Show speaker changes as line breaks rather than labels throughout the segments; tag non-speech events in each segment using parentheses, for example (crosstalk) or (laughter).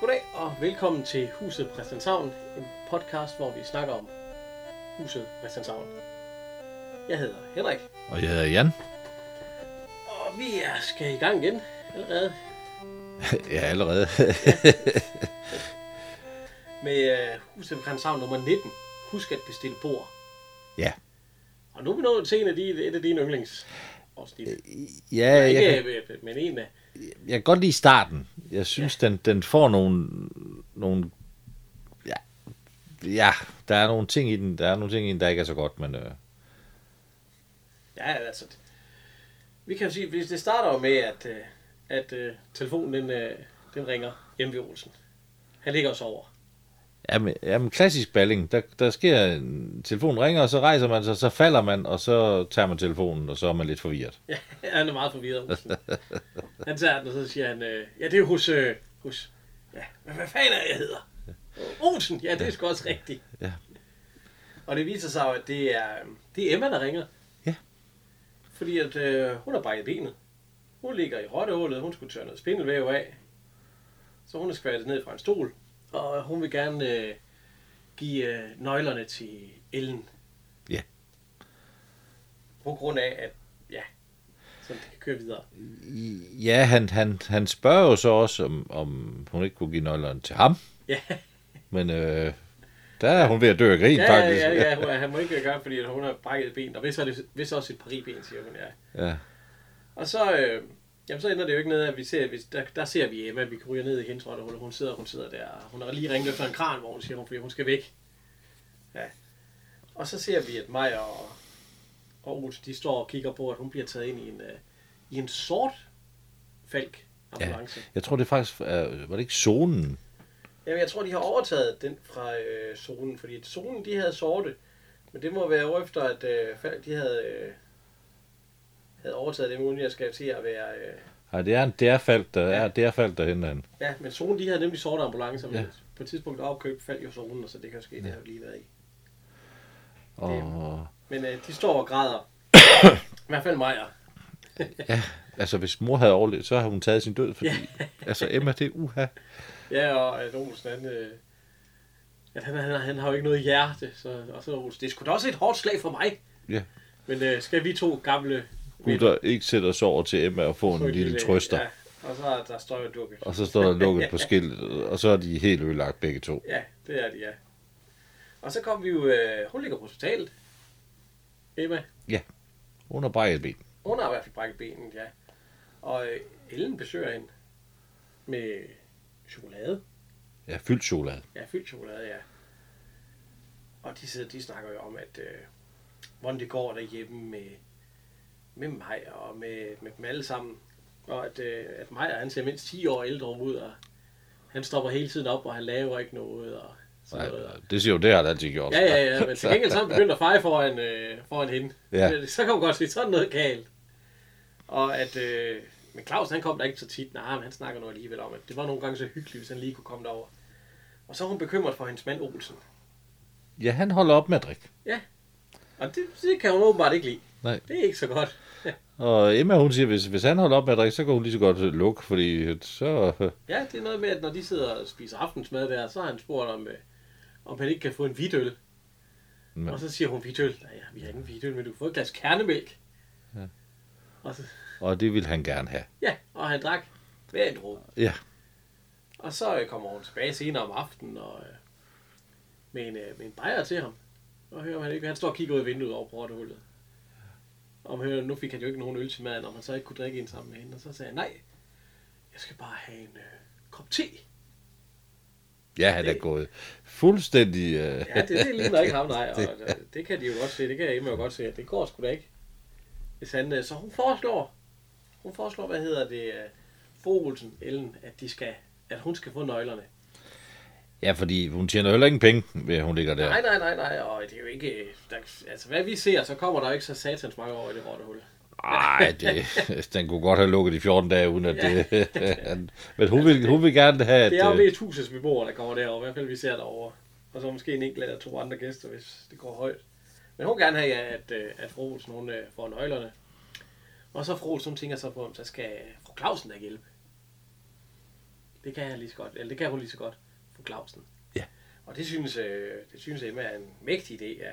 Goddag og velkommen til Huset Christianshavn, en podcast, hvor vi snakker om Huset Christianshavn. Jeg hedder Henrik,
Og jeg hedder Jan.
og vi er, skal i gang igen allerede
(laughs) ja, allerede.
med øh, Huset Christianshavn nummer 19. Husk at bestille bord.
ja.
Og nu er vi nået til en af de, et af dine yndlings. Afsnit.
Øh, Ja, jeg,
Ikke,
kan,
øh, men en af...
jeg kan godt lide starten. Jeg synes, den, den får nogle, nogle... Ja, ja, der er nogle ting i den, der er nogle ting i den, der ikke er så godt, men... Øh,
Ja, altså... det- Vi kan jo sige, hvis det starter jo med, at, øh, at øh, telefonen den, øh, den ringer hjemme ved Olsen. Han ligger os over.
jamen, jamen, klassisk balling. Der, der sker... en- Telefonen ringer, og så rejser man sig, så falder man, og så tager man telefonen, og så er man lidt forvirret.
Ja, han er meget forvirret, Olsen. Han tager den, og så siger han, øh, ja, det er hos, øh, hos ja, hvad, hvad fanden er det, jeg hedder? Olsen, ja, det er sgu også rigtigt.
Ja.
Og det viser sig jo, at det er, øh, det er Emma, der ringer.
Ja.
Fordi at øh, hun har brækket benet. Hun ligger i rottehullet, hun skulle tørre noget spindelvæv af. Så hun er skvattet ned fra en stol, og hun vil gerne øh, give øh, nøglerne til Ellen.
Ja.
På grund af, at ja, så det kan køre videre.
Ja, han, han, han spørger jo så også, om, om hun ikke kunne give nøglerne til ham,
Ja,
men... Øh, der er hun ved at dø af grin,
ja, ja,
faktisk.
ja, ja, hun- han må ikke gøre, fordi at hun har brækket et ben, og hvis, er det, hvis også et pariben, siger hun, ja.
ja.
Og så, øh, jamen, så ender det jo ikke ned, at vi ser, hvis, der, der ser vi Emma, vi ryger ned i hendes rottehul, og hun sidder, hun sidder der, og hun har lige ringet efter en kranvogn, siger hun, fordi hun skal væk. Ja. Og så ser vi, at mig og, og Olsen, de står og kigger på, at hun bliver taget ind i en, øh, i en sort falk ambulance. Ja.
Jeg tror, det er faktisk... Øh, var det ikke zonen?
Jamen, jeg tror, de har overtaget den fra øh, zonen, fordi at zonen, de havde sorte, men det må være år efter, at øh, Falk, de havde, øh, havde overtaget det, uden jeg skal til at være... Øh,
Nej, det er en derfald, der er derfald derhen. Han.
Ja, men zonen de havde nemlig sorte ambulancer, men ja.
Ja.
på et tidspunkt opkøb faldt jo zonen, og så det kan jo ske, det har vi lige været i.
Og,
Men øh, de står og græder. I hvert fald Maja.
altså, hvis mor havde overlevet, så havde hun taget sin død, fordi... (laughs) altså, Emma, det er uha.
(laughs) Ja, og at Olsen, han, øh, at han, han, han har jo ikke noget hjerte. Så, og så er Olsen, det skulle da også et hårdt slag for mig.
Ja.
Men øh, skal vi to gamle
Gutter ikke sætter sig over til Emma og får
få
en
et
lille trøster.
Ja, og så er der står jo dukket.
Og så står der
(laughs)
lukket på skiltet, og så er de helt ødelagt begge to.
Ja, det er det, ja. Og så kom vi jo, øh, hun ligger på hospitalet. Emma,
Hun har brækket et ben.
Hun har i hvert fald brækket benet, ja. Og øh, Ellen besøger hende med chokolade.
Ja, fyldt chokolade.
Ja, fyldt chokolade, ja. Og de, sidder, de snakker jo om, at øh, hvordan det går derhjemme med, med mig og med, med dem alle sammen. Og at, øh, at Maja, han ser mindst 10 år ældre ud, og han stopper hele tiden op, og han laver ikke noget. Og sådan
Nej,
noget.
det siger jo, det har det altid gjort.
Ja, ja, ja, men
(laughs)
til gengæld så er han begyndt at feje foran, øh, foran hende.
Ja.
Så- Så kan man godt sige, sådan noget galt. Og at, øh, men Claus han kom der ikke så tit, nej, men han snakker nu alligevel om, at det var nogle gange så hyggeligt, hvis han lige kunne komme derover. Og så er hun bekymret for hendes mand Olsen.
ja, han holder op med at drikke.
Og det, det kan hun åbenbart ikke lide.
Nej.
Det er ikke så godt.
Og Emma, hun siger, hvis, hvis han holder op med at drikke, så kan hun lige så godt øh, lukke, fordi så... (laughs) øh,
Ja, det er noget med, at når de sidder og spiser aftensmad der, så har han spurgt om, øh, om han ikke kan få en hvidøl.
Men-
Og så siger hun, hvidøl? Nej, vi har ingen hvidøl, men du kan få et glas kernemælk. Ja. Og så,
Og det vil han gerne have.
ja, og han drak hver en dråbe.
Ja.
Og så øh, kommer hun tilbage senere om aftenen og, øh, med, en, øh, med en bajer til ham. Og hører om han ikke. Han står og kigger ud af vinduet over på rottehullet. Og man hører, nu fik han jo ikke nogen øl til maden, og man så ikke kunne drikke en sammen med hende. Og så sagde han, nej, jeg skal bare have en øh, kop te.
Ja, han er gået fuldstændig... Øh,
Ja, det, det ligner ikke ham, nej. Og, det, det kan de jo godt se, det kan Emma jo godt se, at det går sgu da ikke. Hvis han, øh, så hun foreslår, hun foreslår, hvad hedder det, øh, Fogolsen, Ellen, at, de skal, at hun skal få nøglerne.
(laughs) ja, fordi hun tjener heller ingen penge, ved at hun ligger der.
Nej, nej, nej, nej, og det er jo ikke... Der, altså, hvad vi ser, så kommer der jo ikke så satans mange år i det rottehul.
Nej, det, (laughs) den kunne godt have lukket i 14 dage, uden at det... (laughs) men hun vil, hun vil gerne have, at...
Det er jo
øh,
mest husets beboere, der kommer derover, i hvert fald vi ser derovre. Og så måske en enkelt eller to andre gæster, hvis det går højt. Men hun vil gerne have, ja, at, øh, at fru Olsen, hun øh, får nøglerne. Og så fru Olsen, hun tænker så på, om så skal fru Clausen der hjælpe. Det kan, jeg lige så godt, eller det kan hun lige så godt, fru Clausen.
Ja.
Og det synes, øh, det synes Emma er en mægtig idé. Ja.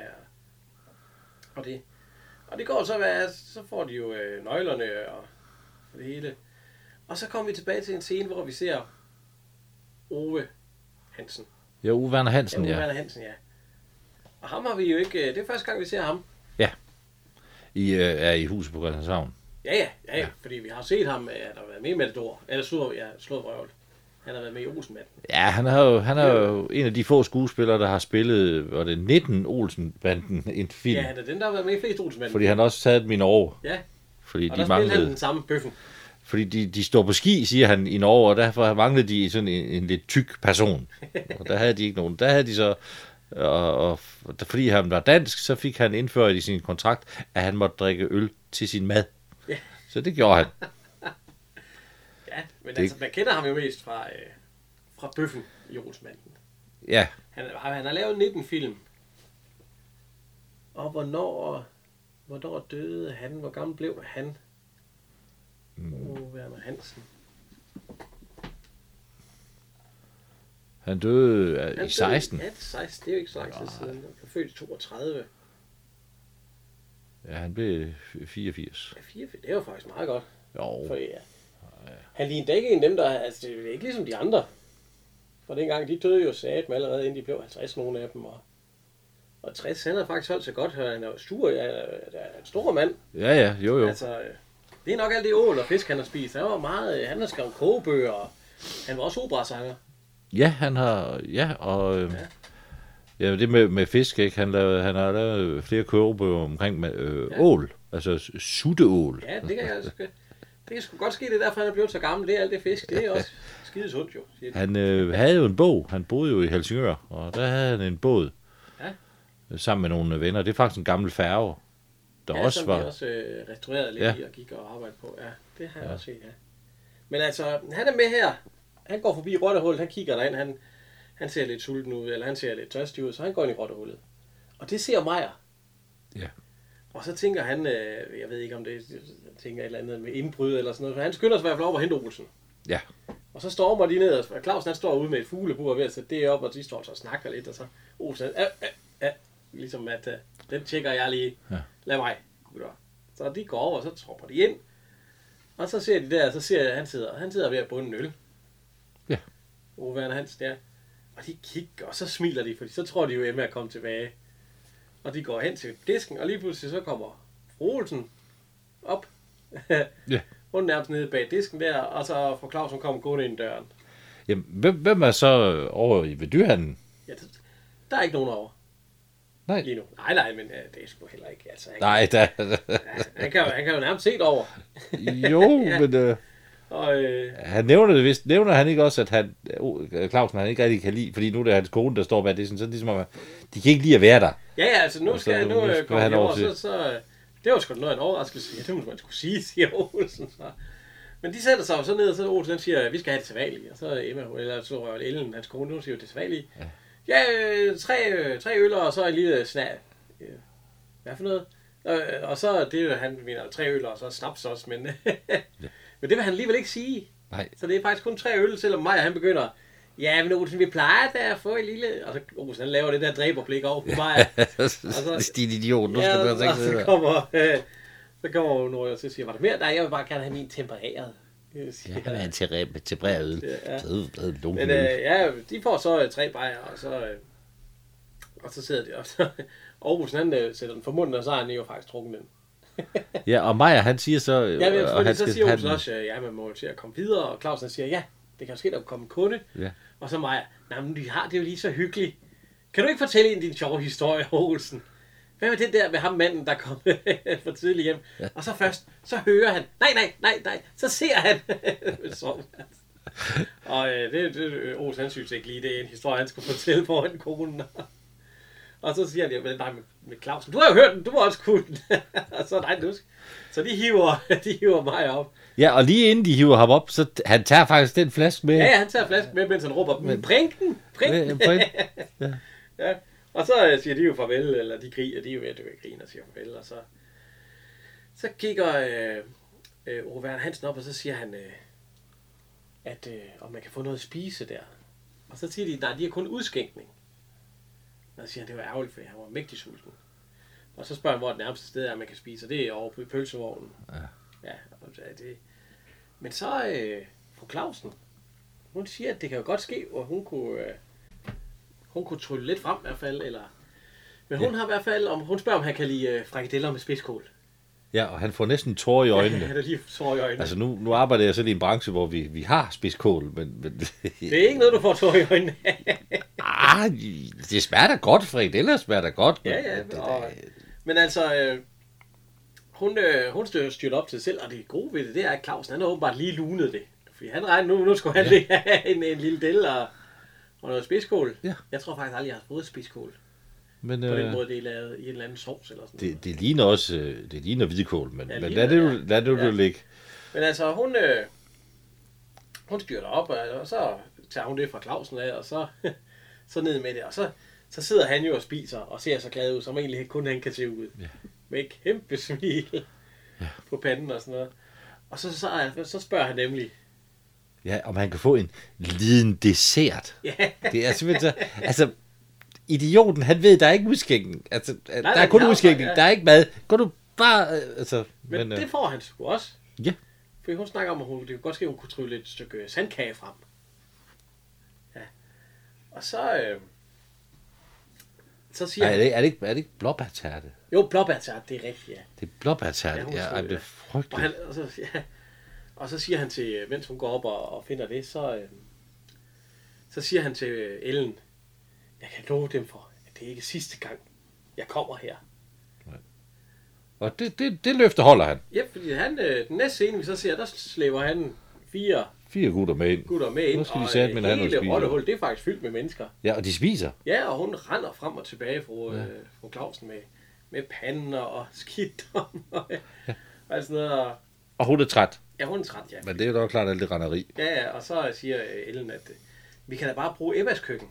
Og, det, og det går så, hvad, så får de jo øh, nøglerne og, og det hele. Og så kommer vi tilbage til en scene, hvor vi ser Ove Hansen.
Ja, Uwe Werner Hansen,
Ja, Ove
ja.
Werner Hansen, ja. Og ham har vi jo ikke... øh, Det er første gang, vi ser ham.
I øh, er i huset på Christianshavn.
Ja, ja, ja, ja.
Ja.
Fordi vi har set ham, øh, han har været med i Matador. Eller slået, ja, slået røvel. Han har været med i Olsenmanden.
Ja, han er, jo, han er jo en af de få skuespillere, der har spillet, var det 19 Olsen-banden en film.
Ja, han er den, der har været med i flest Olsenmanden.
Fordi han også taget min år.
Ja,
Fordi
og
de
der spillede han
manglede,
den samme bøffen.
fordi de, de står på ski, siger han i Norge, og derfor manglede de sådan en, en lidt tyk person. Og der havde de ikke nogen. Der havde de så, og, og og fordi han var dansk, så fik han indført i sin kontrakt, at han måtte drikke øl til sin mad.
Ja.
Så det gjorde han.
Ja, men det...
Det-
altså, man kender ham jo mest fra, øh, fra bøffen i Olsenmanden.
Ja,
Han, har- han har lavet 19 film. Og hvornår, hvornår døde han? Hvor gammel blev han? Ove Werner Hansen.
han døde øh,
Han
i 16.
Døde, ja, 16. Det er jo ikke så lang tid siden. Han blev født i 32.
Ja, han blev 84.
Ja, 84. Det er jo faktisk meget godt.
Jo.
For, ja. Han lignede ikke en af dem, der... Altså, det er ikke ligesom de andre. For dengang, de døde jo sat med allerede, inden de blev 50, nogle af dem. Og, og 60, han har faktisk holdt sig godt. Han er jo sur, han er, han er en stor mand.
Ja, ja, jo, jo.
Altså, øh, det er nok alt det ål og fisk, han har spist. Han var meget... øh, Han har skrevet kogebøger, og han var også operasanger.
Ja, han har, ja, og øh, ja. ja, det med, med fisk, ikke? Han, lavede, han har lavet flere kogebøger omkring med, øh,
Ja.
ja. ål, altså s- sutteål.
Ja, det kan jeg også... Det kan sgu godt ske, det er derfor, han er blevet så gammel. Det er alt det fisk.
(laughs)
Det er også skide sundt, jo. siger de.
Han øh, havde jo en bog, han boede jo i Helsingør, og der havde han en båd
Ja.
ja. sammen med nogle venner. Det er faktisk en gammel færge, der ja, også
som
var.
de også øh, restaurerede lidt
Ja.
ja. i og gik og arbejdede på. Ja, det har jeg også set, ja. Men altså, han er med her. Han går forbi rottehullet, han kigger derind, han, han ser lidt sulten ud, eller han ser lidt tørstig ud, så han går ind i rottehullet. Og det ser Meyer.
Ja.
Og så tænker han, øh, jeg ved ikke om det jeg tænker et eller andet med indbryd eller sådan noget, for han skynder sig i hvert fald over og henter Olsen.
Ja.
Og så stormer de ned, og Clausen han står ude med et fuglebur ved at sætte det op, og de står så og snakker lidt, og så Olsen, han, "Ah, ah, ah," ligesom at, øh, den tjekker jeg lige, ja.
Ja.
lad mig, gutter. Så de går over, og så tropper de ind, og så ser de der, så ser jeg, at han sidder, han sidder ved at bunde en øl.
Ja.
Ove Werner Hansen der. Og de kigger, og så smiler de, fordi så tror de jo, Emma er kommet tilbage. Og de går hen til disken, og lige pludselig så kommer fru Olsen op.
Ja.
Hun er nærmest nede bag disken der, og så fra Claus, hun kommer gående ind i døren.
Jamen, hvem, hvem er så øh, over i- ved dyrehandlen?
Ja, der, der er ikke nogen over
Nej.
lige nu. Nej, nej, men øh, det er sgu heller ikke. Altså, han,
Nej, der,
(laughs) han, kan, jo- han kan jo nærmest se over.
jo, men øh,
Og, øh,
han nævner det vist. Nævner han ikke også, at han, oh, Clausen han ikke rigtig kan lide, fordi nu er det hans kone, der står bag det, sådan, så er det ligesom, at de kan ikke lide at være der.
ja, ja, altså nu
Og så
skal jeg, nu
nu
øh,
skal
kommer
han
han over,
over
og så,
til-
så øh, det var sgu da noget af en overraskelse. Ja, det må man skulle sige, (laughs) siger Olsen. Så. Men de sætter sig jo så ned, og så Olsen han siger, vi skal have det sædvanlige. Og så Emma, eller så Røvel Ellen, hans kone, hun siger jo det sædvanlige. Ja, øh, tre, øh, tre øller, og så en lille snap. Hvad for noget? Og, øh, og så, det er jo, han mener, tre øller, og så snaps også, men, (laughs) men det vil han alligevel ikke sige.
Nej.
Så det er faktisk kun tre øl, selvom mig og han begynder, ja, men Olsen, vi plejer da at få en lille... Og så Olsen, han laver det der dræberblik over på
(laughs)
mig.
Din idiot, nu skal
Altså- ja,
du
og
altså ikke sidde
(laughs) så
her.
kommer, øh, så kommer hun over, og så siger, var der mere? Nej, jeg vil bare gerne have min tempereret. Ja,
Han er en terræ- tempereret øl.
Ja.
Blød, blød, lunken
Men
øl.
øh, ja, de får så øh, tre bajer, og så, øh, og så sidder de og så Aarhus, han øh, sætter den for munden, og så har han jo faktisk trukket den.
Ja, og Maja, han siger så...
Ja, men
og
selvfølgelig, så
han skal-
siger
han-
Aarhus også, øh, ja, man må jo til at komme videre, og Clausen siger, ja, det kan jo ske, der kommer en kunde.
Ja.
Og så Maja, nej, men de har det jo lige så hyggeligt. Kan du ikke fortælle en af dine sjove historier, (laughs) Olsen? Hvad med det der med ham manden, der kom (laughs) for tidligt hjem? Ja. Og så først, så hører han, nej, nej, nej, nej, så ser han. (laughs) Sådan. og øh, det, det øh, Olsen, han synes ikke lige, det er en historie, han skulle fortælle (laughs) foran konen. og så siger han, jamen, nej, men, men Clausen, du har jo hørt den, du må også kunne den. (laughs) og så, nej, du skal. Så de hiver, (laughs) de hiver mig op.
Ja, og lige inden de hiver ham op, så t- han tager faktisk den flaske med.
Ja, ja, han tager flasken med, mens han råber, men brink den, brink
Med-
den.
på-
(laughs) Ja, og så øh, siger de jo farvel, eller de griner, de er jo ved at dø af grin og siger farvel, og så, så kigger øh, øh, Ove Werner Hansen op, og så siger han, øh, at øh, om man kan få noget at spise der. Og så siger de, nej, de har kun udskænkning. Og så siger han, det var ærgerligt, for han var mægtig sulten. Og så spørger han, hvor det nærmeste sted er, man kan spise, og det er over på pølsevognen. Ja. ja og så er det. Men så øh, fru Clausen, hun siger, at det kan jo godt ske, og hun kunne, øh, hun kunne trylle lidt frem i hvert fald, eller... Men hun ja. har i hvert fald, om, hun spørger, om han kan lide øh, frikadeller med spidskål.
Ja, og han får næsten tårer i
(laughs)
øjnene.
Han er lige tår i øjnene. Altså,
Altså nu, nu arbejder jeg selv i en branche, hvor vi, vi har spist kål, men, men (laughs)
det er ikke noget, du får tår i øjnene (laughs) af.
ah, det smager da godt, frikadeller smager da godt. Men,
Ja, ja.
det-
Og, men altså, øh, hun, øh, hun styrer styrt op til det selv, og det gode ved det, det er, at Clausen, han har åbenbart lige lunet det. Fordi han regner nu, nu skulle han ja. lige have en, en lille del og, og noget spidskål.
Ja.
Jeg tror faktisk aldrig, jeg har fået spidskål.
men
På den
øh,
måde, det er lavet i en eller anden sovs eller sådan noget.
det, det ligner også, øh, det ligner hvidkål, men,
Ja,
ja, men
ligner
lad det,
det,
jo- lad det jo
Ja.
ja. ligge.
Men altså, hun, øh, hun styrter op, og, og så tager hun det fra Clausen af, og så, (laughs) så ned med det. Og så, så sidder han jo og spiser, og ser så glad ud, som egentlig kun han kan se ud. Ja. Med et kæmpe smil ja. på panden og sådan noget. Og så, så, er- så spørger han nemlig,
Ja, om han kan få en liden dessert.
Ja.
Det er simpelthen så, altså, idioten, han ved, der er ikke udskænkning. Altså, nej, der
nej,
er kun
nej,
udskænkning,
nej, ja.
der er ikke mad. Går du bare, øh, altså,
men, men det
øh,
får han sgu også.
ja.
For hun snakker om, at hun, det kunne godt ske, at hun kunne trylle et stykke sandkage frem. Ja. Og så... Øh, så siger
Ej, er,
han,
det, er, det ikke, er det ikke blåbærterte?
jo, blåbærtert, det er rigtigt, ja.
Det er blåbærterte.
Ja, hun
Ja,
så
ja, ej,
det.
det er frygteligt.
Og, han, og, så, ja. og så siger han til, øh, mens hun går op og, og finder det, så, øh, så siger han til øh, Ellen, jeg kan love dem for, at det ikke er sidste gang, jeg kommer her.
Og det, det, det løfte holder han.
Ja, fordi han, øh, den næste scene, vi så ser, der slæber han fire
Fire gutter med ind.
gutter med ind,
Nu skal de
og øh,
satme have noget at
hele
spise.
rollehul, det er faktisk fyldt med mennesker.
Ja, og de spiser.
Ja, og hun render frem og tilbage, fru, ja. øh, fru Clausen, med, med pander og skidt og, ja. og sådan noget. Og,
Og hun er træt.
ja, hun er træt, ja.
Men det er jo nok klart alt det renderi.
Ja, ja, og så siger øh, Ellen, at øh, vi kan da bare bruge Emmas køkken.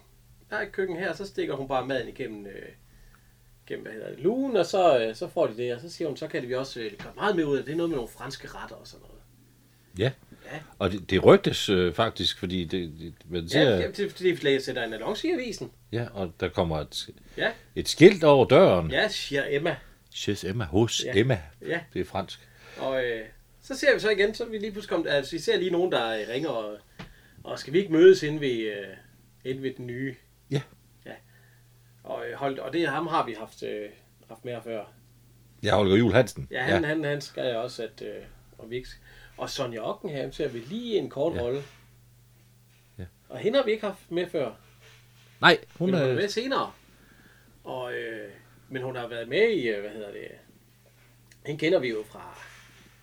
Der er et køkken her, og så stikker hun bare maden igennem øh, gennem, hvad hedder det, lugen, og så, øh, så får de det, og så siger hun, så kan vi også øh, gøre meget mere ud af det. Det er noget med nogle franske retter og sådan noget.
Ja.
Ja.
Og det, det rygtes øh, faktisk, fordi det, det, man
Ja,
ser,
ja.
ja,
det er fordi, jeg sætter en annonce i avisen.
ja, og der kommer et,
Ja,
et skilt over døren. Ja.
ja, siger Emma.
Chez Emma, hos
Ja.
ja. Emma.
Ja.
Det er fransk.
Og øh, så ser vi så igen, så er vi lige pludselig kommet, altså vi ser lige nogen, der øh, ringer, og, og skal vi ikke mødes inde ved, øh, inde ved den nye?
Ja.
Ja. Og, øh, hold, og det ham har vi haft, øh, haft mere før.
Ja, Holger Juhl Hansen.
Ja, han, ja. han, han skal jeg også, at øh, og vi ikke... Og Sonja Ockenham ser vi lige en kort ja.
Ja.
rolle. Ja.
Ja.
Og hende har vi ikke haft med før.
Nej, hun
Hun er
er...
med senere. Og, øh, men hun har været med i, øh, hvad hedder det... Hende kender vi jo fra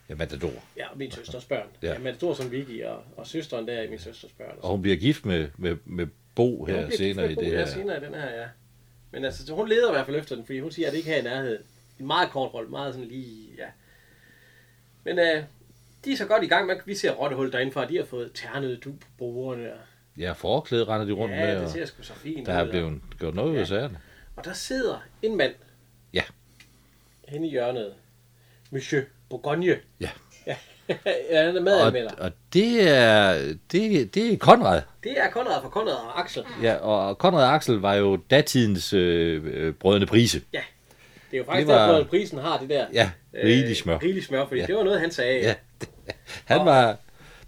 Ja, Matador.
ja, min søsters børn. Ja.
Ja.
ja men stor som Vicky og, og søsteren der i min søsters børn.
Og hun bliver gift med, med, med Bo her
bliver
senere i
gift med
det
Bo
her.
senere i den her, ja. Men altså, så hun leder i hvert fald efter den, fordi hun siger, at det ikke her i nærheden. En meget kort rolle, meget sådan lige, ja. Men øh, de er så godt i gang med, vi ser rottehul derinde fra, de har fået ternet du på bordene. og-
Ja, forklæde render de rundt med,
Ja, det
og
ser sgu så fint
der er
og-
blevet gjort noget ved
Ja.
ja. sagerne.
Og der sidder en mand
Ja,
henne i hjørnet. Monsieur Bourgogne.
ja.
(laughs) ja, han er madanmelder.
Og, og det er, det, det er Konrad.
Det er Konrad fra Konrad og Axel.
Ja, og Konrad og Axel var jo datidens øh, øh, brødende prise.
Ja, det er jo faktisk
Det var-
derfor, at prisen har det der.
Ja, rigelig smør.
Rigelig smør, fordi ja.
Ja.
det var noget, han sagde.
Ja. Han var...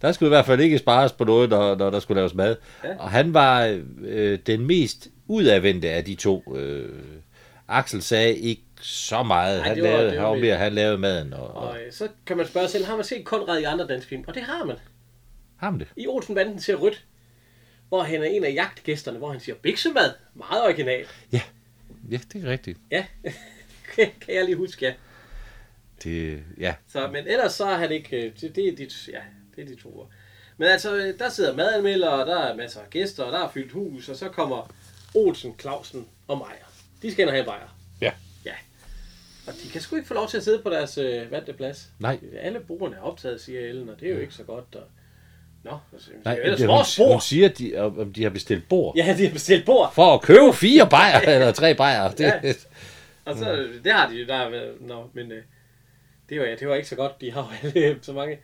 Der skulle i hvert fald ikke spares på noget, når, når der skulle laves mad.
Ja.
Ja. Og han var øh, den mest udadvendte af de to. Øh, Axel sagde ikke så meget.
Ej,
han,
det var-
lavede,
det var
han, var
mit-
mere, han lavede maden. Og, og,
Og øh, så kan man spørge selv, har man set Konrad i andre danske film? Og det har man.
ham det.
I Olsenbanden ser rødt, hvor han er en af jagtgæsterne, hvor han siger biksemad. Meget original.
Ja. ja, det er rigtigt.
Ja, (laughs) kan kan jeg lige huske, ja.
Det, ja.
Så, men ellers så er han ikke... øh, Det, det, er, dit, ja, det er de to ord. Men altså, øh, der sidder madanmelder, og der er masser af gæster, og der er fyldt hus, og så kommer Olsen, Clausen og Meier. De skal ind og have en bajer.
Ja.
Ja. Og de kan sgu ikke få lov til at sidde på deres øh, vante plads.
Nej.
Alle brugerne er optaget, siger Ellen, og det er jo ikke så godt. Og... Nå, altså,
Nej,
det er jo ellers
det,
vores
hun, hun
bord.
siger, de, om om de har bestilt bord. Ja.
Ja, de har bestilt bord.
For at købe fire
(laughs)
bajer, eller tre bajer. Det,
Ja.
ja.
Og så,
Mm.
det har de jo der med, nå, men øh, (laughs) øh, det var, ja, det var ikke så godt, de har jo alle, så mange.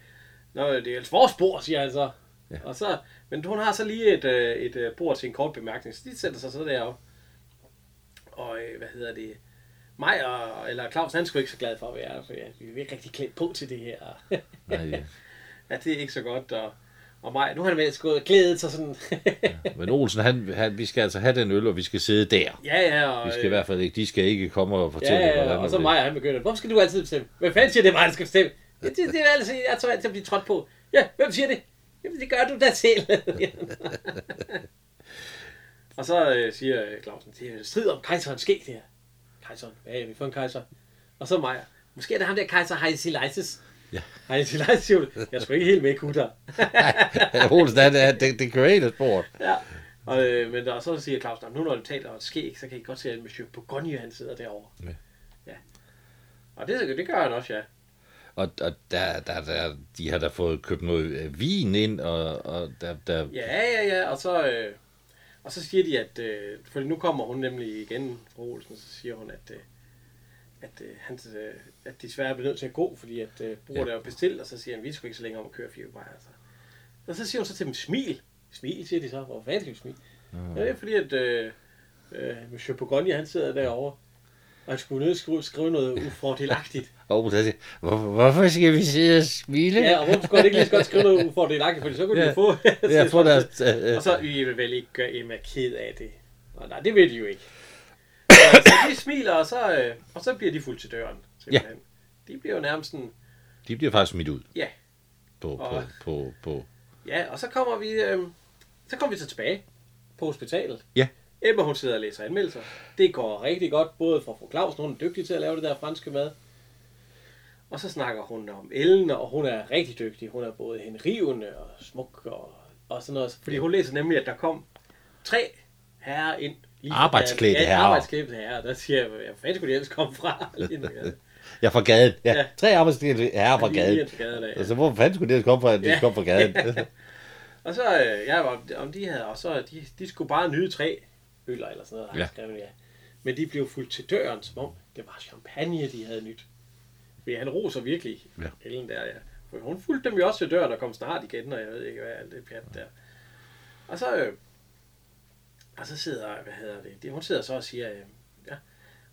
Nå, det er ellers vores bord, siger han så. Ja. Og så, men hun har så lige et, øh, et øh, bord til en kort bemærkning, så de sætter sig så deroppe. Og øh, hvad hedder det? Mig og, eller Claus, han er sgu ikke så glad for at være, for ja, vi er ikke rigtig klædt på til det her.
(laughs) Nej, ja.
ja, det er ikke så godt, og, og mig, nu har han vel gået og glædet sig sådan.
Men Olsen, han, han, vi skal altså have den øl, og vi skal sidde
(laughs)
der.
ja, ja, og,
Vi skal i
øh,
hvert fald ikke, de skal ikke komme og
Ja,
fortælle,
ja,
hvordan
ja, og så
det-
mig og han begynder, hvorfor skal du altid bestemme? Hvad fanden siger det, er mig, der skal bestemme? Ja, det, det er altid, jeg tror altid at blive trådt på. Ja, hvem siger det? Jamen, det gør du da selv. (laughs) og så øh, siger øh, Clausen, det er strid om kejserens skæg, det her. Kejseren, hvad er vi for en kejser? Og så Maja, måske er det ham der kejser Heisileises.
Ja.
Heisileises, siger hun. jeg er sgu ikke helt med, kutter.
Ja, (laughs) Olsen, han er det, det creator sport.
Ja. Og, øh, men der, så siger Claus, "Nå, nu når du taler om skæg, så kan I godt se, at Monsieur Bourgogne, han sidder derovre.
Ja.
ja. Og det, det gør han også, ja.
Og, og der, der, der, de har da fået købt noget øh, vin ind, og, og der, der,
Ja, ja, ja, og så, øh, og så siger de, at, øh, fordi nu kommer hun nemlig igen fra Olsen, så siger hun, at, øh, at, øh, han, øh, at de svære bliver nødt til at gå, fordi at øh, bruger ja. er jo bestilt, og så siger han, vi er sgu ikke så længe om at køre fire veje. Altså. Og så siger hun så til dem, smil. Smil, siger de så. Hvor fanden skal vi smile? Ja, det er fordi, at øh, øh, Monsieur Bourgogne, han sidder derovre, og han skulle nødt til at skrive, skrive noget ufordelagtigt.
og Olsen, han siger, "Hvor- hvorfor skal vi sidde og smile?
Ja, og hvorfor skulle han ikke lige så godt skrive noget ufordelagtigt, fordi så kunne de
Ja.
jo få...
Ja, få deres, øh, øh.
Og så, I vil vel ikke gøre Emma ked af det. Og nej, det vil de jo
(coughs)
ikke. Så, så de smiler, og så, øh, og så bliver de fuldt til døren. Simpelthen. Ja. De bliver jo nærmest sådan,
De bliver faktisk smidt ud
ja,
på, på,
Og-
på, på.
ja, og så kommer vi, øh, så kommer vi så tilbage på hospitalet.
Ja.
Emma, hun sidder og læser anmeldelser. Det går rigtig godt, både fra fru Claus, hun er dygtig til at lave det der franske mad. Og så snakker hun om Ellen, og hun er rigtig dygtig. Hun er både henrivende og smuk og, og sådan noget. Fordi hun læser nemlig, at der kom tre herrer ind. Lige
Arbejdsklædte
Ja,
herrer.
Arbejdsklædte herrer. Der siger jeg, hvor fanden skulle de ellers komme fra? (laughs) Lige nu, ja.
Ja, fra gaden. Ja,
Ja.
tre arbejdstimer er fra
Lige- lige
gaden.
ind til gaden, ja.
Altså, hvor fanden skulle det komme fra, at de
Ja.
kom fra
(laughs)
gaden?
Og så, øh, jeg var, om de havde, og så, de, de skulle bare nyde tre øller eller sådan noget, har
Ja.
ja. skrevet, ja. Men de blev fuldt til døren, som om det var champagne, de havde nyt. Fordi han roser virkelig,
Ja.
ja. Ellen der, ja. For hun fulgte dem jo også til døren og kom snart igen, og jeg ved ikke, hvad alt det pjat der. Og så, øh, og så sidder, hvad hedder det, det hun sidder så og siger, øh, ja,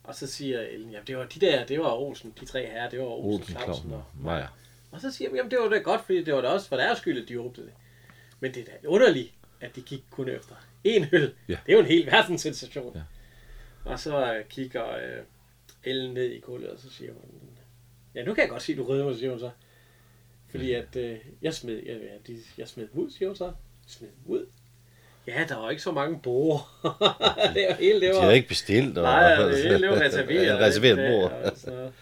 og så siger Ellen, ja, det var de der, det var Olsen, de tre herrer, det var Olsen,
Olsen,
Olsen Clausen og
Maja.
og så siger jeg, jamen det var da godt, fordi det var da også for deres skyld, at de råbte det. Men det er da underligt, at de gik kun efter en øl.
Ja.
Det er jo en hel verdenssensation. Ja. Og så øh, kigger øh, Ellen ned i gulvet, og så siger hun, ja nu kan jeg godt se, du rydder mig, siger hun så. Fordi at øh, jeg smed, jeg, ja, de, jeg smed dem ud, siger hun så. Smed dem ud. Ja, der var ikke så mange borer. (laughs) det var hele det
De
var.
havde ikke bestilt. Og,
Nej, ja, det hele
(laughs)
det var reserveret.
Et reserveret
lidt,
bord.
øh, og sådan noget.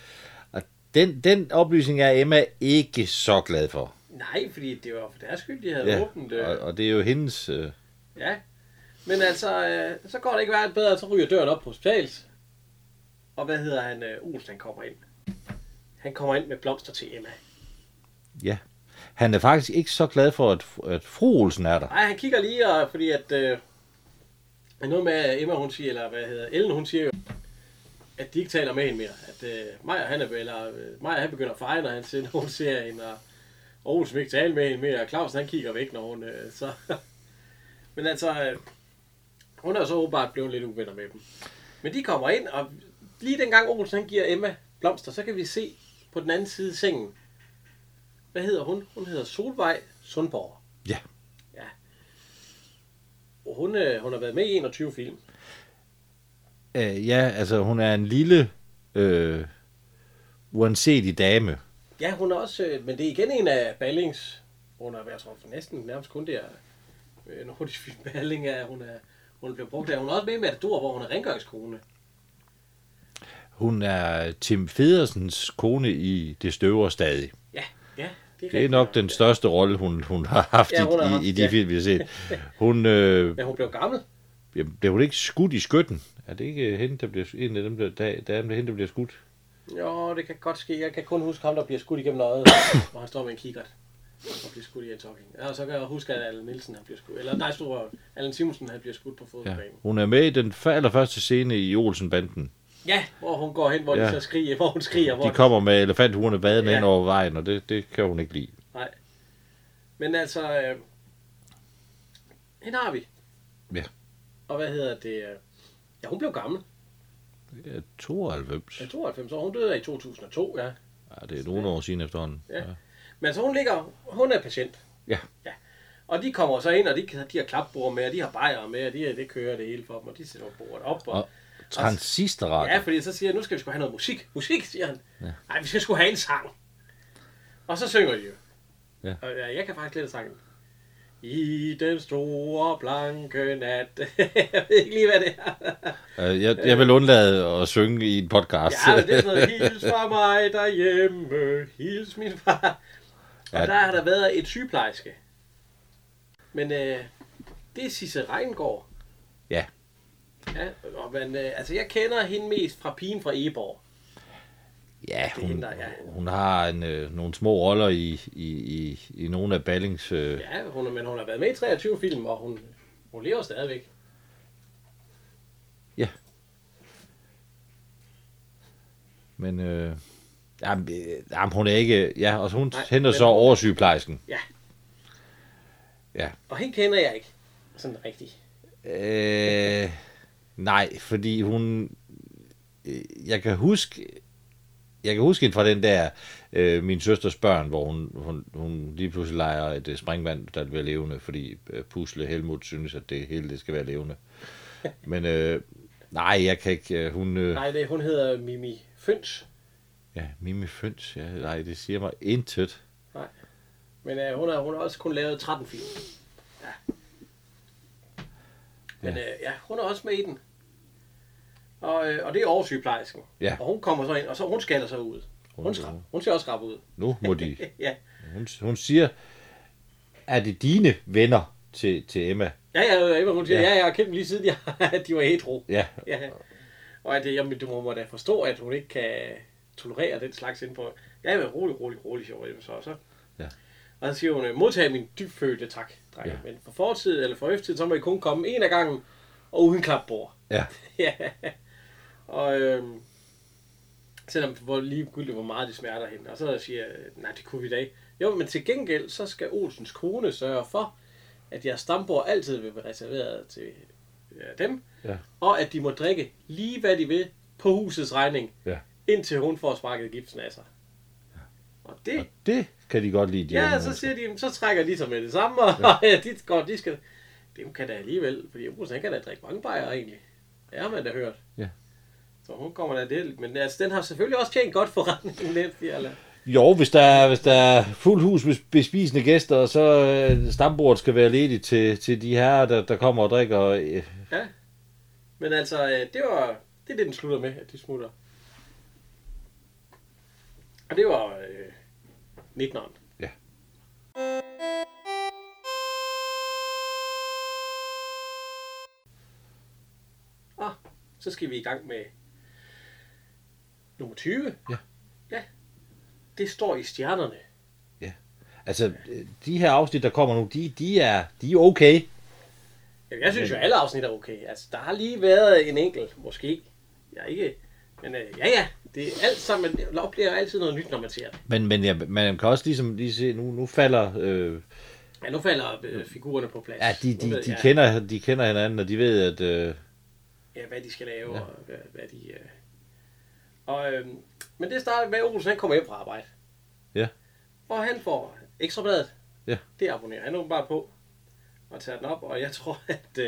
Den, den oplysning er Emma ikke så glad for.
Nej, fordi det var for deres skyld, de havde ja. åbent. Øh,
og, og det er jo hendes... Øh,
Ja. Men altså, øh, så går det ikke værre bedre, så ryger døren op på hospitalet. Og hvad hedder han? Øh, Olsen, han kommer ind. Han kommer ind med blomster til Emma.
ja. Han er faktisk ikke så glad for, at, at fru Olsen er der.
Nej, han kigger lige, og, fordi at... Øh, men noget med at Emma, hun siger, eller hvad hedder Ellen, hun siger jo, at de ikke taler med hende mere. At øh, Maja, han er, eller, øh, Maja, han begynder at feje, når, han, ser- (laughs) når hun ser hende, og, og Olsen vil ikke tale med hende mere, og Clausen, han kigger væk, når hun... Øh, så. (laughs) men altså, øh, hun er jo så åbenbart blevet lidt uvenner med dem. Men de kommer ind, og lige dengang Olsen han giver Emma blomster, så kan vi se på den anden side af sengen. Hvad hedder hun? Hun hedder Solvej Sundborg.
Ja.
Ja. Og Hun, øh, hun har været med i 21 film.
Øh, ja, altså hun er en lille, øh, uanselig dame.
Ja, hun er også, øh, men det er igen en af Ballings, hun har været tror, for næsten nærmest kun der øh, nordisk film (laughs) Balling, er, hun er, hun blev brugt der. Hun er også med i Matador, hvor hun er rengøringskone.
Hun er Tim Federsens kone i Det støver stadig.
Ja, ja.
Det er nok den største rolle, hun, hun har haft
Ja, hun har
ja,
haft,
i, i, i de
ja.
ja. film, vi har set. Hun, øh,
Men hun blev gammel.
jamen, blev hun ikke skudt i skytten? Er det ikke hende, der bliver, en af dem, der, der, der, er hende, der bliver skudt?
Jo, det kan godt ske. Jeg kan kun huske ham, der bliver skudt igennem øjet, (coughs) hvor han står med en kikkert og bliver skudt i en talking. Ja, og så kan jeg huske, at Allen Nielsen han bliver skudt. Eller nej, stor Allen Simonsen han bliver skudt på
Ja.
fodboldbanen.
Hun er med i den f- allerførste scene i Olsenbanden.
Ja. ja. hvor hun går hen, hvor ja.
Ja.
de så skriger, hvor hun skriger. Hvor
De kommer med elefanthuerne vadende ja.
Ja.
ind over vejen, og det, det kan hun ikke lide.
Nej. Men altså, øh, hende har vi.
Ja.
Og hvad hedder det? øh, Ja, hun blev gammel.
Ja, 92.
Ja, 92 år. Hun døde i 2002, ja.
Ja, det er nogle år siden efterhånden.
Ja. Men så hun ligger, hun er patient.
Ja.
ja. Og de kommer så ind, og de, kan- de har klapbord med, og de har bajere med, og de, det kører det hele for dem, og de sætter bordet op. Og,
Og transistorradio.
Altså- ja, fordi så siger jeg, nu skal vi sgu have noget musik. Musik, siger han. Nej, ja. vi skal sgu have en sang. Og så synger de jo.
Ja.
Og ja, jeg kan faktisk lidt af sangen. I den store blanke nat. (laughs) jeg ved ikke lige, hvad det er.
Øh, Jeg, jeg vil undlade at synge i en podcast.
Ja, men det er sådan noget, hils fra mig derhjemme, hils min far. Og
Ja.
der har der været et sygeplejerske. Men øh, det er Sisse Reingård.
Ja.
Ja, og man, øh, altså jeg kender hende mest fra pigen fra Eborg.
(laughs) ja,
er hende,
hun,
der- ja.
hun har en, øh, nogle små roller i, i, i, i nogle af Ballings... Øh,
Ja, hun, er- men hun har været med i 23 film, og hun, hun lever stadigvæk.
Men øh, jamen, øh, jamen, hun er ikke... Ja, og så hun
Nej,
Nej, henter
men-
så oversygeplejersken.
Og hende kender jeg ikke sådan rigtigt.
Øh, nej, fordi hun... øh, Jeg kan huske... Jeg kan huske hende fra den der øh, min søsters børn, hvor hun, hun, hun lige pludselig leger et øh, springvand, der bliver levende, fordi øh, Pusle Helmut synes, at det hele det skal være levende. Men øh, nej, jeg kan ikke... Øh, hun, øh,
Nej, det, hun hedder Mimi Føns,
ja, Mimi Føns, ja, nej, det siger mig intet.
men øh, hun, har, hun har også kun lavet 13 film. Ja. Men ja. Øh, ja, hun er også med i den. Og, øh, og det er oversygeplejersken.
Ja.
Og hun kommer så ind, og så hun skaller sig ud. Hun, skrab, hun ser også skrab ud. (laughs)
Nu må de...
ja.
Hun, hun siger, er det dine venner til, til Emma?
Ja, ja, Emma, hun siger, ja,
Ja.
ja jeg har kendt dem lige siden, jeg, (laughs) at de var ædru.
Ja,
Ja. Og at, øh, jamen, du må- må da forstå, at hun ikke kan tolerere den slags indenfor. Ja, men rolig, rolig, rolig, sjov, Emma, så, så.
Ja.
Og så siger hun, øh, modtag min dybfølte tak, drenge. Ja.
Ja.
Men for fortid eller for øftid, så må I kun komme en af gangen, og uden klapbord.
ja.
(laughs) ja. Og øhm, selvom hvor ligegyldigt, hvor meget det smerter hende. Og så siger jeg, nej, det kunne vi da ikke. Jo, men til gengæld, så skal Olsens kone sørge for, at jeres stambord altid vil være reserveret til ja, dem.
Ja.
Og at de må drikke lige hvad de vil på husets regning,
Ja.
indtil hun får sparket gipsen af sig. Og det,
Og det kan de godt lide, de
ja,
unge
så
mennesker.
siger de, "Jamen, så trækker de sig med det samme, og (laughs) ja. ja, de, går, de skal... Det kan da alligevel, fordi Olsen, han kan da drikke mange bajere egentlig. Det har man da hørt.
Ja.
Så hun kommer da det, men altså, den har selvfølgelig også tjent godt forretningen, (laughs) den eller...
Jo, hvis der, er, hvis der er fuld hus med bespisende gæster, og så øh, stambordet skal være ledigt til, til de herrer, der, der kommer og drikker. og, Øh,
Ja. Men altså, øh, det var... Det er det, den slutter med, at de smutter. Og det var øh, 19'eren.
Ja.
Og Ah, så skal vi i gang med nummer 20.
Ja.
Ja. Det står i stjernerne.
altså, øh, de her afsnit, der kommer nu, de, de, er, de er okay.
Jamen, jeg synes jo, alle afsnit er okay. Altså, der har lige været en enkelt, måske. Jeg er ikke... Men øh, ja, ja. Det er alt sammen... Man oplever altid noget nyt, når man ser det.
Men, men ja, man kan også ligesom lige se, nu, nu falder... Øh,
Ja, nu falder øh, figurerne på plads.
Mm. ja, de,
Nu
de,
ved
de,
jeg,
kender, de kender hinanden, og de ved, at... Øh,
Ja, hvad de skal lave, ja. og hvad, hvad de... Øh... Og, øh, men det starter med, at Olsen han kommer hjem fra arbejde.
Ja.
Og han får ekstrabladet.
Ja.
Det abonnerer han åbenbart på. Og tager den op, og jeg (laughs) tror, at øh,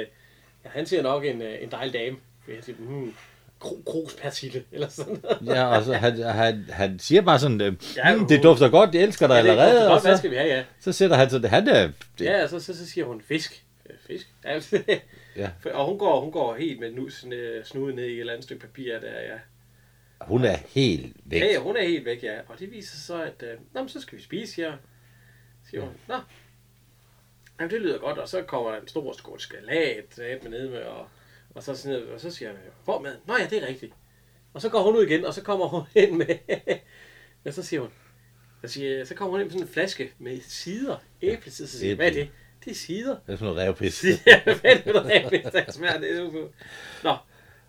ja, han ser nok en, øh, en dejlig dame. Fordi han siger, hmm, kro, kros persille, eller sådan noget.
ja, og så, han, han, han siger bare sådan, øh,
Ja,
mm, det dufter godt, jeg elsker dig
Ja, det er
allerede.
godt,
og
Hvad
så,
skal vi have, ja.
så sætter han sådan, han er... Det,
Ja, og så, så, så siger hun fisk. Øh, Fisk? (laughs) Ja.
Ja.
For- Og hun går, hun går helt med nusen øh, snuden ned i et eller andet stykke papir der, ja.
Hun er helt væk.
Ja, ja, hun er helt væk, ja. Og det viser sig så, at øh, Nå, men så skal vi spise her. Siger hun, nå. Jamen, det lyder godt, og så kommer der en stor skål skalat øh, med ned med, og, og, så, sådan noget, og så siger han, hvor mad? Nå ja, det er rigtigt. Og så går hun ud igen, og så kommer hun (laughs) ind med, og så siger hun, så, siger, så kommer hun ind med sådan en flaske med sider, æblesider, så siger jeg, hvad er det? Det er sider.
Det er sådan noget revpis.
Ja, hvad er det, der er bedst, der smager? Det er jo så- Nå,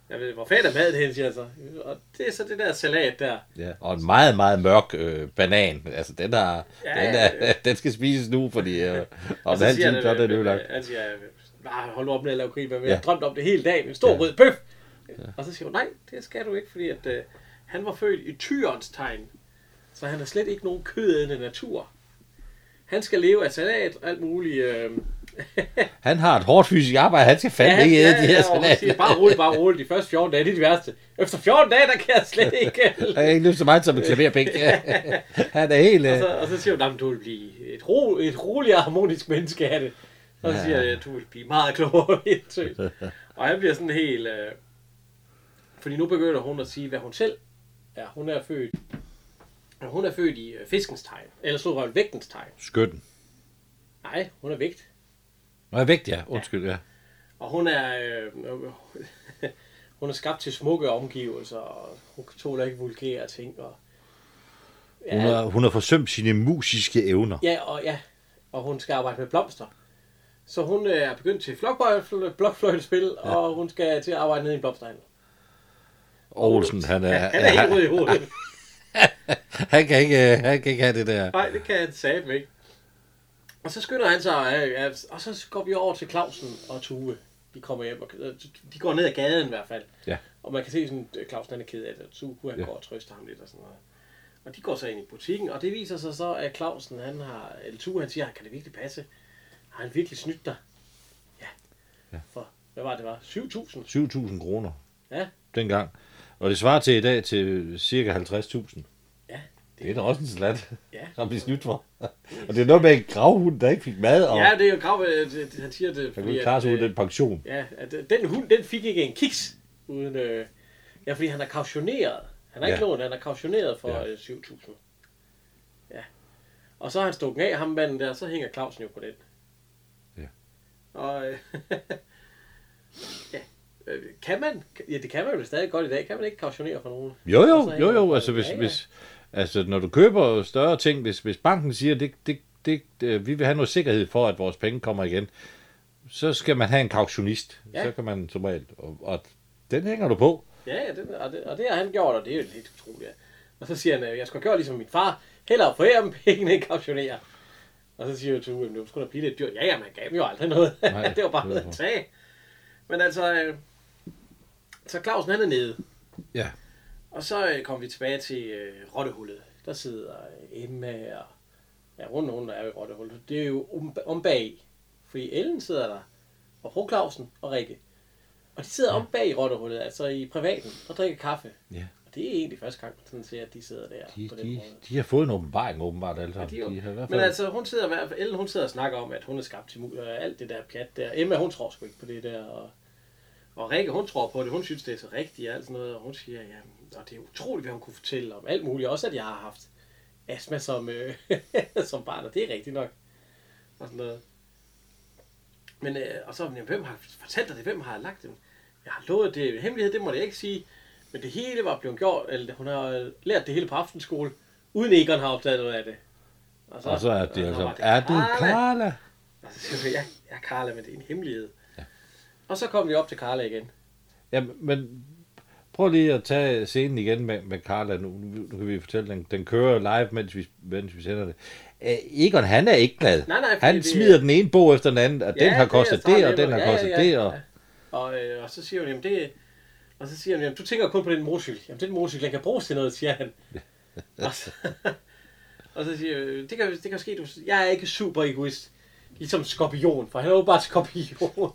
Jeg ved, hvor fanden er maden hen, siger jeg så. Og det er så det der salat der.
Ja, og en meget, meget mørk øh, banan. Altså, den, er,
Ja,
ja, den,
ja,
er, (laughs) den skal spises nu, fordi
(laughs)
øh, om
så
en halv
Altså, siger
time, så er den ødelagt.
Han siger, øh, nej, hold nu op med at lave krig med mig. Jeg
Ja.
har drømt om det hele dagen. En stor rød bøf. Og så siger hun, nej, det skal du ikke, fordi at, øh, han var født i tyrens tegn. Så han har slet ikke nogen kødædende natur. Han skal leve af salat og alt muligt.
(laughs)
Øh,
Han har et hårdt fysisk arbejde, han skal fandme ja, ikke æde ja, de her
og hun siger,
salater.
bare roligt, bare roligt. De første 14 dage, det er det værste. Efter 14 dage, der kan jeg slet
(laughs)
ikke.
Jeg har ikke lyst så meget som en
(laughs)
klaverbænk. (laughs) han er helt...
Og
Øh,
så, og så siger hun, "Jamen, du vil blive et, ro, et roligere harmonisk menneske af det. Og så siger jeg, du vil blive meget klogere (laughs) i
(laughs)
det. Og han bliver sådan helt... Øh... Fordi nu begynder hun at sige, hvad hun selv er. Hun er født, og hun er født i øh, fiskens tegn. Eller så var vægtens tegn.
Skytten.
Nej, hun er vægt.
Nå, jeg er vægt, ja. Undskyld, ja.
Og hun er... Øh... øh, (laughs) hun er skabt til smukke omgivelser, og hun tåler ikke vulgære ting. Og...
Hun har, hun har forsømt sine musiske evner.
Ja, og ja, og hun skal arbejde med blomster. Så hun øh, er begyndt til flokfløjtespil, blokfløjtespil, ja. og hun skal til at arbejde nede i en blomsterhandel.
Olsen, han, er,
(laughs) Han er helt
han,
rød i hovedet.
han, kan ikke, øh, han kan ikke have det der.
Nej, det kan han satme ikke. Og så skynder han sig, øh, ja, og så går vi over til Clausen og Tue. De kommer hjem, og øh, de går ned ad gaden i hvert fald.
Ja.
Og man kan se, sådan, at Clausen han er ked af det, og Tue han
Ja.
ja. går og trøster ham lidt og sådan noget. Og de går så ind i butikken, og det viser sig så, at Clausen, han har, eller Tue, han siger, kan det virkelig passe? Har han virkelig snydt dig? Ja. ja. For, hvad var det, var? 7.000?
7.000 kroner
Ja.
dengang. Og det svarer til i dag til cirka 50.000.
Ja.
Det er da også en slat, (laughs)
Ja.
at blive snydt for. Og det er noget med en gravhund, der ikke fik mad, og
Ja, det er jo grav, øh, det- det- han siger det,
han kunne ikke klare sig
øh,
ud af den pension.
Ja, at øh, den hund, den fik ikke en kiks uden... Øh, ja, fordi han er kautioneret. Han har ja.
Ja.
ikke lånt, han er kautioneret for
Ja.
ja. 7.000. Ja. Og så har han stukket af ham manden der, så hænger Clausen jo på den.
Ja.
Og... Øh, (laughs) ja. Øh, Kan man? Ja, det kan man jo stadig godt i dag. Kan man ikke kautionere for nogen?
Jo,
Og så
jo,
er
jo,
jeg
jo.
jo-
Altså, hvis,
Ja, ja.
hvis, altså, når du køber større ting, hvis, hvis banken siger, det, det, det, øh, vi vil have noget sikkerhed for, at vores penge kommer igen, så skal man have en kautionist.
Ja.
Så kan man som regel, og, og den hænger du på.
Ja, ja det, og, det, og det har han gjort, og det er jo lidt utroligt. Ja. Og så siger han, øh, jeg skal gøre ligesom min far, hellere forære dem pengene end kautionere. Og så siger jeg til Uwe, nu skulle der blive lidt dyrt. Ja, ja, man gav dem jo aldrig noget. (laughs)
Nej,
Nej, det var bare
det
noget
var
at
så.
tage. Men altså, øh, så Clausen han er nede,
Ja.
og så øh, kommer vi tilbage til øh, Rottehullet. Der sidder øh, Emma og ja, rundt om der er jo i Rottehullet. Det er jo om, om bag, fordi Ellen sidder der, og Fru Clausen og Rikke. Og de sidder ja. om bag i Rottehullet, altså i privaten, og drikker kaffe.
ja.
Og det er egentlig første gang, man sådan ser, at de sidder der
De,
på den
de,
måde.
de har fået en åbenbaring, åbenbart, alle
Ja,
sammen.
de, er
de har i
jo,
hvert fald...
men altså, hun sidder, i hvert fald- Ellen, hun sidder og snakker om, at hun er skabt til mul, og alt det der pjat der. Emma, hun tror sgu ikke på det der, og, og Rikke, hun tror på det, hun synes, det er så rigtigt og alt sådan noget, og hun siger, ja, og det er utroligt, hvad hun kunne fortælle om alt muligt, også at jeg har haft astma som, øh, (laughs) som barn, og det er rigtigt nok, og sådan noget. Men, øh, og så, jamen, hvem har fortalt dig det, hvem har lagt det? Jeg har lovet det, er en hemmelighed, det må jeg ikke sige, men det hele var blevet gjort, eller hun har øh, lært det hele på aftenskole, uden Egon har opdaget noget af det.
Og så er det
og
altså,
var
er du
Karla?"
Karla?
Og så siger hun, ja, jeg er Karla, men det er en hemmelighed. Ja. Og så kom vi op til Karla igen.
Ja, men prøv lige at tage scenen igen med, med Carla nu. Nu nu kan vi fortælle, den, den kører live, mens vi, mens vi sender det. Æ, Egon, han er ikke glad.
Nej, nej, fordi
han
det-
smider den ene bog efter den anden, og den har kostet det, og den har kostet det, og...
Og, øh, og så siger hun, jamen det... Og så siger hun, jamen du tænker kun på den motorcykel. Jamen den motorcykel, jeg kan bruges til noget, siger
(laughs)
han. og, så, og så siger hun, "Øh, det kan, det kan ske, du... Jeg er ikke super egoist. Ligesom skorpion, for han er jo bare skorpion.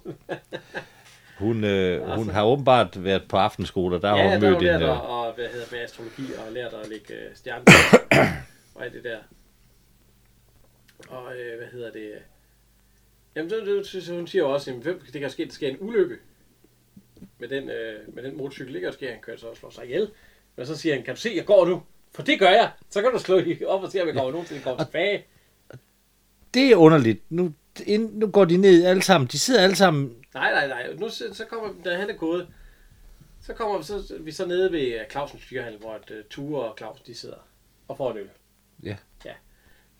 Hun, øh, hun
Altså-
har åbenbart været på aftenskole, og der har
ja,
hun
der har
mødt
hun lært
en...
at,
øh,
og, hvad hedder det, astrologi, og lært at lægge øh,
(coughs)
stjerner og alt det der. Og øh, hvad hedder det? øh, Jamen, så, det, så, så hun siger jo også, at det kan ske, der sker en ulykke med den, øh, med den motorcykel, ikke? Og sker, han kører så og slår sig ihjel. Men så siger han, kan du se, jeg går nu? For det gør jeg. Så kan du slå i- op og se, om jeg kommer nogensinde kommer tilbage.
Det er underligt. Nu, ind, nu går de ned alle sammen. De sidder alle sammen...
Nej, nej, nej. Nu så, så kommer vi, da han er gået, så kommer vi så, vi så nede ved øh, Clausens dyrehandel, hvor uh, Ture og Claus, de sidder og får en øl.
Ja.
Ja.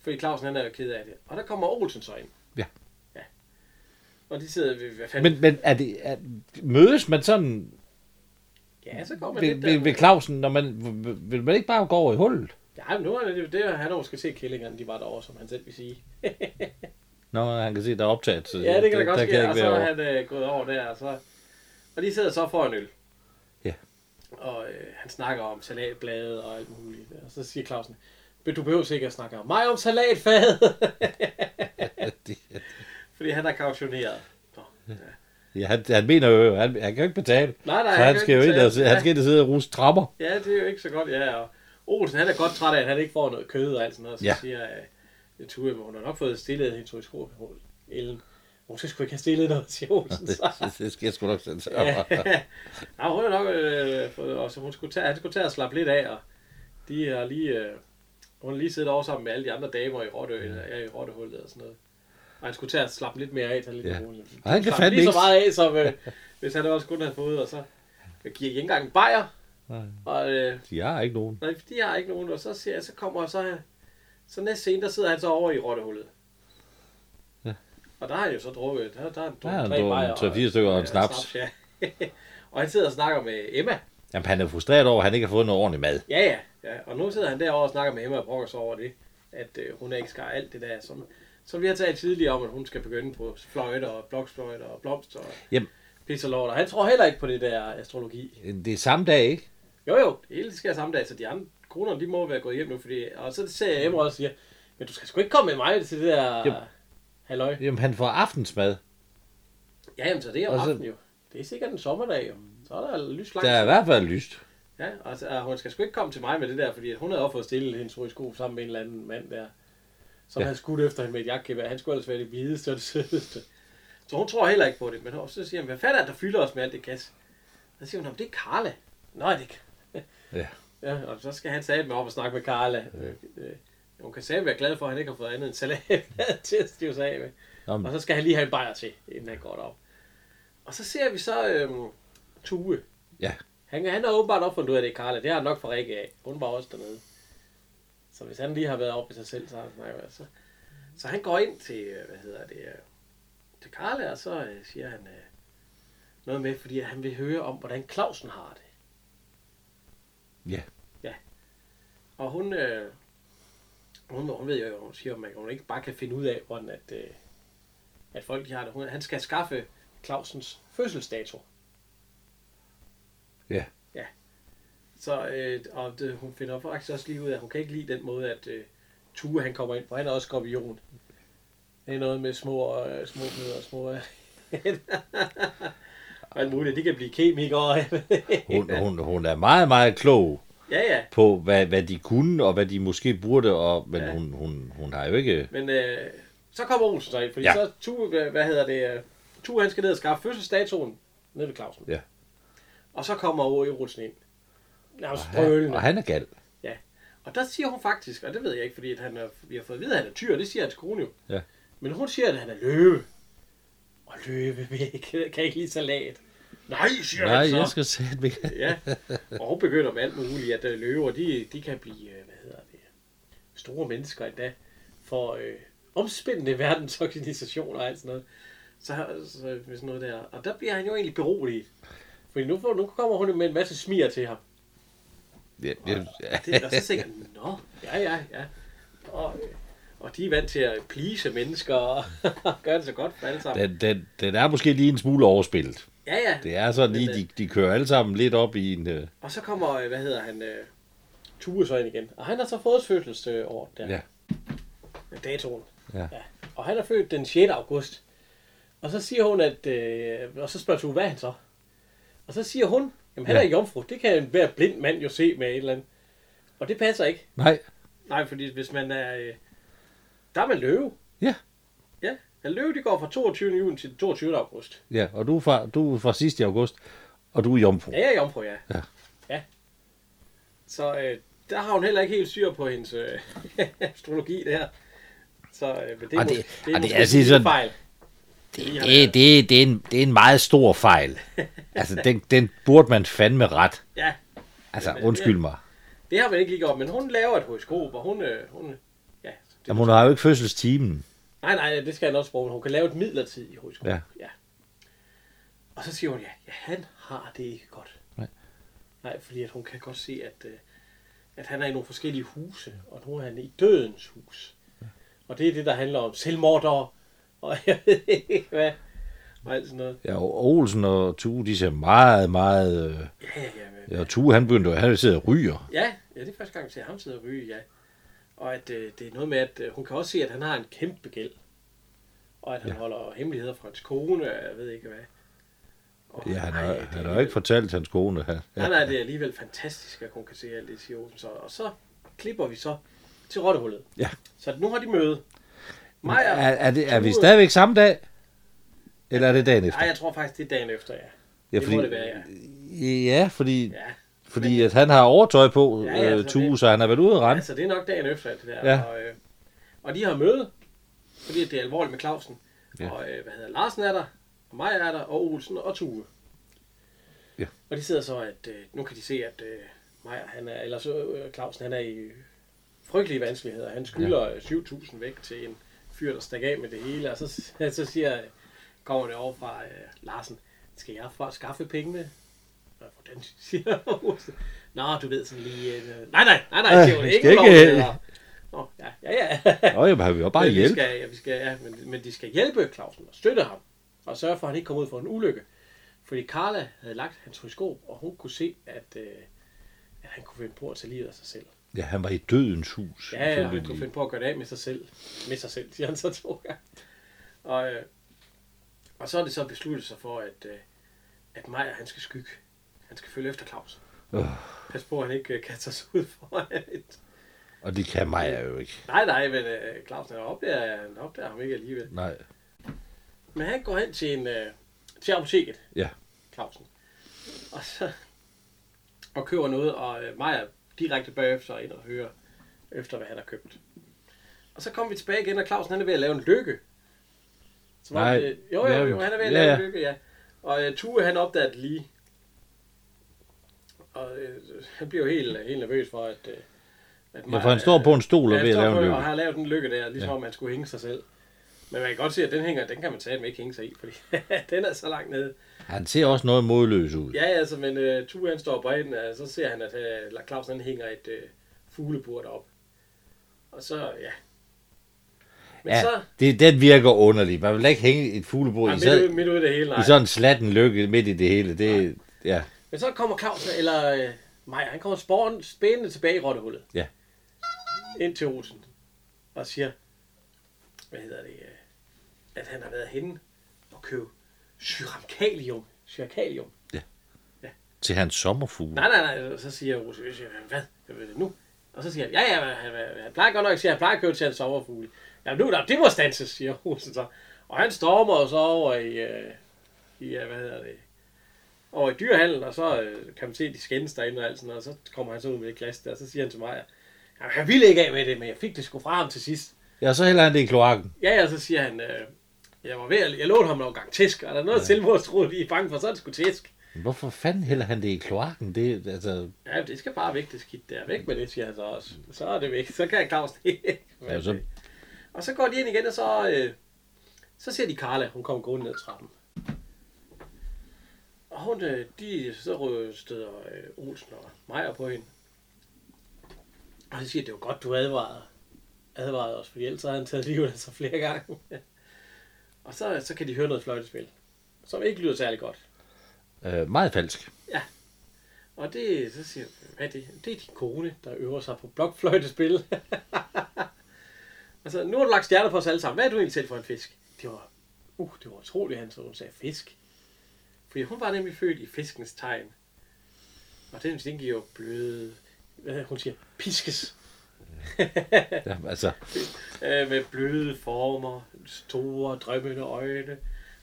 Fordi Clausen, han er jo ked af det. Og der kommer Olsen så ind.
Ja.
Ja. Og de sidder ved, hvad fanden...
Men, men er det, er, mødes man sådan
Ja, så går man
ved,
lidt
ved,
der.
ved Clausen, når man, vil man ikke bare gå over i hullet?
Ja, men nu er det jo det, han har måske set killingerne, de var derovre, som han selv vil sige. (laughs)
Nå, han kan se, der er optaget. Så
Ja, det kan da
der,
godt
der kan jeg
ske.
ikke
Og så
være
er
over.
han øh, gået over der, og så... Og de sidder så for en øl.
Ja.
Og øh, han snakker om salatbladet og alt muligt. Og så siger Clausen, men du behøver sikkert at snakke om mig om salatfadet.
Det-
(laughs) Fordi han er kautioneret. Nå, ja.
Ja, han, han mener jo, han, han kan jo ikke betale.
Nej, nej,
så
han
han
kan
skal jo
ikke
ind og,
betale.
sidde- han skal ind og sidde og ruse trapper.
ja, det er jo ikke så godt. Ja, og Olsen han er godt træt af, at han ikke får noget kød og alt sådan noget. Så
Ja.
ja. siger øh, Tue, hun har nok fået stillet hendes rysko. Ellen, hun skal sgu ikke have stillet noget, siger Olsen. (laughs) Så.
Det, det skal jeg sgu nok sætte sig
Ja.
over.
(laughs) ja, hun er nok, øh, fået- og så hun skulle tage, han skulle tage og slappe lidt af, og de har lige, øh, hun har lige siddet over sammen med alle de andre damer i, Rotte,
Mm.
ja. i Rottehullet og sådan noget. Og han skulle tage og slappe lidt mere af, tage lidt
Ja.
ja. roligt.
Og han kan
Slappe
fandme
lige
ikke.
så meget af, som øh, hvis han også kun havde fået, og så jeg giver ikke engang en bajer.
Nej.
Og øh,
(laughs) De har ikke nogen.
nej, de har ikke nogen, og så, siger jeg, så kommer så, så næste scene, der sidder han så over i Rottehullet.
Ja.
Og der har han jo så drukket, der, der er han
Der har
drukket
han
tre
drukket
bajere.
tre, fire stykker og en
ja,
snaps.
ja. (laughs) og han sidder og snakker med Emma.
Jamen, han er frustreret over, at han ikke har fået noget ordentligt mad.
Ja, ja, ja. Og nu sidder han derovre og snakker med Emma og brokker sig over det, at øh, hun ikke skal alt det der, som, som vi har talt tidligere om, at hun skal begynde på fløjter og blokfløjter og blomster og
Jamen.
pis og lort. Og han tror heller ikke på det der astrologi.
Det er samme dag, ikke?
Jo, jo, det hele sker samme dag, så de andre konerne, de må være gået hjem nu, fordi... Og så ser jeg Emma også og siger, men du skal sgu ikke komme med mig til det der...
Jo.
Yep. Halløj.
Jamen, han får aftensmad.
Ja, jamen, så det er om
Og så-
aftenen jo. Det er sikkert en sommerdag jo. Så er der lys langt.
Der er i hvert fald lyst.
Ja, og så, og hun skal sgu ikke komme til mig med det der, fordi at hun havde også fået stillet hendes røde sko sammen med en eller anden mand der, som ja.
Ja.
havde skudt efter hende med et jakkegevær. Han skulle ellers være det hvideste og det sødeste. Så hun tror heller ikke på det, men hun- så siger hun, hvad fanden er det, der fylder os med alt det gas? Så siger hun, "Nå, men det er Karla. Nej, det kan.
Ja.
(laughs) Ja, og så skal han sætte med op og snakke med Karla. Ja. Hun kan sætte være glad for, at han ikke har fået andet end salat (laughs) til at stive sig af med.
Nå, men-
Og så skal han lige have en bajer til, inden han går derop. Og så ser vi så øhm, Tue.
Ja.
Han, han har åbenbart opfundet ud af det, Karla. Det har han nok fra Rikke af. Hun var også dernede. Så hvis han lige har været oppe i sig selv, så har han snakket med os. så, så han går ind til, øh, hvad hedder det, øh, til Karla, og så øh, siger han øh, noget med, fordi han vil høre om, hvordan Clausen har det.
Ja.
Ja. Og hun, øh, hun, hun ved jo, hun siger, at hun ikke bare kan finde ud af, hvordan at, øh, at folk de har det. Hun, han skal skaffe Clausens fødselsdato.
Ja.
Ja. Så, øh, og det, hun finder faktisk også lige ud af, at hun kan ikke lide den måde, at øh, Tue han kommer ind på. Han er også skorpion. Det er noget med små, øh, små fødder og små... Øh, (laughs) og alt muligt. De kan blive kemikere. og alt muligt.
Hun, hun, hun er meget, meget klog
ja, ja.
på, hvad, hvad de kunne, og hvad de måske burde, og, men
Ja.
hun, hun, hun har jo ikke...
Men øh, så kommer Olsen så ind, fordi
Ja.
ja. så Tue, hvad, hvad hedder det, øh, Tue han skal ned og skaffe fødselsdatoen ned ved Clausen.
Ja.
Og så kommer Åge Rutsen ind. Nærmest
Han,
brølende.
og han er gal.
Ja. Og der siger hun faktisk, og det ved jeg ikke, fordi at han er, vi har fået at vide, at han er tyr, det siger hans kone jo.
Ja.
Men hun siger, at han er løve. Og løve (laughs) vil ikke, kan ikke lide salat. Nej, siger
Nej,
han så.
jeg skal sætte mig. (laughs)
Ja. Og hun begynder med alt muligt, at øh, løver, de, de kan blive, øh, hvad hedder det, store mennesker endda, for øh, omspændende verdensorganisationer og alt sådan noget. Så, så med sådan noget der. Og der bliver han jo egentlig beroliget. Fordi nu, får, nu kommer hun jo med en masse smier til ham.
Ja, ja,
Det, og så tænker jeg, nå, ja, ja, ja. Og, øh, og de er vant til at please mennesker og (laughs) gøre det så godt for alle sammen.
Den, den, den er måske lige en smule overspillet.
Ja, ja.
Det er sådan
Men,
lige,
øh,
de, de kører alle sammen lidt op i en... øh,
Og så kommer, øh, hvad hedder han, øh, Ture så ind igen. Og han har så fået fødselsår der.
Ja.
Datoen.
Ja.
Og han er født den 6. august. Og så siger hun, at... Øh, og så spørger Ture, hvad er han så? Og så siger hun, jamen han
Ja.
ja. er jomfru. Det kan en hver blind mand jo se med et eller andet. Og det passer ikke.
Nej,
Nej, fordi hvis man er... Øh, der er man løve.
Ja.
Ja, en løve de går fra 22. juni til 22. august.
ja, og du er fra, du er fra sidst i august, og du er jomfru.
Ja, jeg er jomfru, ja.
Ja.
ja. Så øh, der har hun heller ikke helt styr på hendes øh, (laughs) astrologi der. Så øh, men det, er
Og det-
mås- det
og det
er
er
måske
altså
en lille
sådan-
fejl.
Det, det, det, det, er en, det er en meget stor
(laughs)
fejl. Altså, den, den burde man fandme ret.
Ja,
Altså,
Jamen,
undskyld mig.
det har man ikke lige gjort, men hun laver et horoskop, og hun... Øh, hun ja, det,
Jamen, hun har jo ikke fødselstimen.
Nej, nej, det skal han også bruge. men Hun kan lave et midlertidigt horoskop.
Ja.
ja. Og så siger hun, ja, ja han har det ikke godt.
Nej.
Nej, fordi at hun kan godt se, at, øh, at han er i nogle forskellige huse, og nu er han i dødens hus. Og det er det, der handler om selvmordere, og (laughs) jeg ved ikke hvad, og alt sådan noget.
Ja, og Olsen og Tue, de ser meget, meget... Øh,
Ja, ja, ja. Men,
ja, Tue, han begyndte jo, han sidder og ryger.
Ja, ja, det er første gang, jeg ser ham sidde og ryge, ja. Og at øh, det er noget med, at øh, hun kan også se, at han har en kæmpe gæld. Og at han ja. holder hemmeligheder fra hans kone, og jeg ved ikke hvad. Og,
Ja, han har,
det er
han har jo
alligevel-
ikke fortalt hans kone. Han,
Nej,
ja.
nej, det er alligevel fantastisk, at hun kan se alt det, siger Olsen så. Og så klipper vi så til rottehullet.
Ja.
Så nu har de møde. Maja,
Er, er, det, er vi
Tue-
stadigvæk samme dag? Eller er det dagen efter?
Nej, jeg tror faktisk, det er dagen efter, ja.
Ja,
det
fordi,
må det være, ja.
ja, fordi, ja,
ja.
fordi at han har overtøj på,
Ja,
ja,
ja,
ja,
så
øh, Tue,
det-
så han har været ude at rense.
Altså, det er nok dagen efter alt det der.
Ja.
Og, øh, og de har møde, fordi det er alvorligt med Clausen. Ja.
Ja.
Og øh, hvad hedder Larsen er der, og Maja er der, og Olsen og Tue.
Ja.
Og de sidder så, at øh, nu kan de se, at øh, Maja, han er, eller så, øh, Clausen, han er i frygtelige vanskeligheder. Han skylder ja. 7.000 væk til en fyr, der stak af med det hele. Og så, (laughs) så siger, øh, kommer det over fra øh, Larsen, skal jeg fra skaffe pengene? "Nå, Hvordan (laughs) siger Olsen? Nå, du ved sådan lige... Øh, nej, nej, nej, nej,
Ja,
det var
vi
det
skal
ikke.
ikke,
Ikke,
øh,
ikke. Nå, ja, ja, ja.
Nå, jamen, han vil jo bare
Men de
hjælpe.
skal, ja, vi skal, ja, men, men de skal hjælpe Clausen og støtte ham. Og sørge for, at han ikke kommer ud for en ulykke. Fordi Carla havde lagt hans horoskop, og hun kunne se, at, øh, at han kunne finde på at tage livet af sig selv.
Ja, han var i dødens hus.
Ja, ja,
ifølge
han
de-
kunne finde på at gøre det af med sig selv. Med sig selv, siger han så to gange. Og, øh, og så er det så besluttet sig for, at, øh, at Maja, han skal skygge. Han skal følge efter Claus.
Øh.
Pas på, at han ikke øh, kaster sig ud foran et...
Og det kan Maja jo ikke.
Nej, nej, men øh, Claus, han opdager, han opdager ham ikke alligevel.
Nej.
Men han går hen til, en, øh, til apoteket,
Ja.
Clausen. Og så og køber noget, og øh, Maja direkte bagefter ind og hører efter, hvad han har købt. Og så kommer vi tilbage igen, og Clausen han er ved at lave en lykke. Som om,
Nej.
øh, jo, jo, jo, han er ved at
Ja,
lave en
ja.
lykke, ja. Og øh, Tue, han opdager det lige. Og øh, han bliver jo helt, helt nervøs for, at... Øh, at
ja, for han står på en stol og
Ja,
ved at
står
lave
på
en
det,
løb.
Og har lavet en lykke der, ligesom ja. om man skulle hænge sig selv. Men man kan godt se, at den hænger, den kan man tage ikke hænge sig i, fordi (laughs) den er så langt nede.
Han ser også noget modløs ud.
Ja, altså, men uh, Tue han står på enden, og så ser han, at uh, Claus han hænger et uh, fuglebord op. Og så, ja. Men ja,
Ja,
så,
det, den virker underlig. Man vil da ikke hænge et fuglebord
ja,
i,
midt, ude,
sad,
midt ude i det hele, nej.
i sådan en slatten lykke midt i det hele. Det, ja,
Men så kommer Claus, eller uh, Maja, han kommer sporn, spændende tilbage i rottehullet.
Ja.
Ind til Olsen. Og siger, hvad hedder det, øh, at han har været henne og købe syramkalium. Syramkalium.
til hans sommerfugle.
Nej, nej, nej. Så siger Olsen, jeg siger, hvad? Hvad er det nu? Og så siger han, ja, ja, han, han, han plejer godt nok, siger, han plejer at købe til hans sommerfugle. Ja, nu, der, det må stanses, siger Olsen så. Og han stormer og så over i, øh, i ja, hvad hedder det, over i dyrehandlen, og så øh, kan man se, at de skændes derinde og alt sådan noget, og så kommer han så ud med et glas der, og så siger han til mig, Jamen, han ville ikke af med det, men jeg fik det sgu fra ham til sidst.
Ja, så hælder han det i kloakken.
Ja, ja, så siger han, øh, jeg var ved at, jeg lånte ham nogle gang tæsk, og der er noget ja. selvmordstro, de er bange for, så er det sgu tæsk.
Men Hvorfor fanden hælder han det i kloakken? Det, altså,
Ja, det skal bare væk, det skidt der. Væk med det, siger han så også. Så er det væk. Så kan Claus det ikke.
(laughs) Ja, så-
Og så går de ind igen, og så, øh, så ser de Carla. Hun kommer gående ned ad trappen. Og hun, øh, de, så støder øh, Olsen og Majer på hende. Og så siger, det var godt, du advarede, advarede os, fordi ellers havde han taget livet af sig flere gange. (laughs) og så, så kan de høre noget fløjtespil, som ikke lyder særlig godt.
øh, meget falsk.
Og det, så siger jeg, hvad er det? Det er din kone, der øver sig på blokfløjtespil. (laughs) altså, nu har du lagt stjerner på os alle sammen. Hvad er du egentlig selv for en fisk? Det var, uh, det var utroligt, han så hun sagde fisk. Fordi hun var nemlig født i fiskens tegn. Og den, den giver jo bløde, hvad er det, hun siger, piskes.
Ja, altså,
Øh, med bløde former, store drømmende øjne,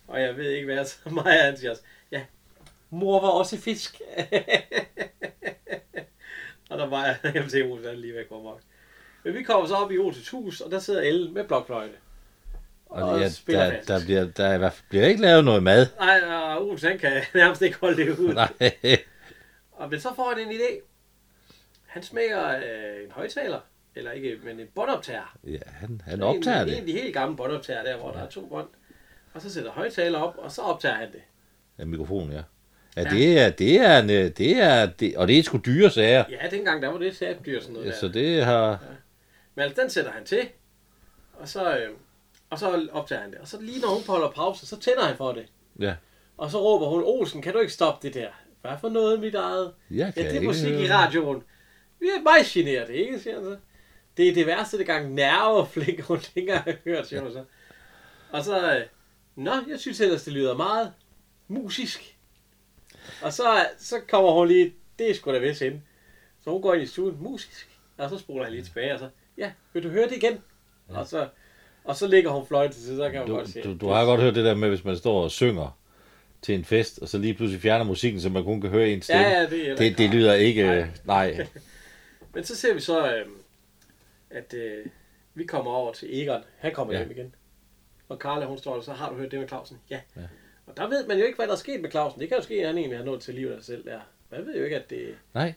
og jeg ved ikke hvad, så Maja han siger også, ja, mor var også fisk. (laughs) og der var (laughs) jeg, jeg kan se, at Olsen er lige ved at komme op. Men vi kommer så op i Olsens hus, og der sidder Ellen med blokfløjte.
og ja,
spiller
der,
falsk.
der, bliver, der er i hvert fald- bliver ikke lavet noget mad. (laughs)
Nej, og Olsen han kan (laughs) nærmest ikke holde det ud.
Nej.
Og men så får han en idé. Han smækker øh, en højtaler, eller ikke, men en båndoptager.
Ja, han, han
En-
optager
en,
det.
En af de helt gamle båndoptager der, hvor der er to bånd. Og så sætter højtaler op, og så optager han det.
Ja, mikrofon, ja. Ja, det er, det er, en, øh, det er, det, og det er sgu dyre sager.
Ja, dengang der var det sabdyr og sådan noget
Ja,
der.
så det har,
Men altså, den sætter han til, og så, øh, og så optager han det. Og så lige når hun holder pause, så tænder han for det.
ja,
Og så råber hun, Olsen, kan du ikke stoppe det der? Hvad for noget, mit eget?
jeg
Ja,
kan
det er
ikke
musik i
høre.
radioen. Vi er meget generet, ikke? Siger han så. Det er det værste, det gang nerveflæk, hun ikke engang har hørt, siger hun så. Og så, øh, nå, jeg synes ellers, det lyder meget musisk. Og så, så kommer hun lige, det er sgu da vist hende. Så hun går ind i stuen, musisk. Og så spoler han lige tilbage, og så, ja, vil du høre det igen? Og så, og så ligger hun fløjt til side, så kan man
Du,
godt se.
du, du har godt hørt det der med, hvis man står og synger til en fest, og så lige pludselig fjerner musikken, så man kun kan høre en
Ja,
stemme.
ja, det er heller
det,
ikke
det
rart.
lyder ikke...
Nej. (laughs)
Nej. nej.
Men så ser vi så, øh, at øh, vi kommer over til Egon. Han kommer ja.
Ja.
hjem igen. Og Carla, hun står der, så har du hørt det med Clausen? Ja. ja. Og der ved man jo ikke, hvad der er sket med Clausen. Det kan jo ske, at han egentlig har nået til livet af sig selv der. Man ved jo ikke, at det...
Nej.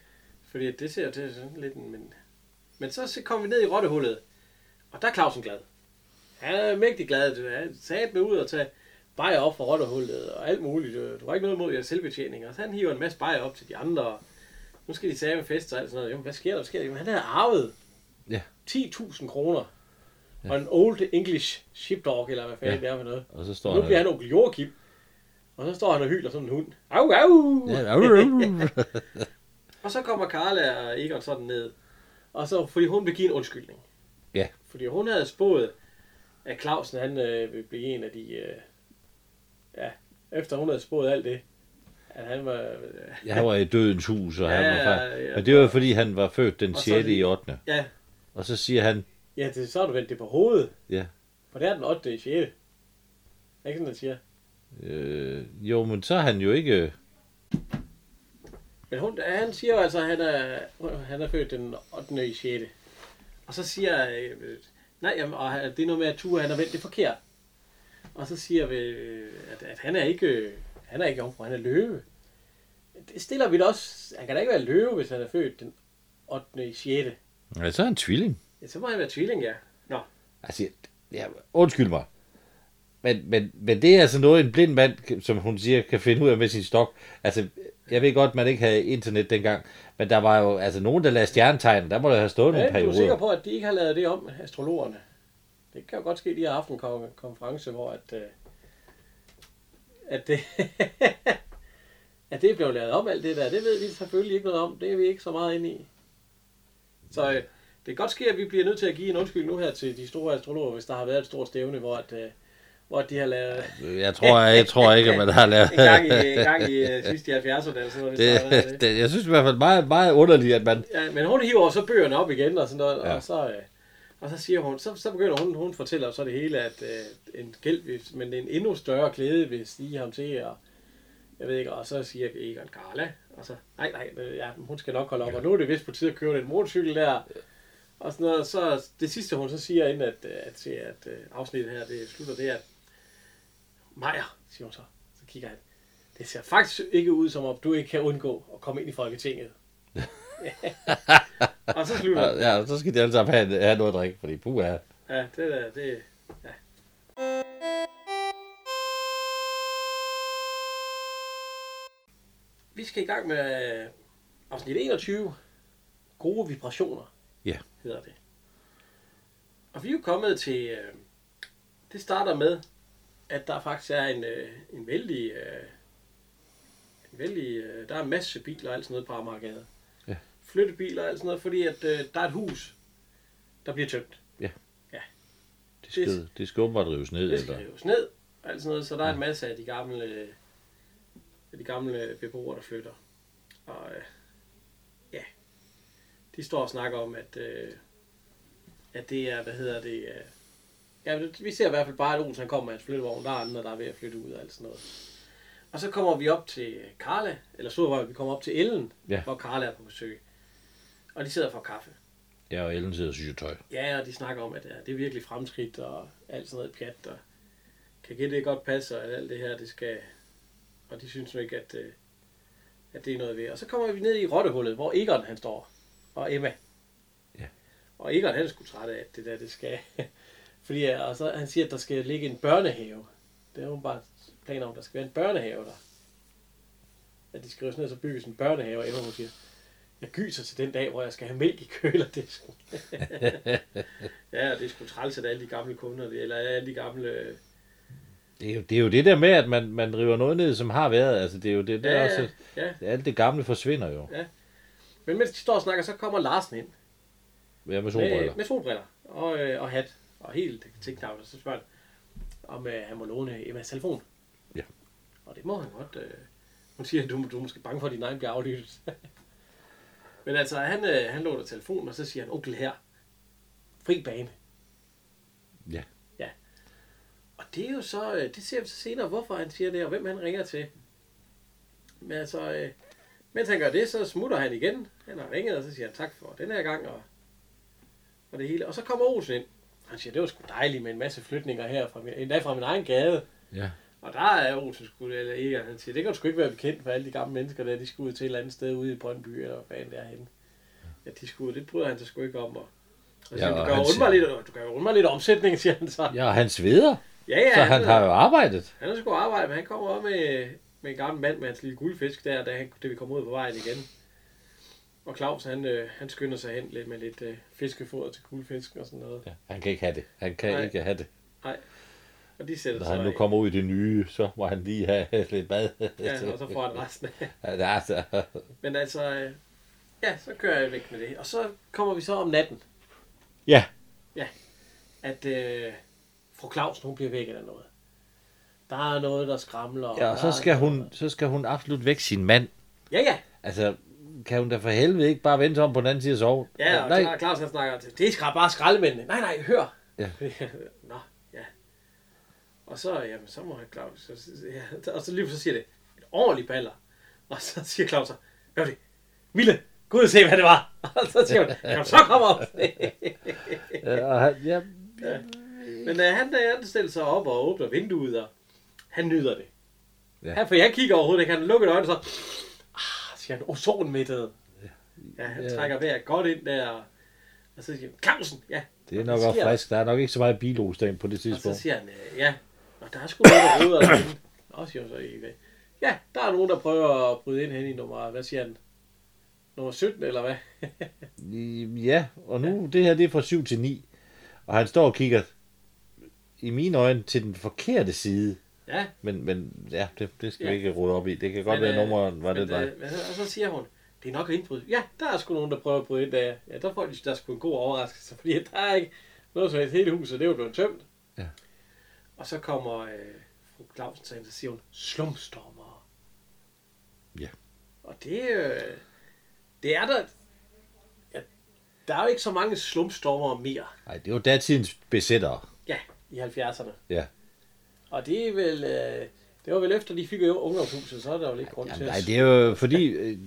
Fordi det ser til sådan lidt en... Men, men så, så kommer vi ned i rottehullet. Og der er Clausen glad. Han er mægtig glad. Du. Han sagde med ud og tage bajer op fra rottehullet og alt muligt. Øh, Du, du har ikke noget mod jeres selvbetjening. Og så han hiver en masse bajer op til de andre. Og nu skal de tage med fest og alt sådan noget. Jamen, hvad sker der? Hvad sker der? Jamen, han havde arvet
Ja.
10.000 kroner. Og en old English sheepdog, eller hvad fanden ja. det
Ja.
er for noget.
Og så står
Og nu bliver han onkel Joachim. Og så står han og hyler som en hund. Au, au!
Ja, (laughs) au, au.
Og så kommer Carla og Egon sådan ned. Og så, fordi hun vil give en undskyldning.
Ja.
Fordi hun havde spået, at Clausen han øh, ville blive en af de... Øh, ja, efter hun havde spået alt det. At han var... Øh,
Jeg var i dødens hus, og han
Ja,
var
ja,
far.
ja.
Men det var fordi, han var født den
Og så
6. i
lige-
8.
ja,
Og så siger han,
ja det, så har du vendt det på hovedet.
Ja.
For det er den 8. i 6. Er Ikke sådan, han siger.
øh, jo, men så er han jo ikke...
Men hun, han siger jo altså, at han er, han er født den 8. i 6. Og så siger øh, nej, jamen, og han- det er noget med, at Ture, han har vendt det forkert. Og så siger vi, øh, at, at han er ikke, øh, han er ikke jomfru, han er løve. Det stiller vi da også. Han kan da ikke være løve, hvis han er født den 8. i 6.
Ja, så er han tvilling.
Ja, så må han være tvilling, ja. Nå,
Altså, ja, undskyld mig. Men, men, men det er altså noget, en blind mand, kan- som hun siger, kan finde ud af med sin stok. Altså, jeg ved godt, man ikke havde internet dengang, men der var jo altså nogen, der lavede stjernetegn, der må der have stået nogle
er du sikker
perioder.
på, at de ikke har lavet det om, astrologerne? Det kan jo godt ske, at de har haft en kon- konference, hvor at, øh, at det, (laughs) at det blev lavet om, alt det der. Det ved vi selvfølgelig ikke noget om. Det er vi ikke så meget inde i. Så øh, det kan godt ske, at vi bliver nødt til at give en undskyld nu her til de store astrologer, hvis der har været et stort stævne, hvor, at, øh, hvor de har
(laughs)
lavet
Jeg tror, jeg, jeg tror ikke, at man har lavet...
(laughs) en gang i, en gang i øh, sidst i 70'erne eller sådan noget. hvis der har været
(laughs) det, det, jeg synes i hvert fald meget, meget underligt, at man...
Ja, men hun hiver så bøgerne op igen og sådan noget, ja.
Ja.
og, så, øh, og så siger hun, så, så begynder hun, hun fortæller så det hele, at øh, en gæld, vil- men en endnu større glæde vil stige ham til, og jeg ved ikke, og så siger Egon Carla, og så, nej, nej, øh, ja, hun skal nok holde op, og nu er det vist på tide at køre den motorcykel der, og sådan noget, så det sidste hun så siger, inden at, øh, at, se, at øh, afsnittet her, det slutter, det er, at Majer, siger hun så, så kigger han, det ser faktisk ikke ud, som om du ikke kan undgå at komme ind i Folketinget. (laughs) og så slutter den.
Ja, så skal de alle sammen have, have noget at drikke, fordi puha.
Ja, det der, det... Ja. Vi skal i gang med øh, afsnit 21. Gode vibrationer.
Ja.
Hedder det. Og vi er jo kommet til... Øh, det starter med, at der faktisk er en, øh, en vældig... Øh, en vældig øh, der er en masse biler og alt sådan noget på Amagergade.
Ja.
Flyttebiler og alt sådan noget, fordi at, øh, der er et hus, der bliver tømt.
Det skal, det skal åbenbart rives ned,
Det skal
eller?
rives ned, og alt sådan noget, så der er en masse af de gamle, af de gamle beboere, der flytter. Og øh, ja, de står og snakker om, at, øh, at det er, hvad hedder det, øh, ja, men vi ser i hvert fald bare, at Olsen han kommer med hans flyttevogn, der er andre, der er ved at flytte ud og alt sådan noget. Og så kommer vi op til Karla, eller så var vi kommer op til Ellen,
Ja.
hvor Karla er på besøg. Og de sidder for kaffe.
Ja, og Ellen sidder og syger tøj.
Ja, og de snakker om, at ja, det er virkelig fremskridt og alt sådan noget pjat, og kan ikke det godt passe, og at alt det her, det skal... Og de synes nu ikke, at, øh, at det er noget ved. Og så kommer vi ned i rottehullet, hvor Egon han står, og Emma.
Ja.
Og Egon han er sgu træt af, at det der, det skal... (laughs) Fordi, øh, og så han siger, at der skal ligge en børnehave. Det er jo bare planer om, der skal være en børnehave der. at de skal rives ned, og så bygges en børnehave, og hun siger, jeg gyser til den dag, hvor jeg skal have mælk i (laughs) kølerdisken. ja, og det er sgu træls, at alle de gamle kunder, eller alle de gamle... øh,
Det er, jo, det er jo det der med, at man, man river noget ned, som har været. Altså, det er jo det der
Ja,
ja,
ja,
også.
ja.
Alt det gamle forsvinder jo.
Men mens de står og snakker, så kommer Larsen ind
Ja, med
med,
solbriller.
med solbriller og, øh, og hat og helt tænknavn. Så spørger han, om øh, han må låne Emmas telefon.
Ja.
Og det må han godt. Øh. Hun siger, at du, du er måske bange for, at din egen bliver aflyttet. (laughs) Men altså, han, øh, han låner telefonen, og så siger han, onkel her, fri bane.
Ja.
Ja. Og det er jo så, øh, det ser vi så senere, hvorfor han siger det, og hvem han ringer til. Men altså, øh, mens han gør det, så smutter han igen. Han har ringet, og så siger han tak for den her gang, og, og det hele. Og så kommer Olsen ind. Han siger, det var sgu dejligt med en masse flytninger her, fra min, endda fra min egen gade.
Ja.
Og der er Olsen sgu, eller ikke, han siger, det kan du sgu ikke være bekendt for alle de gamle mennesker der, de skulle ud til et eller andet sted ude i Brøndby, eller hvad fanden det er henne. Ja, de skulle, ud, det bryder han sig sgu ikke om. Og, og
Ja,
ja,
og
du, gør
han
jo undre
siger-
lidt, du gør jo undre lidt omsætning, siger han så.
ja, og han sveder.
Ja, ja,
så han
er-
har jo arbejdet.
han har sgu arbejde, men han kommer også med, med en gammel mand med hans lille guldfisk der, da, han, da vi kommer ud på vejen igen. Og Claus, han, øh, han skynder sig hen lidt med lidt øh, fiskefoder til guldfisken og sådan noget.
Ja, han kan ikke have det. Han kan
Nej.
Nej. ikke have det.
Og de sætter
Når
sig
han nu
i.
kommer ud i det nye, så må han lige have (laughs) lidt mad.
Ja, og så får han resten af. (laughs)
Ja, altså.
Men altså, øh, ja, så kører jeg væk med det. Og så kommer vi så om natten,
ja.
at øh, fru Clausen, hun bliver væk eller noget. Der er noget, der skramler.
ja, og
der
så
er
skal,
noget-
hun, så skal hun absolut væk sin mand.
Ja, ja.
Altså, kan hun da for helvede ikke bare vente om på den anden side og sove?
Ja, og
Nej,
Cla- Claus han snakker til, det er skra- bare skraldemændene. Nej, nej, hør.
Ja.
(laughs) Nå, ja. Og så, jamen, så må han Claus, så, ja, og så lige så siger det, et ordentligt baller. Og så siger Claus så, hør det, Mille, gud se, hvad det var. (laughs) Og så siger hun, jamen, så kommer op. (laughs)
ja, og han, ja,
Men uh, han, øh, han stiller sig op og åbner vinduet, og han nyder det.
Ja.
Ja. Han, for jeg kigger overhovedet ikke, han lukker øjnene, så ah, siger han, ozonmættet. Ja, han
Ja.
trækker vejret godt ind der, og, og så siger han, Clausen, ja.
det er
Og
nok
så
også
siger-
frisk. Der er nok ikke så meget bilos derinde på det
Og så
tidspunkt.
siger han, øh, ja, og der er sgu noget, der roder derinde. Og siger hun så i dag. Ja, der er nogen, der prøver at bryde ind hen i nummer, hvad siger han? Nummer 17, eller hvad? (laughs)
Ja, og nu, det her det er fra 7 til 9. Og han står og kigger, i mine øjne, til den forkerte side.
ja,
Men, men ja, det, det skal ja. vi
Ja.
ikke rode op i. Det kan godt
Men,
være,
øh,
nummeren var
men,
det der.
øh, men så- Og så siger hun, det er nok indbrud. Ja, der er sgu nogen, der prøver at bryde ind der. Ja, der får de, der er sgu en god overraskelse, fordi (laughs) der er ikke noget som helst. Hele huset, det er jo blevet tømt.
Ja.
Og så kommer øh, fru Clausen til hende, så siger hun, slumstormer.
Ja.
Og det, øh, det er der... Ja, der er jo ikke så mange slumstormer mere.
Nej, det var datidens besættere.
Ja, i 70'erne.
Ja.
Og det er vel... Øh, det var vel efter, de fik jo ungdomshuset, så er der jo ikke grund
Jamen,
til
nej,
at...
det er jo fordi øh,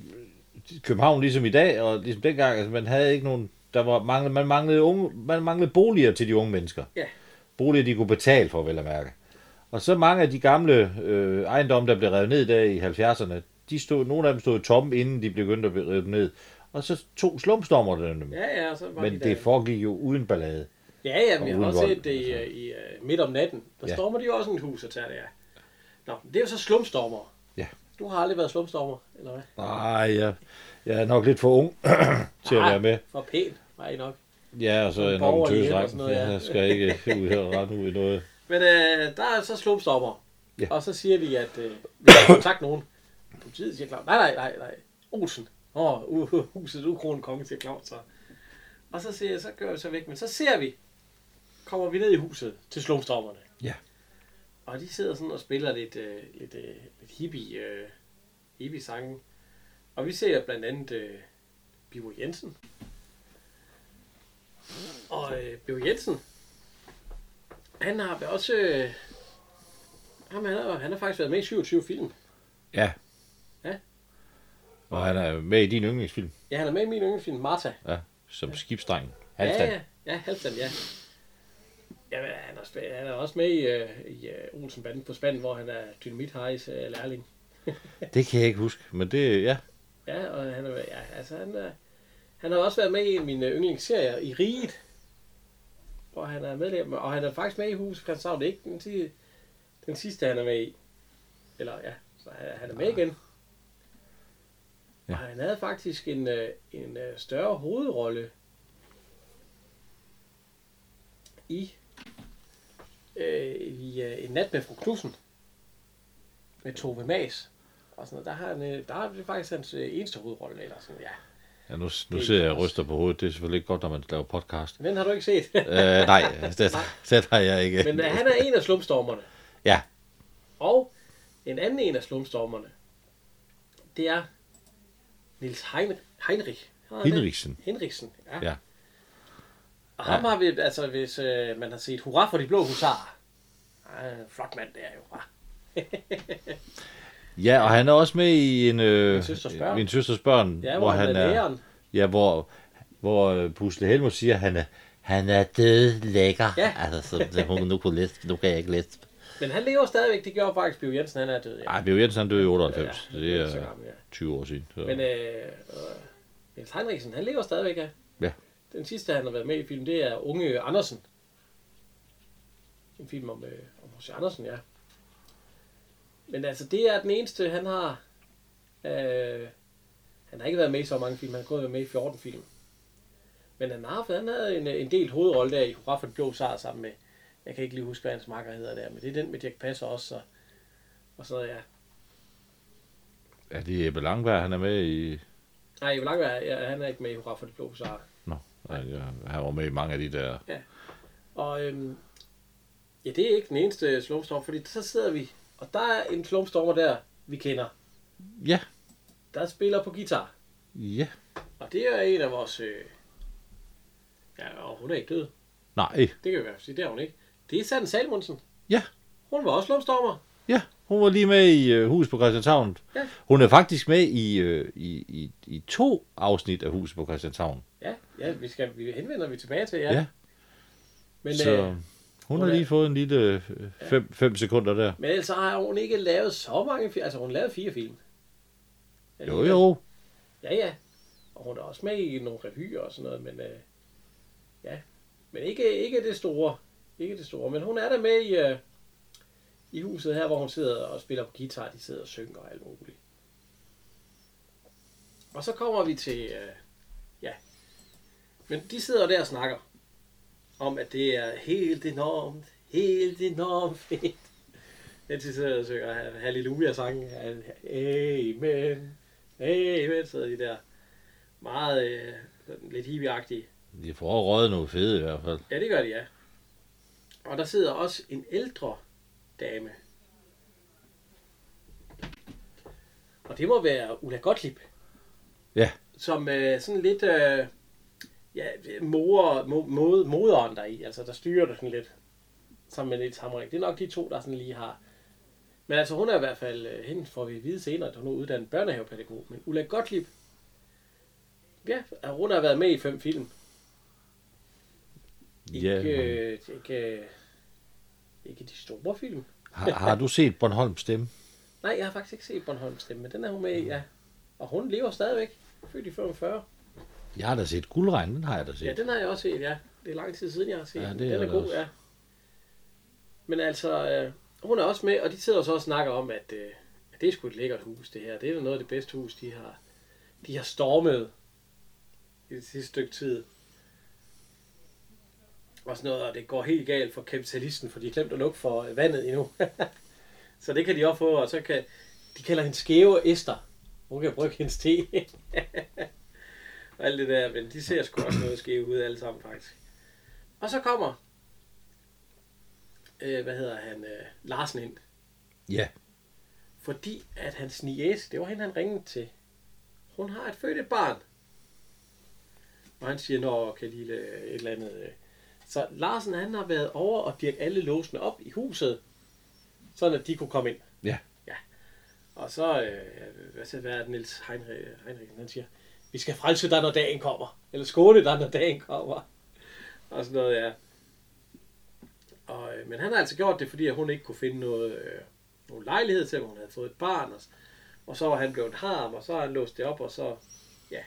København ligesom i dag, og ligesom dengang, altså, man havde ikke nogen, der var manglede, man, manglede unge, man manglede boliger til de unge mennesker.
Ja.
Boliger, de kunne betale for, vel at mærke. Og så mange af de gamle øh, ejendomme, der blev revet ned der i 70'erne, de stod, nogle af dem stod tomme, inden de begyndte at rive dem ned. Og så tog slumstormerne dem. Ja,
Ja, ja, og så var de
Men
der-
det foregik jo uden ballade.
Ja, ja, men
Og
jeg har
uden
også
vold,
set det i, øh, i øh, midt om natten. Der
altså. Ja.
ja. stormer de jo også en hus og tager det af. Nå, men det er jo så slumstormer.
Ja.
Du har aldrig været slumstormer, eller hvad?
Nej, jeg, jeg er nok lidt for ung (clears throat) til at
Ah,
være med.
For pæn, var I nok.
Ja, og så er jeg nok en
Borgerlig
tøsdreng.
og sådan noget, ja.
Jeg skal ikke ud her og rende ud i noget.
Men øh, der er så slumstormer.
Ja.
Ja. Og så siger de, at øh, vi har kontakt nogen. Politiet siger Claus, nej, nej, nej, nej. Olsen. Åh, oh, uh, huset ukronen konge, siger Claus så. Og så, siger jeg, så gør vi så væk, men så ser vi, kommer vi ned i huset til slumstormerne.
Ja.
Og de sidder sådan og spiller lidt, øh, lidt, øh, lidt hippie, øh, hippie sange. Og vi ser blandt andet øh, Bivo Jensen. Og øh, Bivo Jensen, han har været også... Øh, ham, han, har, han har faktisk været med i 27 film.
Ja.
Ja.
Og han er med i din yndlingsfilm,
Ja, han er med i min yndlingsfilm, Martha.
ja, som skibsdreng. Halvstand.
Ja, ja, ja Halvstand, ja. Jamen, han er, sp- han er også med i, øh, i øh, Olsen-banden på Spand, hvor han er dynamithejs øh, lærling.
Det kan jeg ikke huske, men det, ja.
Ja, og han, er, ja, altså, han, er, han har også været med i en af mine yndlingsserier i Riget, hvor han er medlem, og han er faktisk med i Huset Christianshavn. Det er ikke den, si- den sidste, han er med i. Eller ja, så han, han er med igen. Ja. Og han havde faktisk en, øh, en øh, større hovedrolle i, øh, i øh, En nat med fru Knudsen med Tove Mas. Og sådan noget. Der, har han, øh, der er det faktisk hans øh, eneste hovedrolle. Eller sådan, ja.
Ja, nu, nu sidder jeg og ryster på hovedet. Det er selvfølgelig ikke godt, når man laver podcast.
Den har du ikke set.
Øh,
(laughs)
nej, det, det har jeg ikke.
Men øh, han er en af slumstormerne.
Ja,
Og en anden en af slumstormerne, det er Nils Heinrich. Heinrich. Hedder han det?
Hinrichsen.
Henriksen, ja.
Ja.
Og ham har vi, altså hvis øh, man har set Hurra for de blå husarer. Ej, flot mand der jo, hva?
Ja, og han er også med i en... Øh,
Min søsters børn.
Min søsters børn,
Ja, hvor han er læreren.
Ja, hvor, hvor øh, Pusle Helmut siger, at han er, han er død lækker.
Ja.
Altså, som, som hun nu kunne læse. Nu kan jeg ikke læse.
Men han lever stadigvæk, det gjorde faktisk Bill Jensen, han er død, ja.
Ej, Bjørn Jensen han døde i 98.
Ja,
Ja,
ja.
det
Det er
er
så gammel, ja.
20 år siden. Så.
Men øh, øh, Niels Heinrichsen, han lever stadigvæk, ja.
Ja.
Den sidste, han har været med i film, det er Unge Andersen. En film om, øh, om H.C. Andersen, ja. Men altså, det er den eneste, han har... Øh, han har ikke været med i så mange film. Han har kun været med i 14 film. Men han har haft, han havde en, øh, en del hovedrolle der i Hurra for den blå sar sammen med... Jeg kan ikke lige huske, hvad hans makker hedder der, men det er den med Dirk Passer også. Og, og så, ja.
Ja, det er Ebbe Langberg, han er med i...
Nej, hvor langt er ja, han er ikke med i Hurra for den blå sar.
Nå, nej, ja, han var med i mange af de der...
Og øhm, ja, det er ikke den eneste slumstorm, fordi så sidder vi, og der er en slumstormer der, vi kender,
Ja,
der spiller på guitar.
ja.
Og det er en af vores... Øh... Ja, og hun er ikke død.
Nej,
Det kan vi i hvert fald sige, det er hun ikke. Det er Sand Salmonsen.
ja.
Hun var også slumstormer.
Ja, hun var lige med i øh, Hus på Christianshavn.
Ja.
Hun er faktisk med i, øh, i, i, i to afsnit af Huset på Christianshavn.
Ja, ja vi, skal, vi henvender vi tilbage til, ja.
Ja.
men,
så
øh,
hun,
hun
har
er-
lige fået en lille 5 ja. fem sekunder der.
men ellers så har hun ikke lavet så mange film. Altså, hun lavede fire film.
Jo, jo.
Ja, ja. Og hun er også med i nogle revyer og sådan noget, men øh, ja. Men ikke, ikke det store. Ikke det store, men hun er der med i, øh, i huset her, hvor hun sidder og spiller på guitar. De sidder og synger og alt muligt. Og så kommer vi til, øh, ja. Men de sidder der og snakker om, at det er helt enormt, helt enormt fedt. Ja, de sidder og synger halleluja-sangen. Amen. Hey, hvad sidder de der? Meget øh, sådan lidt hippieagtige.
De får røget noget fedt i hvert fald.
Ja, det gør de, ja. Og der sidder også en ældre dame. Og det må være Ulla Gottlieb.
Ja.
Som øh, sådan lidt... Øh, ja, mor, mo, mod, moderen der i. Altså, der styrer det sådan lidt. Sammen med Niels Hammerik. Det er nok de to, der sådan lige har... Men altså, hun er i hvert fald... Øh, hende får vi at vide senere, at hun er uddannet børnehavepædagog. Men Ulla Gottlieb... Ja, hun har været med i fem film. Ikke,
Ja, hun-
øh, ikke, øh, ikke de store film.
har, har du set Bornholms stemme?
Nej, jeg har faktisk ikke set Bornholms stemme, men den er hun med i, ja. Og hun lever stadigvæk. Født i 45.
Jeg har da set Guldregn, den har jeg da set.
Ja, den har jeg også set, ja. Det er lang tid siden, jeg har set
Ja,
den.
det er
Den er
det
god,
også.
ja. Men altså, øh, hun er også med, og de sidder så og snakker om, at, øh, at det er sgu et lækkert hus, det her. Det er da noget af det bedste hus, de har, de har stormet i det sidste stykke tid. Og sådan noget, og det går helt galt for kapitalisten, for de har glemt at lukke for øh, vandet endnu. (laughs) så det kan de også få, og så kan... De kalder hende skæve Esther. Hun kan brygge hendes te. (laughs) og alt det der, men de ser sgu også noget skæve ud alle sammen faktisk. Og så kommer, øh, hvad hedder han, øh, Larsen ind,
Ja.
fordi at hans niece, det var hende han ringede til, hun har et født et barn. Og han siger, nå, kan lille øh, et eller andet. øh." Så Larsen han har været over og dirket alle låsene op i huset, sådan at de kunne komme ind.
Ja.
Og så, øh, hvad, siger, hvad er det, Niels Heinrich, Heinrichsen, han siger, vi skal frelse dig, når dagen kommer. Eller skåne dig, når dagen kommer. Og sådan noget, ja. Og, øh, men han har altså gjort det, fordi at hun ikke kunne finde noget, øh, nogen lejlighed til, hvor hun havde fået et barn. Og, s- og så var han blevet harm, og så har han låst det op, og så, ja.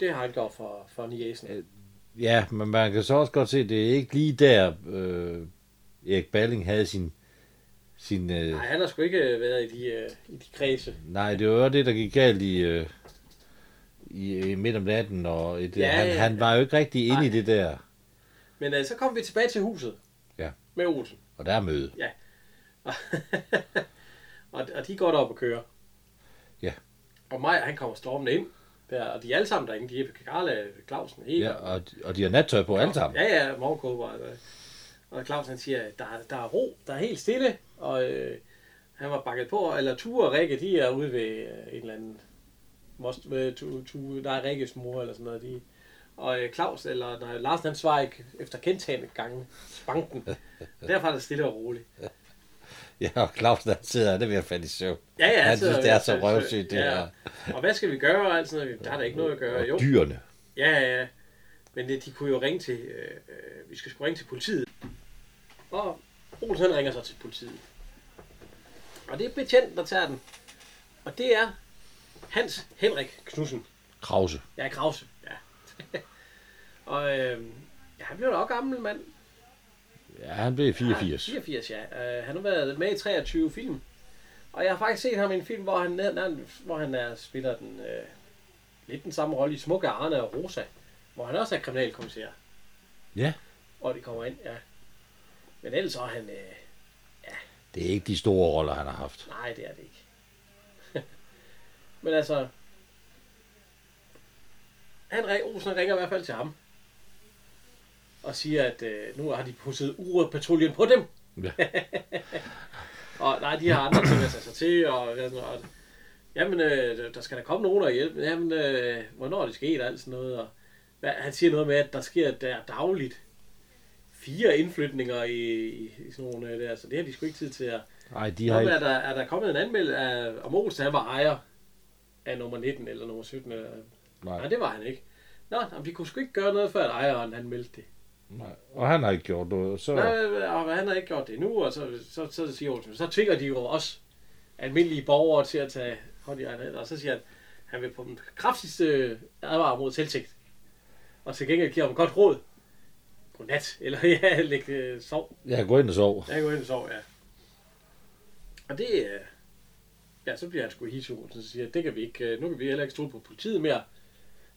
Det har han gjort for, for Niesen.
Ja, men man kan så også godt se, det er ikke lige der, øh, Erik Balling havde sin sin... Øh,
Nej, han har sgu ikke øh, været i de, øh, i de kredse.
nej, det var jo det, der gik galt i, øh, i, i midt om natten, og et,
Ja,
ja, han,
ja.
han var jo ikke rigtig inde
Nej.
i det der.
Men øh, så kom vi tilbage til huset.
Ja.
Med Olsen.
Og der er møde.
og, og de går derop og kører.
Ja.
Og Maja, han kommer stormende ind. Der, og de er alle sammen derinde. De er Karla, Clausen, hele.
Ja, og, og de har nattøj på alle sammen.
Ja, ja, morgenkåber. Og, og Claus han siger, at der, er- der er ro, der er helt stille, og øh, han var bakket på, eller Ture og Rikke, de er ude ved øh, en eller anden most, ved, tu, tu, der er Rikkes mor eller sådan noget. De, og øh, Claus, eller nej, Lars han svarer ikke efter gentagende gange banken.
(laughs)
Derfor er det stille og roligt.
Ja, og Claus, der sidder, han er ved at falde i søvn.
Ja, ja,
han
så-
synes, det er så røvsygt, det
ja.
her.
Og hvad skal vi gøre? Og alt sådan noget. Der er der ikke noget at gøre. Jo,
Og dyrene.
Ja, ja, ja. Men det, de kunne jo ringe til, øh, øh, vi skal sgu ringe til politiet. Og Olsen han ringer så til politiet. Og det er betjenten, der tager den. Og det er Hans Henrik Knudsen.
Krause.
Ja, Krause. Ja. (laughs) og øh, ja, han blev da også gammel mand.
Ja, han blev 84.
Ja, 84, ja. Øh, han har været med i 23 film. Og jeg har faktisk set ham i en film, hvor han, ned- nej, hvor han er, spiller den, øh, lidt den samme rolle i Smukke Arne og Rosa. Hvor han også er kriminalkommissær.
Ja.
Og det kommer ind, ja. Men ellers så er han... Øh,
Det er ikke de store roller, han har haft.
nej, det er det ikke. (laughs) Men altså... Han ring, Olsen ringer i hvert fald til ham. Og siger, at øh, nu har de pusset urepatruljen på dem.
Ja.
(laughs) og nej, de har andre ting at tage sig til. Og, og, sådan noget. og jamen, øh, der skal der komme nogen og hjælpe. Jamen, øh, hvornår er det sket og alt sådan noget. Og, hvad, han siger noget med, at der sker der dagligt fire indflytninger i, i, i sådan nogle øh, der. Så det har de sgu ikke tid til at...
Nej, de har
Jamen,
ikke...
er, der, er der kommet en anmeldelse af, om Olsen han var ejer af nummer 19 eller nummer 17? Eller... Nej.
Nej.
det var han ikke. Nå, jamen, de kunne sgu ikke gøre noget, før at ejeren anmeldte det.
nej. Og han har ikke gjort noget, så...
Nej, og han har ikke gjort det nu, og så, så, så siger Olsen, så tvinger de jo os almindelige borgere til at tage hånd i egen hand, og så siger han, han vil på den kraftigste advare mod selvtægt, og til gengæld giver ham godt råd. Godnat, eller (laughs) ja, læg øh, sov.
Jeg går ind og sover.
Ja, gå ind og sov, ja. Og det, øh, ja, så bliver han sgu hisuren, så siger, jeg, det kan vi ikke, øh, nu kan vi heller ikke stole på politiet mere,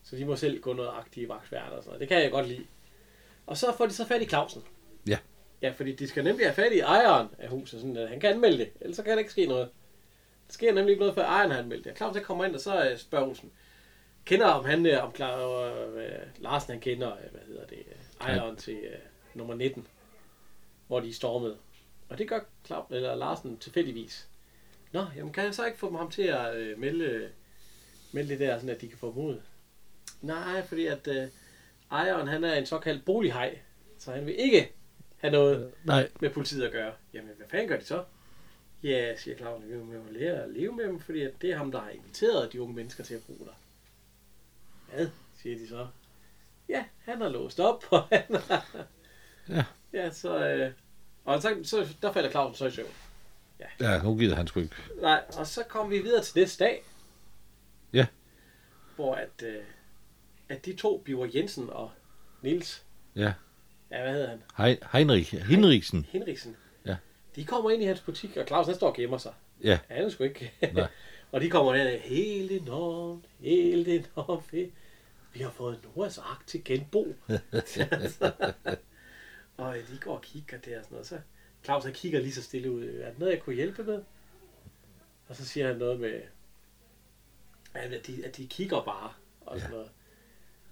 så de må selv gå noget aktive vagtværter og sådan noget. Det kan jeg godt lide. Og så får de så fat i Clausen.
Ja.
Ja, fordi de skal nemlig have fat i ejeren af huset, sådan at han kan anmelde det, ellers så kan der ikke ske noget. Der sker nemlig ikke noget, før ejeren har anmeldt det. Og Claus der kommer ind, og så øh, spørger Olsen, kender om han, øh, om Cla- øh, øh, Larsen han kender, øh, hvad hedder det, øh, ejeren til øh, nummer 19, hvor de stormede. Og det gør Claus, eller Larsen tilfældigvis. Nå, jamen kan han så ikke få ham til at øh, melde, melde det der, sådan at de kan få dem ud? Nej, fordi at øh, ejeren han er en såkaldt bolighej, så han vil ikke have noget
Nej.
med politiet at gøre. Jamen, hvad fanden gør de så? Ja, siger Clausen, vi må jo lære at leve med dem, fordi at det er ham, der har inviteret de unge mennesker til at bruge dig. Hvad, siger de så. Ja, han har låst op, og (laughs) han har...
Ja.
Ja, så... Øh... Og så, så, der falder Clausen så i søvn.
Ja, nu gider han sgu ikke.
Nej, og så kom vi videre til næste dag.
Ja.
Hvor at, øh, at de to, Biver Jensen og Nils,
Ja.
ja, hvad hedder han?
Hein- Heinrich, Henriksen.
Henriksen.
Mm. Ja.
De kommer ind i hans butik, og Claus han står og gemmer sig.
Ja.
Han er sgu ikke.
Nej.
(laughs) og de kommer ind helt enormt, helt enormt. Vi- Vi har fået Noahs ark til
(laughs)
genbrug. og øh, de går og kigger der og sådan noget. Så Claus han kigger lige så stille ud. Er der noget, jeg kunne hjælpe med? Og så siger han noget med, at de, at de kigger bare og sådan noget.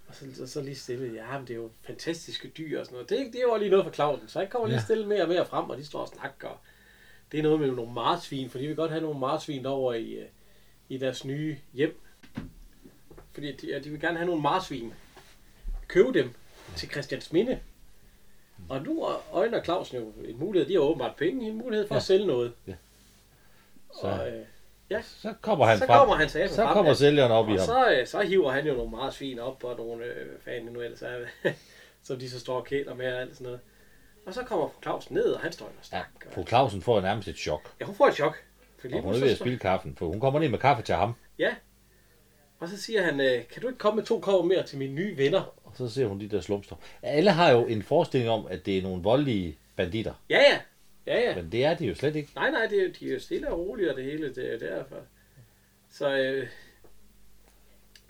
Og så, og så lige stille, ja, men det er jo fantastiske dyr og sådan noget. Det, det var lige noget for Clausen, så jeg kommer lige
Ja.
stille mere og mere frem, og de står og snakker. og Det er noget med nogle marsvin, for de vil godt have nogle marsvin over i, øh, i deres nye hjem. Fordi de, ja, de vil gerne have nogle marsvin. Købe dem til Christians Minde. Og nu øjner Clausen jo en mulighed, de har åbenbart penge, en mulighed for ja. at sælge noget.
Ja.
Så, og, øh, ja.
Så kommer han
Så
frem.
kommer han satan
Så
frem,
kommer
ja.
sælgeren op i
Og
ham.
så, øh, så hiver han jo nogle meget svin op, og nogle øh, hvad fanden det nu ellers er, (laughs) som de så står og kæler med og alt sådan noget. Og så kommer fru Claus ned, og han står jo og
Ja,
snakker.
fru Clausen får nærmest et chok.
Ja, hun får et chok. For lige
Og hun er
pludselig
ved at
så-
spille kaffen, for hun kommer ned med kaffe til ham.
Ja. Og så siger han, øh, kan du ikke komme med to kopper mere til mine nye venner?
Og så ser hun de der slumster. Alle har jo en forestilling om, at det er nogle voldelige banditter.
Ja, ja. Ja, ja.
Men det er de jo slet ikke.
Nej, nej, det, er jo- de er jo stille og rolige, og det hele, det er jo derfor. Så, øh,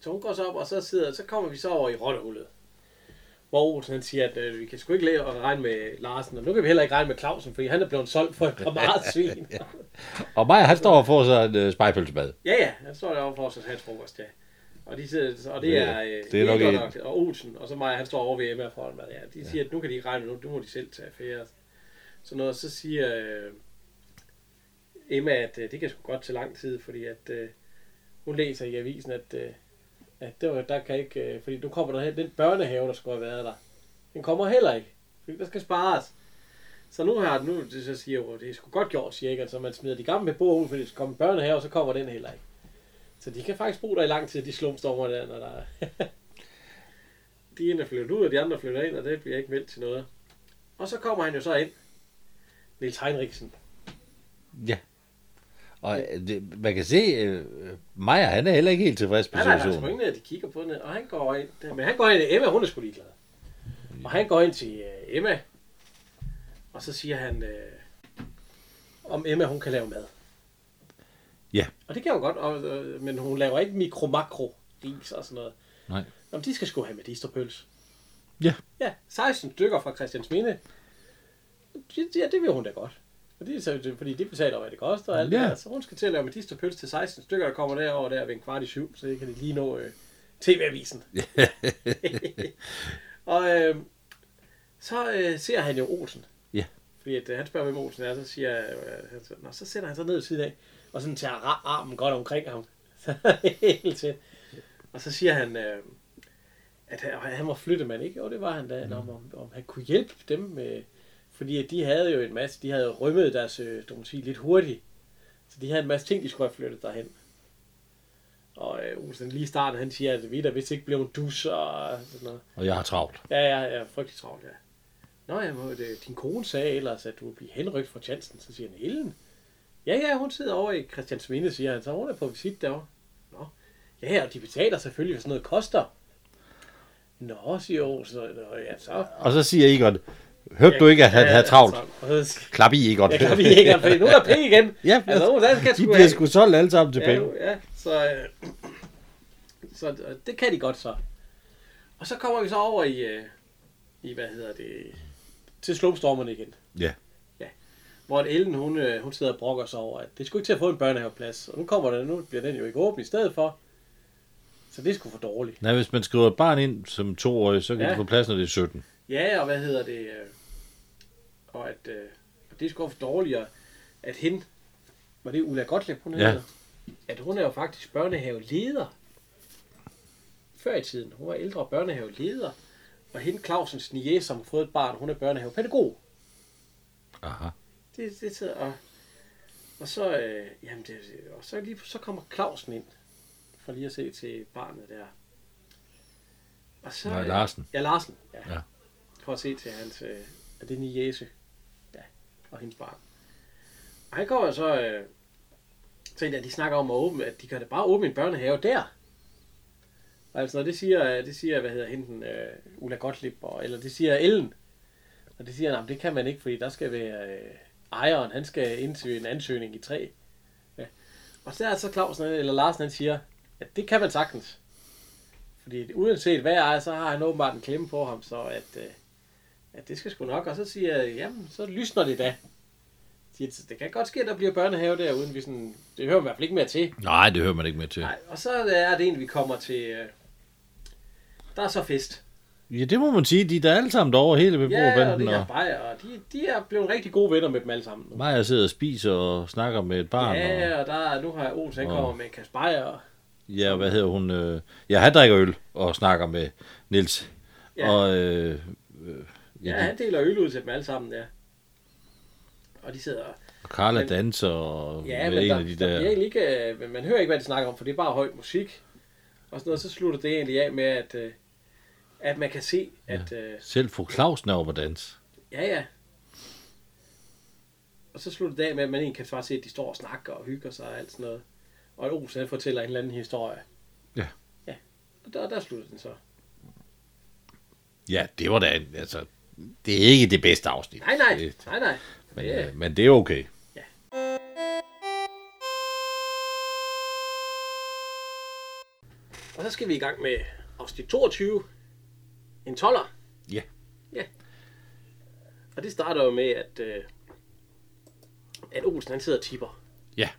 så hun går så op, og så, sidder, så kommer vi så over i rottehullet. Hvor Olsen han siger, at øh, vi kan sgu ikke lære at regne med Larsen, og nu kan vi heller ikke regne med Clausen, fordi han er blevet solgt for et kammerat-svin.
Og Maja, han står og får sig en øh, spejpølsebad.
ja, ja, han står derovre for os og hans frokost, ja. Og, de sidder, og det,
Det-
er, øh,
det er
det er
nok
godt
en-
nok, og Olsen, og så Maja, han står over ved Emma foran mig. Ja, de siger, at nu kan de ikke regne med nu, nu må de selv tage affære. Så noget, så siger øh, Emma, at øh, det kan sgu godt til lang tid, fordi at øh, hun læser i avisen, at, øh, at det var, der kan ikke, øh, fordi nu kommer der her, den børnehave, der skulle have været der, den kommer heller ikke, fordi der skal spares. Så nu har nu, det så siger jo, det er sgu godt gjort, siger ikke, altså man smider de gamle beboere ud, fordi der skal komme en børnehave, og så kommer den heller ikke. Så de kan faktisk bo der i lang tid, de slumstormer der, når der er- (laughs) De ene er flyttet ud, og de andre flytter ind, og det bliver ikke meldt til noget. Og så kommer han jo så ind. Nils Heinrichsen.
Og øh, det, man kan se, øh, Maja, han er heller ikke helt tilfreds med
Han er altså
situationen.
ingen af, de kigger på den, og han går ind. Men han går ind, Emma, hun er sgu ligeglad. Og han går ind til øh, Emma, og så siger han, øh, om Emma, hun kan lave mad.
Ja.
Og det kan hun godt, og, øh, men hun laver ikke mikro-makro-ris og sådan noget.
Nej.
Jamen, de skal sgu have medisterpøls.
Ja.
Ja, 16 stykker fra Christians Minde. Ja, det vil hun da godt. Og det er så, fordi de betaler, hvad det koster. Og alt
Ja.
ja. Så hun skal til at lave medisterpøls til 16 stykker, der kommer derover der ved en kvart i syv, så det kan de lige nå øh,
(laughs)
TV-avisen. og øh, så øh, ser han jo Olsen.
Ja.
Fordi at, øh, han spørger, hvem Olsen er, så siger jeg, øh, han, så- nå, så sætter han sig ned ved siden af, og sådan tager ra- armen godt omkring ham. (laughs) Så helt tæt. Og så siger han, øh, at han, han var flyttemand, ikke? Og det var han da, mm. om, om, om han kunne hjælpe dem med... Fordi at de havde jo en masse, de havde jo rømmet deres øh, domicil lidt hurtigt. Så de havde en masse ting, de skulle have flyttet derhen. Og øh, Olsen lige i starten, han siger, at vi der vist ikke blev en dus og sådan noget.
Og jeg har travlt.
Ja, ja, ja, frygtelig travlt, ja. Nå, jeg må, det, din kone sagde ellers, at du ville blive henrykt fra tjansen, så siger han, Ellen. Ja, ja, hun sidder over i Christiansminde, siger han, så hun er på visit derovre. Nå, ja, ja, og de betaler selvfølgelig, hvad sådan noget koster. Nå, siger Olsen, Nå, ja, så...
Og så siger Egon, hørte du ikke, at han
Ja,
havde travlt?
Og så siger-
Klap i, Egon.
Ja, kan vi ikke, for nu er der penge igen.
(laughs) Ja,
altså, Olsen, han skal
De
sgu
bliver
have-
sgu solgt alle sammen til penge.
Ja, ja. Så, øh, så øh, det kan de godt så. Og så kommer vi så over i, øh, i hvad hedder det, til slumstormerne igen.
Ja.
ja. Hvor at Ellen, hun, øh, hun sidder og brokker sig over, at det skulle ikke til at få en børnehaveplads. Og nu kommer den, nu bliver den jo ikke åben i stedet for. Så det skulle for dårligt.
Nej, hvis man skriver et barn ind som toårig, så kan
Ja.
ja. de få plads, når det er 17.
Ja, og hvad hedder det? øh, Og at øh, og det er sgu for dårligere, at hende, var det Ulla Gottlieb, hun
Ja.
hedder, at hun er jo faktisk børnehaveleder. Før i tiden, hun var ældre børnehaveleder, og hende Clausens niece, som har fået et barn, hun er børnehavepædagog.
Aha.
Det, det sidder og, og så, øh, jamen det, og så, lige, så kommer Clausen ind, for lige at se til barnet der. Og så,
Nej,
øh,
Larsen.
Ja, Larsen. Ja.
Ja.
ja. For at se til hans, øh, er det Niese? Ja, og hendes barn. Og han går jo så, øh, så at de snakker om at åbne, at de kan da bare åbne en børnehave der. Og altså, når det siger, øh, det siger, hvad hedder henten, øh, Ulla Gottlieb, og, eller det siger Ellen. Og det siger han, "Jamen, det kan man ikke, fordi der skal være øh, ejeren, han skal indsøge en ansøgning i tre. Ja. Og så er så Clausen, eller Larsen, han siger, at det kan man sagtens. Fordi uanset hvad jeg er, så har han åbenbart en klemme på ham, så at, øh, at det skal sgu nok. Og så siger jeg, jamen, så lysner det da. Siger, "Så Det kan godt ske, at der bliver børnehave der, uden vi sådan... Det hører man i hvert fald ikke mere til.
Nej, det hører man ikke mere til.
Nej, og så er det en, vi kommer til... Øh, der er så fest.
Ja, det må man sige. De er da alle sammen derovre, hele
Ja, og
beboerbanden.
det er
Ja, og
Bayer, og de, de er blevet rigtig gode venner med dem alle sammen. Nu.
Maja sidder og spiser og snakker med et barn. Og,
Ja, og der, er- nu har jeg Olsen, han
Nå.
kommer med en kasse Bayer, og
ja, hvad hedder hun? Øh, ja, han drikker øl og snakker med Nils.
Ja.
Ja. Og, øh, øh,
ja,
ja, de,
han deler øl ud til dem alle sammen, ja. Og de sidder og
og Carla
men-
danser og
Ja,
med
men
en
der,
af de
der,
der...
bliver egentlig ikke, øh, men man hører ikke, hvad de snakker om, for det er bare høj musik. Og sådan noget, så slutter det egentlig af med, at, øh, at man kan se, at øh,
Selv fru Clausen er oppe at danse.
ja, ja. Og så slutter det af med, at man egentlig kan bare se, at de står og snakker og hygger sig og alt sådan noget. Og at Olsen han fortæller en eller anden historie.
Ja.
Ja, og der, der slutter den så.
Ja, det var da... en- Altså, det er ikke det bedste afsnit.
Nej, nej,
Det-
nej, nej.
Men,
Ja.
øh, men det er okay.
Og så skal vi i gang med afsnit 22. En toller.
Ja.
Ja. Og det starter jo med, at, øh, at Olsen han sidder og tipper.
Ja,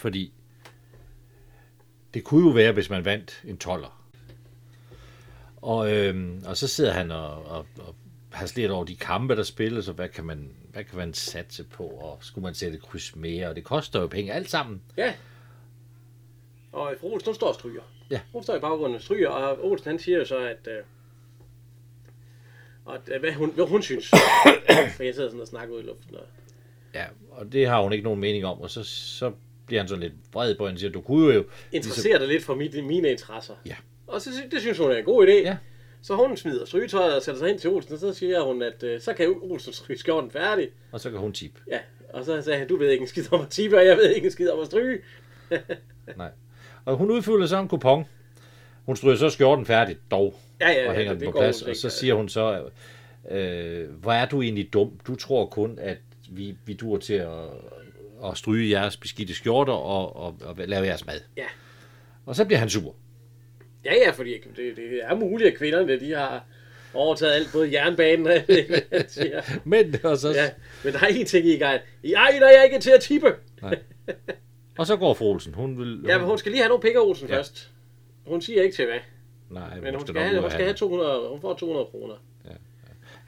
fordi det kunne jo være, hvis man vandt en toller. Og, øhm, og så sidder han og, og, og har lidt over de kampe, der spilles, og hvad kan, man, hvad kan man satse på, og skulle man sætte et kryds mere, og det koster jo penge alt sammen.
Ja. Og fru Olsen, hun står og stryger.
Ja.
Hun står i baggrunden og stryger, og Olsen han siger jo så, at... Øh, og at, hvad, hun, hvad hun synes. (coughs) For jeg sidder sådan og snakker ud i luften. Og,
Ja, og det har hun ikke nogen mening om, og så, så bliver han sådan lidt vred på, hende og siger, du kunne jo...
interesserer dig lidt for mit, mine interesser.
Ligesom- Ja.
Og så, sy- det synes hun er en god idé.
Ja.
Så hun smider strygetøjet og sætter sig hen til Olsen, og så siger hun, at øh, så kan Olsen stryge skjorten færdig.
Og så kan hun tippe.
Ja, og så sagde han, du ved ikke en skid om at tippe, og jeg ved ikke en skid om at stryge.
Nej. Og hun udfylder så en kupon. Hun stryger så skjorten færdigt, dog.
Ja, ja,
og
ja,
hænger
det
den på
går
plads.
hun
Og
ikke.
så siger hun så, øh, hvor er du egentlig dum? Du tror kun, at vi, vi dur til at, at stryge jeres beskidte skjorter og, og, og lave jeres mad.
Ja.
Og så bliver han sur.
Ja, ja, fordi det, det er muligt, at kvinderne de har overtaget alt, både jernbanen og alt det, han siger.
Men, og, så,
Ja, men der er en ting, I ikke er. I egner jeg ikke til at tippe.
og så går Frolsen. Hun vil...
Ja, men hun skal lige have nogle pikker, Olsen, ja. først. Hun siger ikke til hvad,
nej,
men hun skal,
nok ud
have,
og
hun skal have 200, hun får 200 kroner.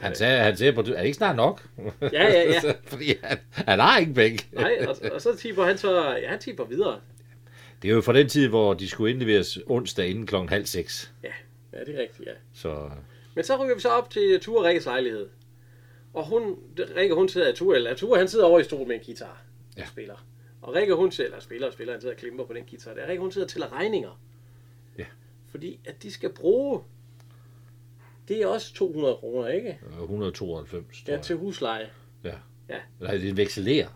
Han sagde, han sagde på, er det ikke snart nok?
Ja, ja, ja.
(laughs) Fordi han, han har ikke penge.
Nej, og, og så tipper han så, ja, han tipper videre.
Det er jo fra den tid, hvor de skulle indleveres onsdag inden klokken halv seks.
Ja, ja, det er rigtigt, ja.
Så
Men så rykker vi så op til Ture og Rikkes lejlighed. Og hun, Rikke, hun sidder, Ture, eller Ture, han sidder over i stolen med en guitar.
Ja.
Ja. Spiller. Og Rikke, hun sidder, eller spiller og spiller, han sidder og klimper på den guitar der. Rikke, hun sidder og tæller regninger.
Ja.
Fordi at de skal bruge, det er også 200 kroner, ikke?
øh, 192, tror
Ja,
jeg.
til husleje.
Ja.
Ja.
Nej, den vekselerer.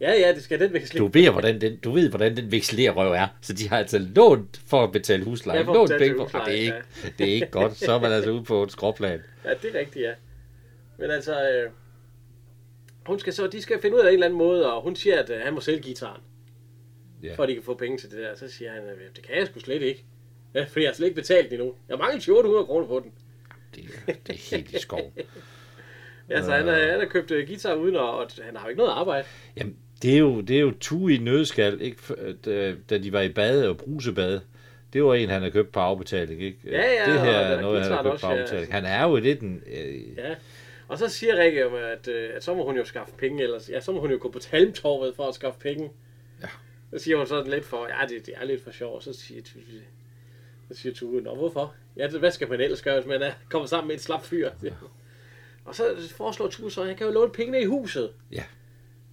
Ja, ja, det skal den veksle.
Du ved, hvordan den, du ved, hvordan den vekselerer røv er. Så de har altså lånt for at betale husleje.
Ja, for at
lånt
betale
penge for,
husleje,
Ah, det, er ikke, det er ikke godt. Så er man altså ude på et skråplan.
Ja, det er rigtigt, ja. Men altså, øh, hun skal så, de skal finde ud af en eller anden måde, og hun siger, at øh, han må sælge gitaren.
Ja.
Ja. For at de kan få penge til det der. Så siger han, øh, det kan jeg sgu slet ikke. (laughs) Ja, fordi jeg har slet ikke betalt den endnu. Jeg mangler 800 kroner på den.
Det, er- det er helt i skov.
Ja, så han, øh, han har købt øh, guitar uden, og, og han har jo ikke noget arbejde.
Jamen, det er jo, det er jo tue i nødskal, ikke? F- at, øh, Da de var i bade og brusebade. Det var en, han har købt på afbetaling, ikke?
Ja, ja,
det her
og
er
der-
noget, han har
guitaren
købt
også,
på
ja.
afbetaling. Han er jo lidt en... Øh,
Ja. Og så siger Rikke, jo, at, øh, at så må hun jo skaffe penge, ellers, ja, så må hun jo gå på Talmtorvet for at skaffe penge. Ja. Så siger hun sådan lidt for, ja, det, det er lidt for sjov, og så siger, Tue- så siger Tue, nå, hvorfor? Ja, det, hvad skal man ellers gøre, hvis man er kommet sammen med et slap fyr? Ja. Og så foreslår Tue så, at han kan jo låne pengene i huset.
Ja.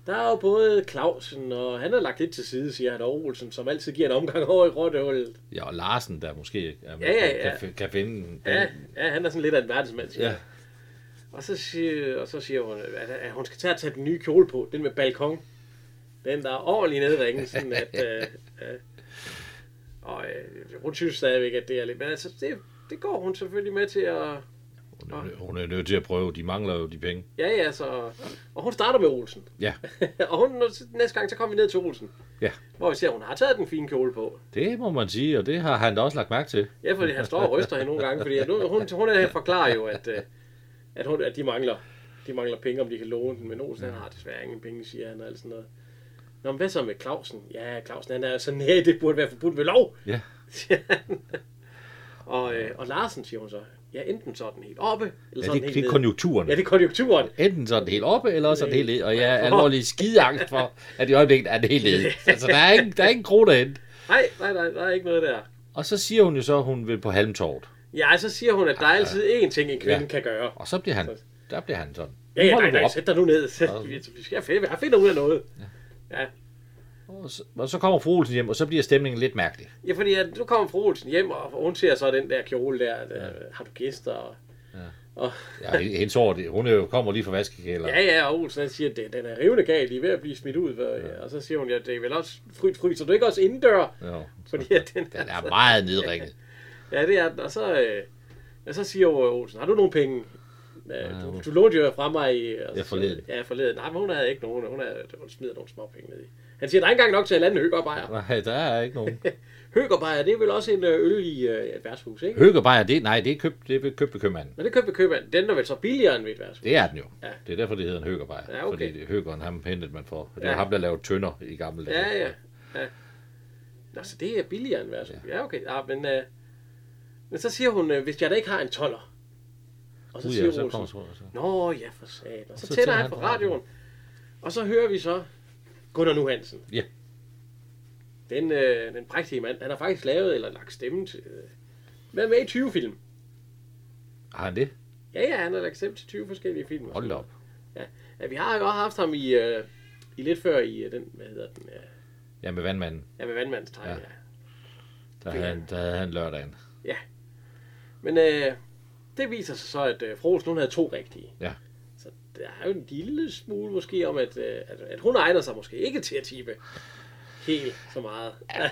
Der er jo både Clausen, og han har lagt lidt til side, siger han, og Olsen, som altid giver en omgang over i rottehullet.
ja, og Larsen, der måske er,
Ja, ja, ja.
Kan, fi- kan finde... en-
Ja, ja, han er sådan lidt af en verdensmand, siger
ja.
han. Og så siger, og så siger hun, at, at hun skal tage, tage den nye kjole på, den med balkon. Den, der er ordentlig nedringen, sådan at... Øh, øh, og øh, hun synes stadigvæk, at det er lidt... Men altså, det, det går hun selvfølgelig med til at...
Hun er, nø- hun er nødt til at prøve. De mangler jo de penge.
Ja, ja, så... Og hun starter med Olsen. (laughs)
Ja,
og hun, næste gang, så kommer vi ned til Olsen.
Ja.
Hvor vi ser, at hun har taget den fine kjole på.
det må man sige, og det har han da også lagt mærke til.
Ja, fordi han står og ryster hende nogle gange, fordi at nu, hun, hun er, forklarer jo, at, øh, at, hun, at de, mangler, de mangler penge, om de kan låne den, men Olsen han har desværre ingen penge, siger han og alt sådan noget. Nå, men hvad så med Clausen? Ja, Clausen han er jo sådan, (laughs) nej, det burde være forbudt ved lov,
Ja.
siger han. Og, øh, og Larsen siger hun så, ja, enten så er den helt oppe, eller
Ja,
så er den
det,
helt
det er
nede.
konjunkturen.
øh, Ja, det er konjunkturen.
Enten så er den helt oppe, eller også er den helt ned. Og jeg er alvorlig skideangst for, at i øjeblikket er den helt
(laughs)
ned. Altså, der er ingen, der er ingen krone derhen.
Nej, nej, nej, der er ikke noget der.
Og så siger hun jo så, at hun vil på Halmtorvet.
Ja, så siger hun, at der er altid én ting, en kvinde
Ja.
ja. kan gøre.
Og så bliver han, der bliver han sådan.
Ja, ja,
"Nu
nej,
holder du
nej,
op."
sæt dig nu ned. (laughs) Vi- Vi skal finde, jeg finder ud af noget.
Og så, og så kommer fru Olsen hjem, og så bliver stemningen lidt mærkelig.
Ja, fordi at nu kommer fru Olsen hjem, og hun ser så den der kjole der, at, ja. har du gæster? Og, (laughs)
Ja, hendes hår, det- hun er jo, kommer lige fra vaskekælder.
ja, ja, og Olsen han siger, at den er rivende gal, de er ved at blive smidt ud. Og, ja. og så siger hun, ja, det er vel også fry, fryser du ikke også indendør?
Jo,
Fordi at den,
den er meget nedringet.
øh, ja, det er den. Og så, øh, ja, så siger jo Olsen, har du nogle penge? Ja, du, du lånte jo fra mig i... Og så
Ja, forleden.
siger hun, Ja, forleden. Nej, men hun havde ikke nogen. Hun, havde, hun smider nogle små penge ned i. Han siger, der er ikke engang nok til at lande høgerbejer.
Nej, der er ikke nogen.
Høgerbejer, det er vel også en øh, øl i øh, et værtshus, ikke?
Høgebajer, det, nej, det er købt, det er købt ved købmanden.
Men det købte købmanden. Den er vel så billigere end ved et værtshus.
Det er den jo.
Ja.
Ja. Det er derfor, det hedder en høgerbejer.
Ja, okay.
Fordi høgeren, ham hentede man for. Det er
Ja.
ham, der lavede tønder i gamle dage.
Ja, ja. ja. Øh, Nå, så det er billigere end værtshus. Ja, ja okay. Ja, men, øh, men så siger hun, øh, hvis jeg da ikke har en toller. Og Uh, så
Gud,
siger
ja, så
Olsen,
kommer så. så.
Nå ja, for satan. Og så,
så
så tænder han på radioen. Og så hører vi så Gunnar Nu Hansen.
Ja.
Den, øh, den prægtige mand. Han har faktisk lavet eller lagt stemme til... Øh, været med i 20 film.
Har han det?
Ja, ja, han har lagt stemme til 20 forskellige film.
Hold da op.
Ja. ja, vi har jo også haft ham i, øh, i lidt før i øh, den, hvad hedder den, øh,
Ja, med vandmanden.
ja, med vandmandens tegn, ja.
Ja.
ja.
Der havde, han, der havde han lørdagen.
Men øh, det viser sig så, at øh, Frohs, hun havde to rigtige.
Ja.
Så der er jo en lille smule måske om, at, øh, at, at hun egner sig måske ikke til at tippe helt så meget. (laughs)
Ej,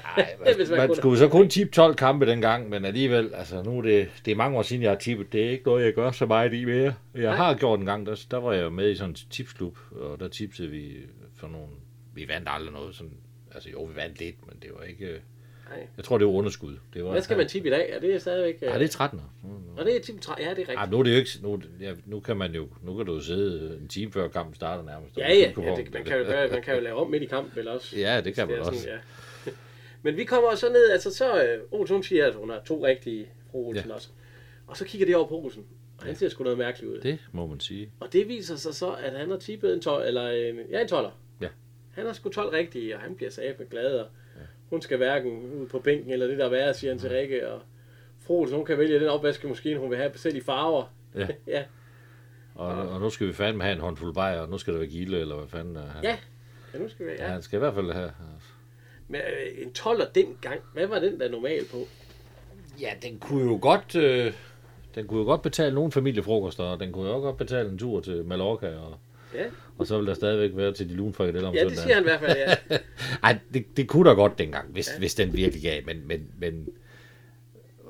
Hvis
man, man
kunne-
skulle så kun tippe 12 kampe dengang, men alligevel, altså nu er det, det er mange år siden, jeg har tippet. Det er ikke noget, jeg gør så meget i mere. Jeg
Nej.
har gjort en gang, der, der var jeg jo med i sådan en tipsklub, og der tipsede vi for nogle... Vi vandt aldrig noget sådan... Altså jo, vi vandt lidt, men det var ikke... øh,
Nej.
Jeg tror, det var underskud. Det var,
Hvad skal man tippe i dag? Er det stadigvæk... Øh,
Ja, det er 13.
Og det er tip 3. Ja, det er rigtigt.
Ej, nu er det jo ikke... Nu, ja, nu kan man jo... Nu kan du jo sidde øh, en time før kampen starter nærmest.
Ja, ja, ja det, man, kan jo gøre, man kan jo lave om midt i kampen, eller også.
(laughs) Ja, det kan
Det
man
er
også.
ja. (laughs) Men vi kommer så ned, altså så, øh, Olsen hun siger, at hun har to rigtige, fru Olsen ja. også. Og så kigger det over på Olsen, og han ser sgu noget mærkeligt ud. Det.
Det må man sige.
Og det viser sig så, at han har tippet en tol, eller en, ja, en toller.
Ja.
Han har sgu 12 rigtige, og han bliver safe glad, og hun skal hverken ud på bænken, eller det der er værre, siger han til Rikke, og fru Olsen, hun kan vælge den opvaskemaskine, hun vil have, selv i farver.
Ja.
(laughs) ja.
Og, og nu skal vi fandme have en håndfuld bajer, og nu skal der være gilde, eller hvad fanden er han?
Ja. Ja, nu skal vi,
ja.
ja.
han skal i hvert fald have...
Men øh, en toller dengang, hvad var den der normal på?
Ja, den kunne jo godt... Øh, den kunne jo godt betale nogle familiefrokoster, og den kunne jo også godt betale en tur til Mallorca, og,
Ja,
og så vil der stadigvæk være til de lunfrikadeller om
ja det
søndagen.
siger han i hvert fald, ja.
Ej, det, det kunne da godt dengang, hvis, ja. hvis den virkelig gav, men, men, men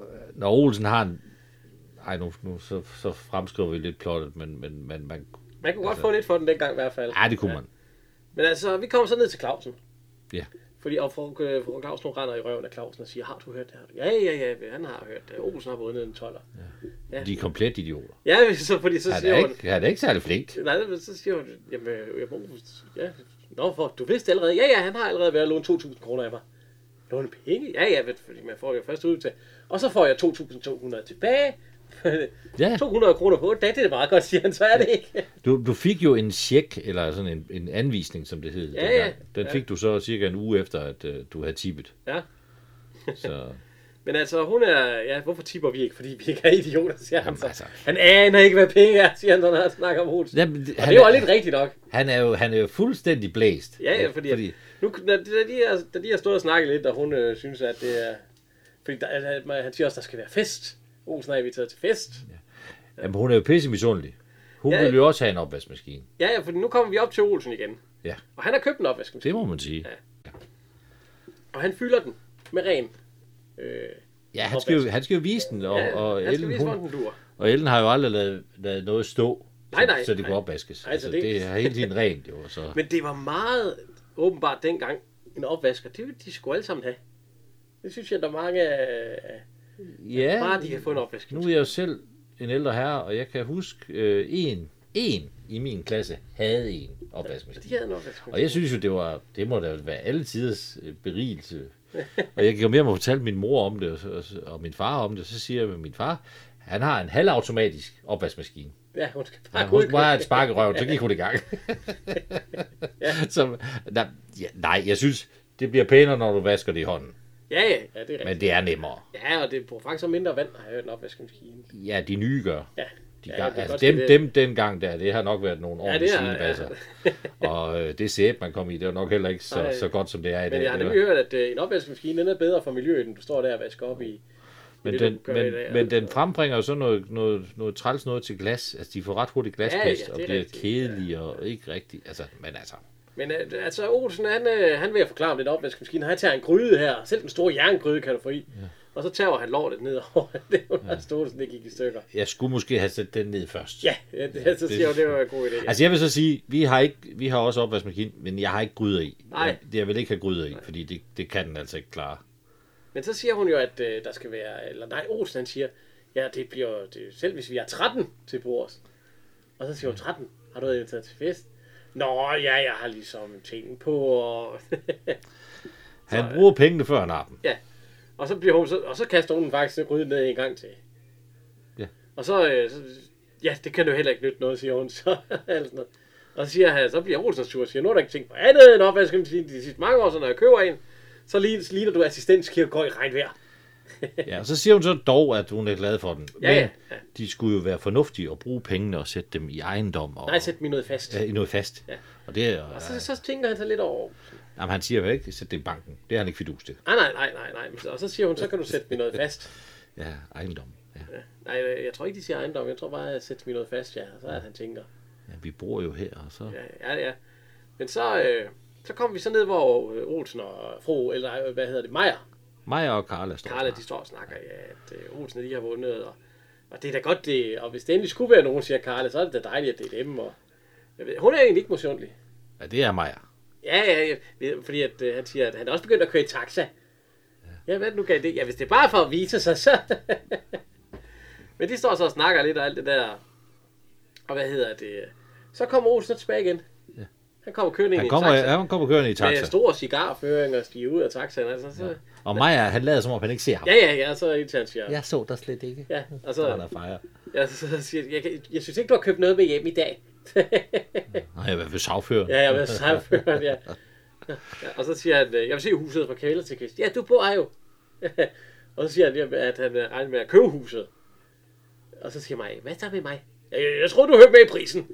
øh, når Olsen har en... Ej, nu, nu så, så fremskriver vi lidt plottet, men, men, men man,
Man kunne godt få lidt for den dengang i hvert fald.
Altså. ej, det kunne
ja.
man.
Men altså, vi kommer så ned til Clausen.
Ja.
Fordi og fru, øh, fru Clausen hun render i røven af Clausen og siger, har du hørt det? Har du- Ja, ja, ja, han har hørt det. Olsen har vundet en toller. Ja.
De er komplet idioter.
Ja, så, fordi så
Han
siger
er
hun,
ikke, han er ikke særlig flink.
nej, men så siger hun, jamen, øh, jamen, Olsen, ja, nå, for, du vidste allerede, ja, ja, han har allerede været lånt 2.000 kroner af mig. Låne penge? Ja, ja, men, fordi man får jo først ud til. Og så får jeg 2.200 tilbage. (laughs)
Ja.
200 kroner på, da det er meget godt, siger han, så er det ikke. (laughs)
Du, du fik jo en check, eller sådan en, en anvisning, som det hed.
Ja,
dengang.
ja.
Den
Ja.
fik du så cirka en uge efter, at øh, du havde tippet.
Ja. (laughs)
Så
Men altså, hun er... Ja, hvorfor tipper vi ikke? Fordi vi ikke er idioter, siger han
Jamen,
så. Altså.
altså.
Han aner ikke, hvad penge er, siger han, så, når han snakker om Olsen.
Jamen,
og det
han
er jo
er-
også lidt rigtigt nok.
han er jo, han er jo fuldstændig blæst.
Ja, ja, fordi... fordi... Nu, da, da, de har, da de har stået og snakket lidt, og hun øh, synes, at det er... Fordi der, altså, at, at, han siger også, der skal være fest. Olsen er inviteret til fest.
Jamen, hun er jo pisse misundelig. Hun
Ja,
ja,
ja.
ville jo også have en opvaskemaskine.
Ja, ja, fordi nu kommer vi op til Olsen igen.
Ja.
Og han har købt en opvaskemaskine.
Det må man sige.
Og han fylder den med ren. Øh,
Ja, han skal, jo, han skal jo vise den, og,
ja,
og,
han skal
Ellen,
vise,
hun,
hvordan den duer.
og Ellen har jo aldrig lavet, lavet noget stå,
Nej,
så,
nej,
så det kunne
nej.
opvaskes.
Nej,
Altså,
så det-
det... det er hele tiden rent, jo. Så.
Men det var meget åbenbart dengang, en opvasker, det ville de skulle alle sammen have. Det synes jeg, der er mange af...
Ja,
Bare de kan få en opvask.
nu er jeg jo selv en ældre herre, og jeg kan huske, øh, en, en i min klasse havde en opvaskemaskine.
De havde en opvask.
Og jeg synes jo, det, var, det må da være alle tiders øh, berigelse. Og jeg gik jo mere og fortalte min mor om det, og, så- og, så- og min far om det, så siger jeg med min far, han har en halvautomatisk opvaskemaskine.
Ja, hun skal bare
Han
ja, hun
hun skulle bare have et spark i røven, så gik hun i gang. (laughs) så, nej, ja, nej, jeg synes, det bliver pænere, når du vasker det i hånden.
Ja, ja, ja, det er rigtigt.
Men det er nemmere.
Ja, og det bruger faktisk mindre vand, har jeg hørt en opvaskemaskine.
Ja, de nye gør.
Ja,
De
ja,
ja,
det er
altså
godt,
dem,
det-
dem dengang der, det har nok været nogle ordentlige
det
ja,
har-
svinebasser. og øh, det sæbe, man kom i, det var nok heller ikke så,
Nej.
så godt, som det er i dag.
Men jeg har
Det var-
nemlig hørt, at øh, en opvaskemaskine, den er bedre for miljøet, end du står der og vasker op i.
Men
Det,
den,
du gør i
men,
dag,
men
altså.
den frembringer jo så noget, noget, noget træls noget til glas. Altså, de får ret hurtigt
Ja, ja, det
glaspest,
er
og bliver
rigtigt,
kedelige og ikke rigtigt. Altså, men altså,
Men øh, altså, Olsen, han, øh, han vil forklare om den opvaskemaskine. Han tager en gryde her. Selv den store jerngryde kan du få i. Ja. Og så tager han lortet ned over (laughs) det, var ja. stod, det gik i stykker.
Jeg skulle måske have sat den ned først.
Ja, ja det, så siger jeg, det var en god idé. Ja.
Altså jeg vil så sige, vi har, ikke, vi har også opvaskemaskine, men jeg har ikke gryder i.
Nej.
Jeg, det jeg vil ikke have gryder i, fordi det, det kan den altså ikke klare.
Men så siger hun jo, at øh, der skal være... Eller nej, Olsen han siger, ja, det bliver... Det, selv hvis vi har 13 til bords. Og så siger hun, 13? Har du været inviteret til fest? Nå, ja, jeg har ligesom ting på, og...
Han
øh,
bruger pengene før han har
(laughs)
dem.
ja. Og så, bliver hun, så, og så kaster hun faktisk en gryde ned en gang til.
Ja.
Og så, øh, så... Ja, det kan du heller ikke nytte noget, siger hun så. (laughs) eller sådan noget. Og så, siger han, så bliver Olsen sur og siger, nu har du ikke tænkt på andet end opvaskemaskinen de sidste mange år, så når jeg køber en, så ligner, ligner du assistenskirkegård i regnvejr.
Ja, og så siger hun så dog, at hun er glad for den.
Ja, ja.
Men de skulle jo være fornuftige og bruge pengene og sætte dem i ejendom og
Nej, sæt mig noget fast.
ja, i noget fast. Ja. Og det er,
Og så, så tænker han så lidt over, "Ah,
jamen, han siger jo ikke, sæt det i banken. Det er han ikke fidus til.
nej, nej, nej, nej, nej. Og så siger hun, så kan du sætte mig noget fast.
(laughs) Ja, ejendom. Ja.
Nej, jeg tror ikke, de siger ejendom. Jeg tror bare, at sætte mig noget fast, ja. Så er det, han tænker.
ja, vi bor jo her, og så... Ja.
Ja, ja, ja. Men så, øh, så kom vi så ned, hvor øh, Olsen og fru, eller øh, hvad hedder det, Meier,
Maja og Karla står
Karla, de står og snakker, ja, at øh, Olsen lige har vundet, og, og det er da godt det, og hvis det endelig skulle være nogen, siger Karla, så er det da dejligt, at det er dem, og jeg ved, hun er egentlig ikke misundelig.
Ja, det er Maja.
Ja, ja, ja, ved- fordi at, øh, han siger, at han er også begyndt at køre i taxa. Ja, hvad er det nu kan det? Ja, hvis det er bare for at vise sig, så... (laughs) Men de står så og snakker lidt og alt det der... Og hvad hedder det? Så kommer Olsen tilbage igen. Ja. Han kommer kørende ind
Han
i
kommer,
en taxa.
ja, han kommer kørende i
Med
taxa.
stor cigarføring og stige ud af taxaen. Altså, så, ja.
Og Maja, han lader som om, han ikke ser ham.
ja, ja, ja, så indtil han siger... Ja.
Jeg så dig slet ikke.
Ja, og
Så er
så,
der fejre.
ja, så, så siger de, jeg, kan- jeg synes ikke, du har købt noget med hjem i dag. (laughs)
Nej, hvad vil sagføren?
Ja, jeg vil samføre, ja. ja. Og så siger han, øh, jeg vil se huset fra kælder til kvist. Ja, du bor her jo. (laughs) og så siger han, jamen, at han øh, regner med at købe huset. Og så siger mig, hvad så med mig? Jeg, jeg, jeg tror, du hørte med i prisen.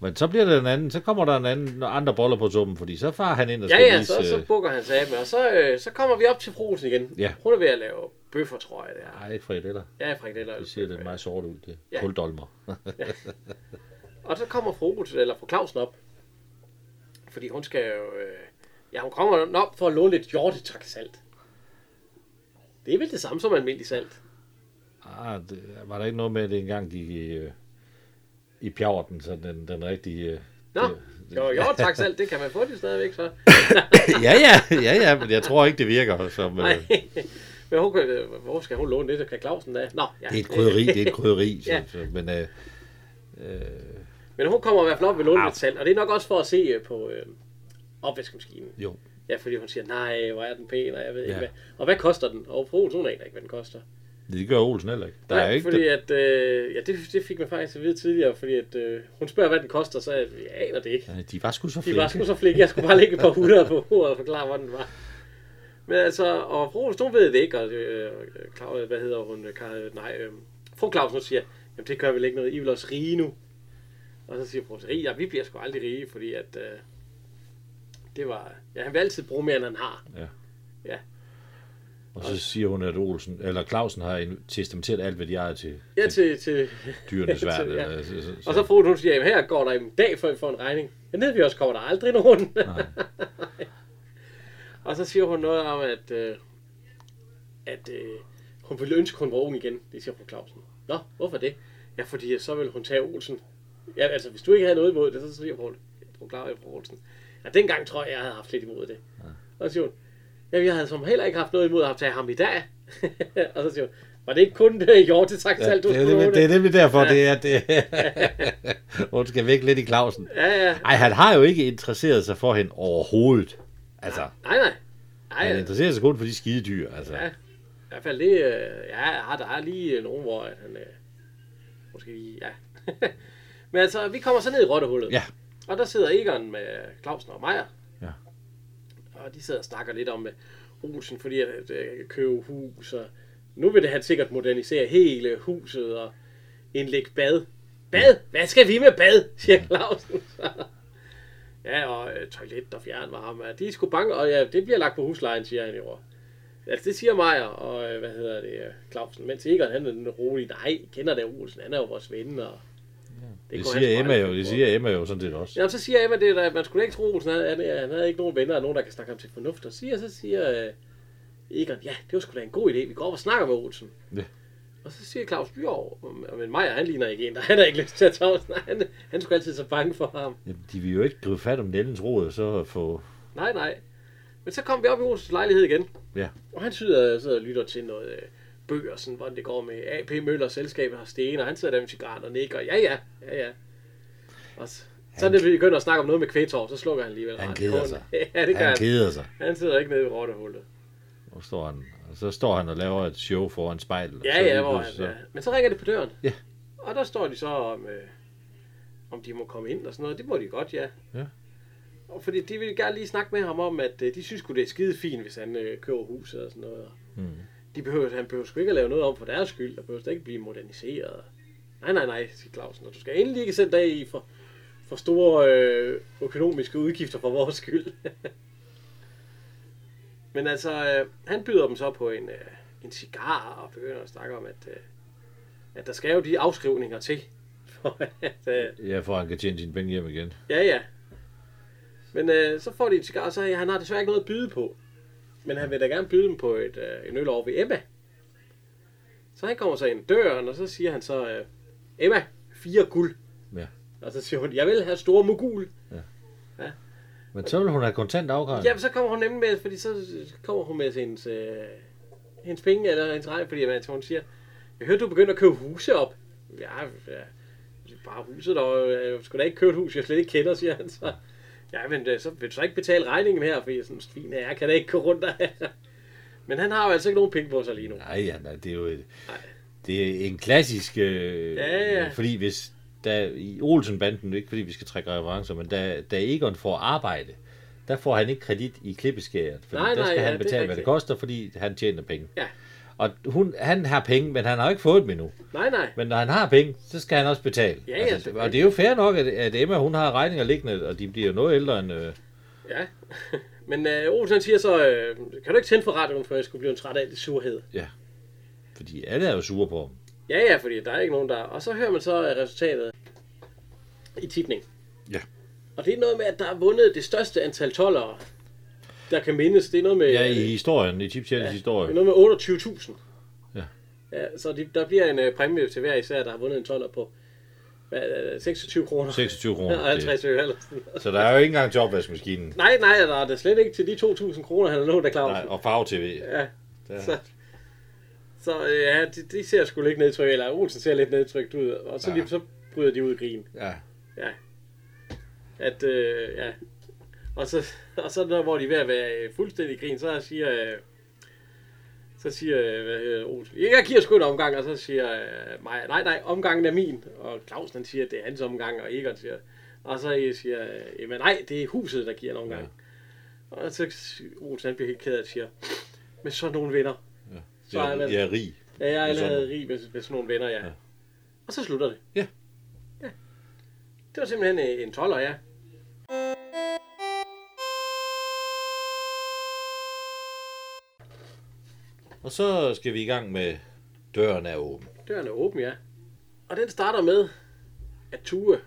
Men så bliver der en anden, så kommer der en anden, andre boller på suppen, fordi så far han ind og
Ja,
skal
ja,
vise...
så, så
øh,
bukker han sig af med. Og så, øh, så kommer vi op til frusen igen.
Ja.
Hun er ved at lave bøffer, tror jeg, det er.
øh, Ej, frikadeller.
Ja, frikadeller.
Det ser lidt meget sort ud, det.
Ja.
Ja. Kuldolmer.
Og så kommer fru, eller fru Clausen op. Fordi hun skal jo... Øh, ja, hun kommer op for at låne lidt hjortetraksalt. Det er vel det samme som almindelig salt.
Ah, det, var der ikke noget med, at det engang gik i, øh, i pjaverten, så den, den
(laughs)
rigtige... øh,
Nå, jo, jo, tak selv, det kan man få det stadigvæk så.
ja, ja, ja, ja, men jeg tror ikke, det virker som... Øh,
Nej. (laughs) Men hun kan, øh, hvor skal hun låne det, så kan Clausen da? Nå, ja.
det er et krydderi, det er et krydderi. Så,
(laughs) Ja.
ja. så, men øh,
Men hun kommer i hvert fald op ved låne lidt salt, og det er nok også for at se øh, på øh, opvaskemaskinen.
jo,
Ja, fordi hun siger, nej, hvor er den pæn, og jeg ved ja. ikke
Ja.
hvad. Og hvad koster den? Og fru Olsen, hun aner ikke, hvad den koster.
det gør Olsen heller ikke. Der er ikke
fordi at, øh, ja, det, det fik man faktisk at vide tidligere, fordi at, øh, hun spørger, hvad den koster, så jeg, jeg aner det ikke.
Ja, De var sgu så
De
flinke.
var sgu så flinke, jeg skulle bare lægge et par hundrede på bordet og forklare, hvordan den var. Men altså, og fru Olsen, hun ved det ikke, og øh, Claus, hvad hedder hun, Kar, nej, øh, fru Clausen, hun siger, jamen det gør vel ikke noget, I vil også rige nu. Og så siger fru Olsen, rige, ja, vi bliver sgu aldrig rige, fordi at, øh, det var, ja, han vil altid bruge mere, end han har.
Og så siger hun, at Olsen, eller Clausen har en- testamenteret alt, hvad de ejer til
Ja, til, (laughs) til,
dyrenes værd.
Ja.
eller- Øh, så- så-
og så fru Olsen, hun siger, jamen her går der en dag, før vi får en regning. Men ned vi også kommer der aldrig nogen.
Nej.
(laughs) Og så siger hun noget om, at, øh, at øh, hun ville ønske, hun var ung igen. Det siger fru Clausen. Nå, hvorfor det? Ja, fordi øh, så ville hun tage Olsen. Ja, altså, hvis du ikke havde noget imod det, så siger fru, fru Clausen fru Olsen. Ja, dengang tror jeg, jeg havde haft lidt imod det. Ja. Og så siger hun, ja, jeg havde som heller ikke haft noget imod at have taget ham i dag. (laughs) og så siger hun, var det ikke kun øh, det
Ja,
hjortetraksalt, du
det,
skulle
er,
låne?
det, det er nemlig derfor, ja. det (laughs) er det. hun skal væk lidt i Clausen.
Ja, ja.
Ej, han har jo ikke interesseret sig for hende overhovedet. Altså,
Nej, nej. Nej,
han
ja.
interesserer sig kun for de skide dyr. Altså.
Ja. I hvert fald det, øh, ja, har der er lige øh, nogen, hvor at han øh, måske lige, ja. (laughs) Men altså, vi kommer så ned i rottehullet.
Ja.
Og der sidder Egon med Clausen og Meier.
Ja.
Og de sidder og snakker lidt om øh, Olsen, fordi at, at øh, købe hus, og nu vil det han sikkert modernisere hele huset og indlægge bad. Bad? Hvad skal vi med bad? (laughs) siger Clausen. ja, og øh, toilet og fjernvarme. og De er sgu bange, og ja, det bliver lagt på huslejen, siger han i år. Altså, det siger Meier og, øh, hvad hedder det, øh, Clausen. Mens Egon, han er den rolige. Nej, I kender det Olsen, han er jo vores ven, og...
Det
går han
siger
sgu
Emma
aldrig
jo,
finde
det
på.
siger Emma jo sådan set også.
Jamen, så siger Emma det, der, at man skulle da ikke tro, at han, han, han havde ikke nogen venner og nogen, der kan snakke ham til fornuft. Og siger, så siger øh, Egon, ja, det var sgu da en god idé. Vi går op og snakker med Olsen.
Ja.
Og så siger Claus Bjørg, men Maja, han ligner ikke en, der han har ikke lyst til at tage os. Nej, han, han skulle altid så bange for ham.
Jamen, de vil jo ikke gribe fat om Nellens rod og så få...
Nej, nej. Men så kom vi op i Olsens lejlighed igen.
Ja.
Og han sidder, sidder og lytter til noget øh, bøger, sådan, hvordan det går med AP Møller, selskabet har sten, og han sidder der med cigaret og nikker. Ja, ja, ja, ja. Og så, så er det, vi begynder at snakke om noget med kvætår, så slukker han alligevel.
Han
radioen.
keder sig.
(laughs) ja, det gør
Han
han.
keder sig.
Han sidder ikke nede i rottehullet.
Og, står han, og så står han og laver et show foran spejlet.
Ja,
så lige
ja, hvor han,
pludselig
ja.
så-
Men så ringer det på døren.
Ja.
Og der står de så om, øh, om de må komme ind og sådan noget. Det må de godt, ja.
Ja.
Og fordi de ville gerne lige snakke med ham om, at øh, de synes sgu, det er skide fint, hvis han øh, køber huset og sådan noget. Mm. De behøver, han behøver sgu ikke at lave noget om for deres skyld, og behøver slet ikke blive moderniseret. Nej, nej, nej, siger Clausen, og du skal endelig ikke sætte dig i for, for store øh, økonomiske udgifter for vores skyld. (laughs) Men altså, øh, han byder dem så på en, øh, en cigar og begynder at snakke om, at, øh, at der skal jo de afskrivninger til. For at, øh,
Ja, for han kan tjene sine penge hjem igen.
ja, ja. Men øh, så får de en cigar, og så ja, han har desværre ikke noget at byde på. Men han vil da gerne byde dem på et, øh, en øl over ved Emma. Så han kommer så ind døren, og så siger han så, øh, Emma, fire guld.
Ja.
Og så siger hun, jeg vil have store mogul.
Men så vil hun have kontant afgang.
Ja, men så kommer hun nemlig med, fordi så kommer hun med hendes, øh, hendes penge, eller hendes regn, fordi man, hun siger, jeg hørte, du begyndte at købe huse op. Ja, ja bare huset, og jeg skulle da ikke købe et hus, jeg slet ikke kender, siger han så. Ja, men øh, så vil du så ikke betale regningen her, fordi sådan fint, jeg kan da ikke gå rundt der. Men han har jo altså ikke nogen penge på sig lige nu.
Nej, ja, nej, det er jo et, det er en klassisk... Øh,
Ja, ja.
Fordi hvis da, i Olsen-banden, ikke fordi vi skal trække referencer, men da, da Egon får arbejde, der får han ikke kredit i klippeskæret. Fordi
Nej,
der
nej,
skal
ja,
han
det er
betale, hvad det
rigtigt.
koster, fordi han tjener penge.
Ja,
Og hun, han har penge, men han har jo ikke fået dem endnu.
nej, nej.
Men når han har penge, så skal han også betale.
Ja, ja,
altså,
selvfølgelig.
og det er jo fair nok, at, at Emma hun har regninger liggende, og de bliver jo noget ældre end... Øh,
Ja. (laughs) Men øh, Olsen han siger så, øh, kan du ikke tænde for radioen, for jeg skulle blive en træt af det surhed.
ja. Fordi alle er jo sure på ham.
Ja, ja, fordi der er ikke nogen der... Og så hører man så øh, resultatet i tipning.
Ja.
Og det er noget med, at der er vundet det største antal tollere, der kan mindes. Det er noget med,
Ja, i historien, i Chip ja,
det er
historie.
noget med 28.000.
Ja.
ja så de, der bliver en øh, præmie til hver især, der har vundet en toller på hvad, øh, 26 kroner.
26 kroner.
og 50
Det-
øre eller sådan noget.
Så der er jo ikke engang til opvaskemaskinen.
Nej, nej, der er det slet ikke til de 2.000 kroner, han har nået af
Nej,
Clausen.
og farve tv.
Ja.
Der.
Så, så øh, ja, de, de ser sgu lidt nedtrykt, eller Olsen ser lidt nedtrykt ud, og så,
Ja.
lige, så bryder de ud i grin.
Ja.
Ja. At, øh, ja. Og så, og så når, hvor de er ved at være øh, fuldstændig i grin, så siger, øh, så siger, øh, hvad hedder Olsen, jeg giver sgu en omgang, og så siger øh, Maja, nej, nej, omgangen er min. Og Clausen han siger, at det er hans omgang, og Egon siger, og så øh, siger, øh, jamen nej, det er huset, der giver en omgang. Ja. Og så Olsen han bliver helt ked af det, siger, med sådan nogle venner. Så er
Jeg,
han-
jeg er rig.
Ja, jeg er
Med sådan
allerede rig med, med sådan nogle venner, ja. ja. Og så slutter det.
Ja.
Ja. Det var simpelthen øh, en toller, ja.
Og så skal vi i gang med Døren er åben.
Døren er åben, ja. Og den starter med, at Tue,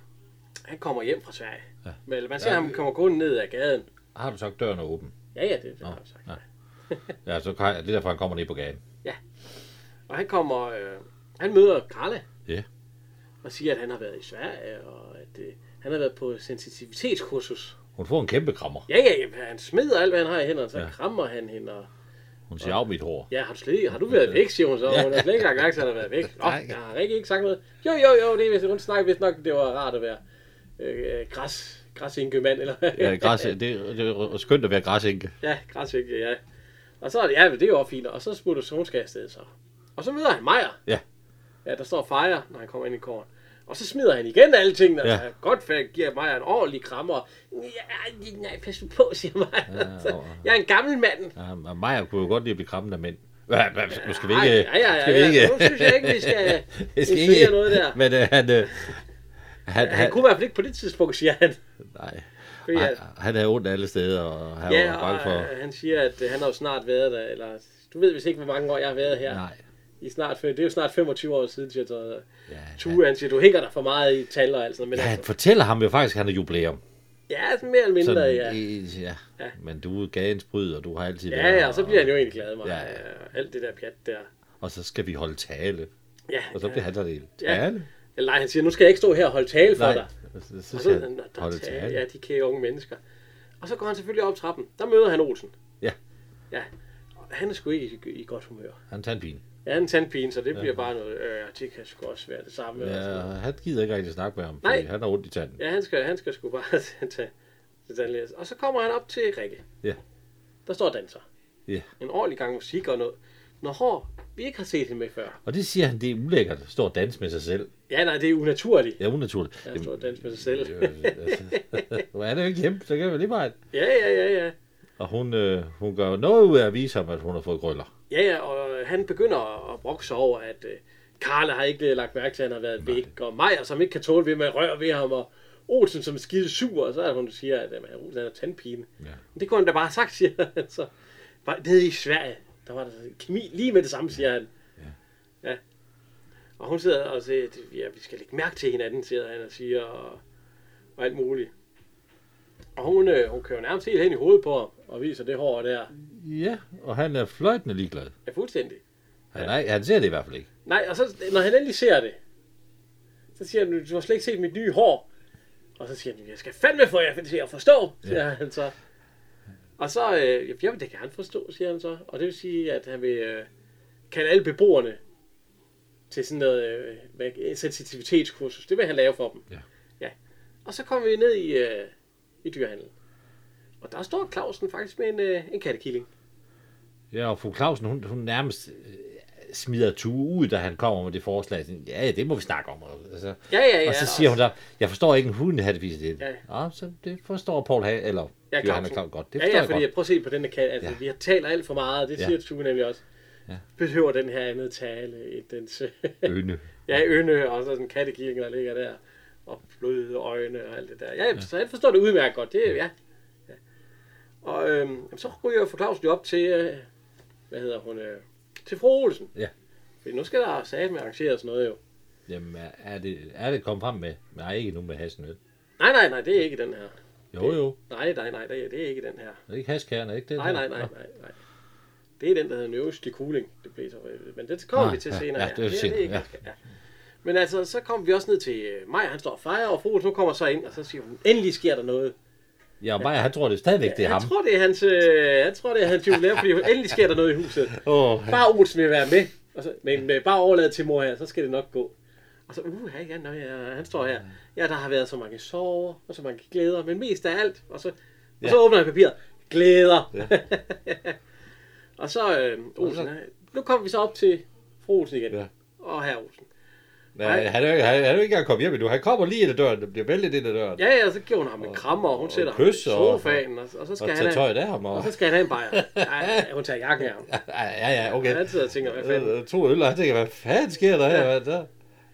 han kommer hjem fra Sverige. Ja. Men man ser, ja.
Ja.
ham kommer kun ned ad gaden.
Har du sagt, døren er åben?
Ja, ja, det er det, har jeg sagt.
nej. Ja, så kan, det er derfor, han kommer ned på gaden.
Og han kommer, øh, han møder Karla.
Ja.
Og siger, at han har været i Sverige, og at øh, han har været på sensitivitetskursus.
Hun får en kæmpe krammer.
Ja, ja, jamen, han smider alt, hvad han har i hænderne, så ja. krammer han hende. Og,
Hun siger, af mit hår.
ja, har du, slet, har du været væk, siger hun så. Hun har slet ikke lagt mærke til, at han har været væk. Nå,
Nej.
jeg har rigtig ikke sagt noget. Jo, jo, jo, det er, vist- hun snakker vist nok, det var rart at være øh, græs, græsindkøbmand, eller hvad?
Ja, græs, det, det er skønt at være græsænke.
Ja, græsvæk, ja. Og så er det, ja, det er jo også fint, og så smutter så hun skal afsted så. Og så møder han Meyer.
Ja.
Ja, der står fejre, når han kommer ind i kåren. Og så smider han igen alle tingene, og
Ja.
ja. så godt fag giver Meyer en ordentlig krammer. Ja, nej, pas nu på, siger Meyer.
Ja,
Ja,
og-
jeg er en gammel mand.
Ja, og Maja kunne jo godt lide at blive krammet af mænd. Ja, ja, Nu skal vi
Ej,
ikke...
ja, ja, ja,
skal vi
ja.
ikke-
Nu synes jeg ikke, vi
(laughs)
skal
Jeg skal
insinuere noget der.
Men øh, han... øh, han,
Han kunne i hvert fald ikke på det tidspunkt, siger han.
Nej.
Fordi
Han,
at-
han er ondt alle steder, og han
ja,
var bange for...
og øh, han siger, at øh, han har jo snart været der, eller du ved vist ikke, hvor mange år jeg har været her.
Nej.
I snart, det er jo snart 25 år siden, siger jeg.
Ja,
Tue, han siger, du hænger dig for meget i tal og alt sådan noget. Men
Ja,
altså,
han fortæller ham jo faktisk, at han er jubilæum.
Ja, sådan mere eller mindre,
Sådan,
ja.
i- ja.
Ja.
Men du er gadens bryder, du har altid
Ja,
været
ja, og så bliver han jo egentlig glad med
Ja,
ja,
ja.
ja. alt det der pjat der.
Og så skal vi holde tale.
Ja,
Og så
ja.
bliver han sådan en
Ja.
tale.
Eller nej, han siger, nu skal jeg ikke stå her og holde tale for
Nej,
dig.
og så, så
Og
skal
så,
han
"Nå, der
holde
er tale.
tale.
Ja, de kære unge mennesker. Og så går han selvfølgelig op trappen. Der møder han Olsen.
Ja.
Ja. Og Han er sgu ikke i, i godt humør.
Han tager en pin.
Ja, en tandpine, så det bliver bare noget, øh, det kan sgu også være det samme. og sådan
Ja,
noget.
han gider ikke rigtig snakke med ham,
Nej.
fordi han har ondt i tanden.
ja han, skal, han skal sgu bare (laughs) tage til tandlæge. Og så kommer han op til Rikke.
Ja.
Der står og danser.
Ja.
En ordentlig gang musik og noget. Noget hår, vi ikke har set hende med før.
Og det siger han, det er ulækkert. Står og danse med sig selv.
Ja, nej, det er unaturligt.
Ja, unaturligt.
Jeg står og danser med sig selv.
øh, altså, (laughs) Nu er det jo ikke hjemme, så kan vi lige meget.
(laughs) Ja, ja, ja, ja.
Og hun, øh, hun gør jo noget ud af at vise ham, at hun har fået krøller.
Ja, ja, og han begynder at brokke sig over, at øh, Karla har ikke øh, lagt mærke til, at han har været væk, og Majer, som ikke kan tåle ved med at røre ved ham, og Olsen, som er skide sur, og så er det, hun siger, at øh, Olsen er tandpine.
Ja.
Men det kunne han da bare have sagt, siger han. Så, bare nede i Sverige, der var der kemi lige med det samme, siger han. Ja. ja. Og hun sidder og siger, at ja, vi skal lægge mærke til hinanden, siger han og siger, og, og alt muligt. Og hun, øh, hun kører nærmest helt hen i hovedet på ham, og viser det hår der.
Ja, og han er fløjtende ligeglad.
Ja, fuldstændig.
Han, ja. nej, han ser det i hvert fald ikke.
Nej, og så, når han endelig ser det, så siger han, du har slet ikke set mit nye hår. Og så siger han, jeg skal fandme få jer til at forstå, siger ja. han så. Og så, øh, jamen det kan han forstå, siger han så. Og det vil sige, at han vil øh, kalde alle beboerne til sådan noget øh, hvad- sensitivitetskursus. Det vil han lave for dem.
Ja.
ja. Og så kommer vi ned i, øh, i dyrehandlen. Og der står Clausen faktisk med en, øh, en kattekilling.
Ja, og fru Clausen, hun, hun nærmest øh, smider Tue ud, da han kommer med det forslag. Sådan, Ja, ja, det må vi snakke om. Og, altså,
Ja, ja, ja.
og så siger hun der, jeg forstår ikke en hund, havde det det.
Ja.
Ja. ja, så det forstår Paul Ha- eller
Ja,
Johan og
Clausen.
Claus godt. Det
Ja,
forstår
ja,
jeg
fordi
godt.
jeg prøver at se på den der kat. Altså,
Ja.
ja. vi taler alt for meget, og det
Ja.
siger Tue nemlig også.
Ja.
Ja. Behøver den her andet tale, end den sø-
Øne.
(laughs) ja, ønne, og så sådan kattekirken, der ligger der, og bløde øjne og alt det der. Ja, ja. så jeg forstår det udmærket godt. Det, ja. ja. Og øhm, jamen, så ryger for Clausen jo op til, øh, hvad hedder hun, øh, til fru Olsen.
Ja.
Fordi nu skal der satme arrangeres noget jo.
Jamen, er- er det, er det kommet frem med? Nej, ikke nu med hasnød.
Nej, nej, nej, det er ikke den her.
Jo, jo.
Nej, nej, nej, det er, det er ikke den her.
Det er ikke haskærne, ikke det?
Nej, nej, nej, nej, nej. Det er den, der hedder Nøvest i Kuling. Det blev så, øh, men det kommer
Nå,
vi til
ja,
senere.
ja, det er senere,
ikke- ja. Men altså, så kom vi også ned til øh, Maja, han står og fejrer, og Frohus, nu kommer så ind, og så siger hun, endelig sker der noget.
Ja, og Maja, han tror det stadigvæk, det er ham.
Jeg tror, det er hans, øh, jeg tror, det er hans jubilæum, fordi endelig sker der noget i huset.
Åh,
Bare Olsen vil være med, og så, men øh, bare overlade til mor her, så skal det nok gå. Og så, uh, ja, nøj, ja, han står her. Ja, der har været så mange sorger, og så mange glæder, men mest af alt. Og så, og så åbner han papiret. Glæder. (laughs) og så, øh, Olsen, han- nu kommer vi så op til fru Olsen igen.
Ja.
Og herr Olsen.
nej, han er jo ikke, han, han er jo ikke engang kommet hjem endnu. Han kommer lige ind ad døren, der bliver væltet ind ad døren.
Ja, ja, og så giver hun ham en krammer, og hun sætter ham i
kys, og-
sofaen, og, og så skal
og
han
tager
have,
tøjet af ham. Og...
og så skal han have en bajer. Ej, hun tager jakken af ham.
(laughs) Ja, ja, ja, okay.
Han sidder og tænker, hvad fanden.
Øh, To øl, og han tænker, hvad fanden sker der her?
Ja.
Hvad der?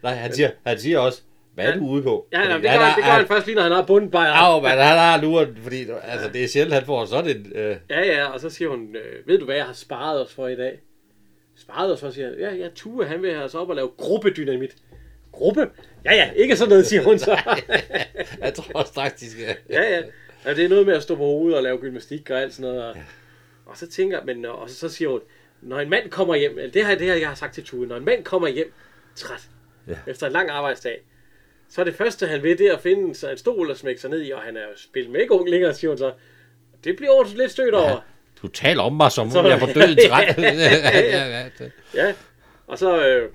Nej, han siger, han siger også, hvad er
Ja.
du ude på?
Ja,
Fordi
ja, det, gør, han, det gør han
han.
først lige, når han har bundet bajer.
Au, men han har luret, fordi altså, det er sjældent, han får sådan en... Øh, (laughs)
Ja, ja, og så siger hun, øh, ved du hvad, jeg har sparet os for i dag? Sparet os for, siger han. Ja, ja, Tue, han vil have os op og lave gruppedynamit. Gruppe? Ja, ja, ikke sådan noget, siger hun så. (laughs)
jeg tror straks, de skal...
ja, ja. ja. det er noget med at stå på hovedet og lave gymnastik og alt sådan noget. Og, og så tænker jeg, men, øh, og så, så siger hun, når en mand kommer hjem, eller det her, det her, jeg har sagt til Tue, når en mand kommer hjem træt,
Ja.
ja. efter en lang arbejdsdag, så er det første, han vil, det er at finde sig en stol og smække sig ned i, og han er jo spillet med ikke ung længere, siger hun så. Det bliver Olsen lidt stødt over.
Du taler om mig, som om
Så-
jeg var døden
(laughs)
træt. ja, ja, ja, det-
Ja, og så, øh,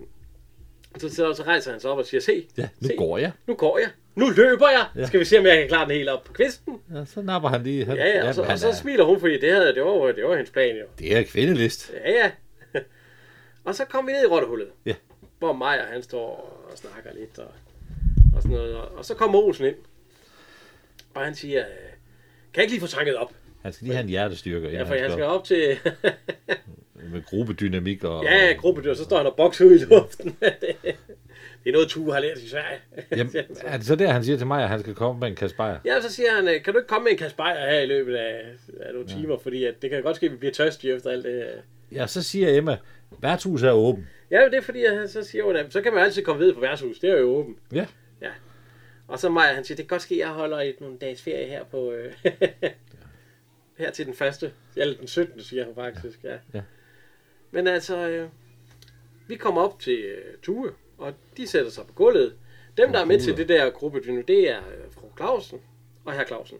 så, så, så rejser han sig op og siger, se,
ja, nu
se,
går jeg.
nu går jeg, nu løber jeg, ja. skal vi se, om jeg kan klare den helt op på kvisten.
Ja, så napper han lige. Han,
Ja, ja, og så,
Jamen,
og
han
så
er,
smiler hun, fordi det, havde, det, var, jo- det var hendes plan jo.
det er kvindelist.
Ja, ja. (laughs) Og så kom vi ned i rottehullet,
Ja.
hvor Maja han står og snakker lidt og, og sådan noget. Og, og så kommer Olsen ind, og han siger, øh, kan jeg ikke lige få tanket op?
Han skal lige have en hjertestyrker.
Ja, for han skal op til (laughs)
Med gruppedynamik og...
ja, ja, gruppedyr, så står han og bokser ud i luften. (laughs) det er noget, Tue har lært i Sverige.
Jamen, er det så der, han siger til mig, at han skal komme med en kasse bajer?
Ja, så siger han, øh, kan du ikke komme med en kasse bajer her i løbet af, af nogle timer, fordi at det kan godt ske, at vi bliver tørstige efter alt det. her."
Ja, så siger Emma, værtshuset er åben.
Ja, men det er fordi, at han- så siger hun, at så kan man altid komme ved på værtshuset, det er jo åbent.
Ja.
Ja. Og så Maja, han siger, det kan godt ske, at jeg holder et, nogle dages ferie her på... Øh, (laughs) her til den første, eller den 17. siger han faktisk, ja.
Ja.
Men altså, øh, vi kommer op til øh, Tue, og de sætter sig på gulvet. Dem, der er med til det der gruppedyno, det er øh, fru Clausen og herr Clausen.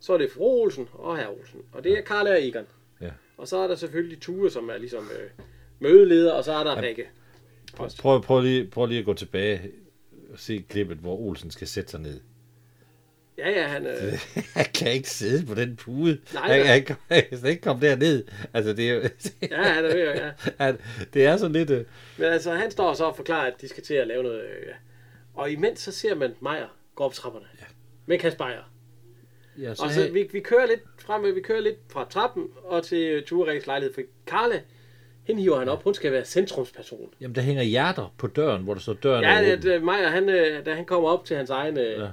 Så er det fru Olsen og herr Olsen, og det er Karla og Egon.
Ja.
Og så er der selvfølgelig Tue, som er ligesom øh, mødeleder, og så er der Rikke. Post.
Prøv, prøv, lige, prøv lige at gå tilbage og se klippet, hvor Olsen skal sætte sig (laughs) ned.
Ja, ja, han... Øh,
(laughs) Han kan ikke sidde på den pude.
Nej,
han,
nej.
han, kan- han kan ikke komme derned. Altså, det er jo... (laughs)
ja, han er ved, ja.
han, det er sådan lidt... øh,
Men altså, han står så og forklarer, at de skal til at lave noget... Øh, ja. og imens så ser man Meier gå op trapperne. Ja. Med Kasper Meier.
Ja, så,
Og så vi, vi kører lidt frem, øh, vi kører lidt fra trappen og til Tureks lejlighed. For Karla, hende hiver han op. Hun skal være centrumsperson.
Jamen, der hænger hjerter på døren, hvor der står døren er
Ja,
åben.
at øh, Meier, han, øh, da han kommer op til hans egen... Øh,
Ja.
ja.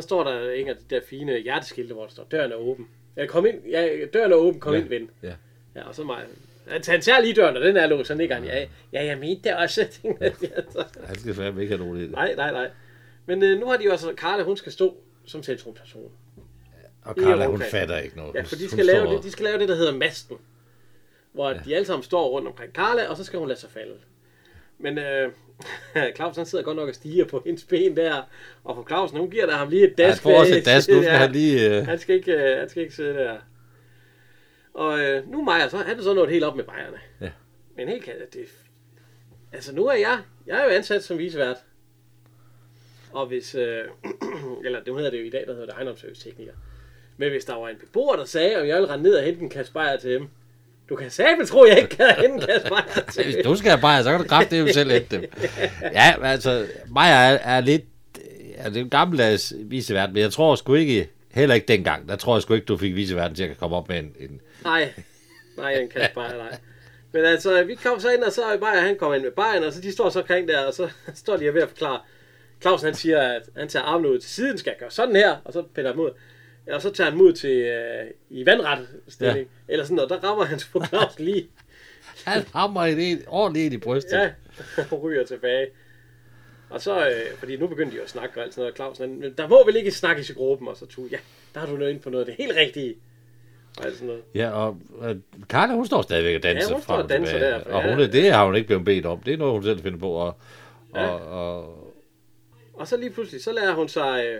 Så står der en af de der fine hjerteskilte, hvor der står, døren er åben. Ja, kom ind. Ja, døren er åben. Kom
Ja.
ind, ven.
Ja.
Ja, og så Meier. Han han tager lige døren, og den er låst. Så nikker han, ja, ja, jeg mente det også. (laughs) tænker jeg så.
Han skal fandme ikke have nogen i det.
Nej, nej, nej. Men øh, nu har de jo altså, Karla, hun skal stå som centrumperson.
Og
Ikke
Carla, hun
okay.
fatter ikke noget.
Ja,
Hun-
for de
hun
skal, lave
står
det, de skal lave det, der hedder masten. Hvor ja. de alle sammen står rundt omkring Karla, og så skal hun lade sig falde. Men øh, (laughs) Claus, han sidder godt nok og stiger på hendes ben der. Og for Clausen, hun giver der ham lige et
Ja,
dask.
han får også et
med-
dask. Nu skal
(laughs) Ja,
han lige... øh,
Han skal ikke, øh, han skal ikke sidde der. Og øh, nu er Maja, så, han er så nået helt op med bajerne.
Ja.
Men helt kan det... Altså nu er jeg, jeg er jo ansat som visevært. Og hvis, øh, (clears throat) eller det hedder det jo i dag, der hedder det ejendomsservicetekniker. Men hvis der var en beboer, der sagde, om jeg ville rende ned og hente en kasse bajer til dem, du kan sabel tro, jeg ikke kan hente en kasse bajer
(laughs)
til
Hvis du skal have bajer, så kan du kræfte det selv
(laughs)
hente dem. Ja, men altså, mig er, er lidt... Er det er en gammeldags viseverden, men jeg tror sgu ikke... Heller ikke dengang. Der tror jeg sgu ikke, du fik viseverden til at komme op med en... en
Nej, nej, en kasse bajer, nej. Men altså, vi kom så ind, og så er Bayer, han kommer ind med Bayern, og så de står så omkring der, og så (laughs) står de og ved at forklare. Clausen, han siger, at han tager armen ud til siden, skal gøre sådan her, og så piller han mod. Og så tager han mod til øh, i vandret stilling, ja. eller sådan, og der rammer han på Clausen lige,
han hammer en en- ordentligt ind i brystet.
(laughs) ja, og ryger tilbage. Og så, øh, fordi nu begyndte de jo at snakke og alt sådan noget, og Clausen, han, "Men der må vel ikke snakkes i gruppen, og så tog, ja, der har du noget ind på noget af det helt rigtige. Og alt sådan noget.
Ja, og øh, Karla, hun står stadigvæk og danser
Ja, hun står
frem
og danser
tilbage.
der, for
og
ja.
hun, er- det har hun ikke blevet bedt om. Det er noget, hun selv finder på. Og,
Ja.
og, og
Og så lige pludselig, så lader hun sig... Øh,
ja,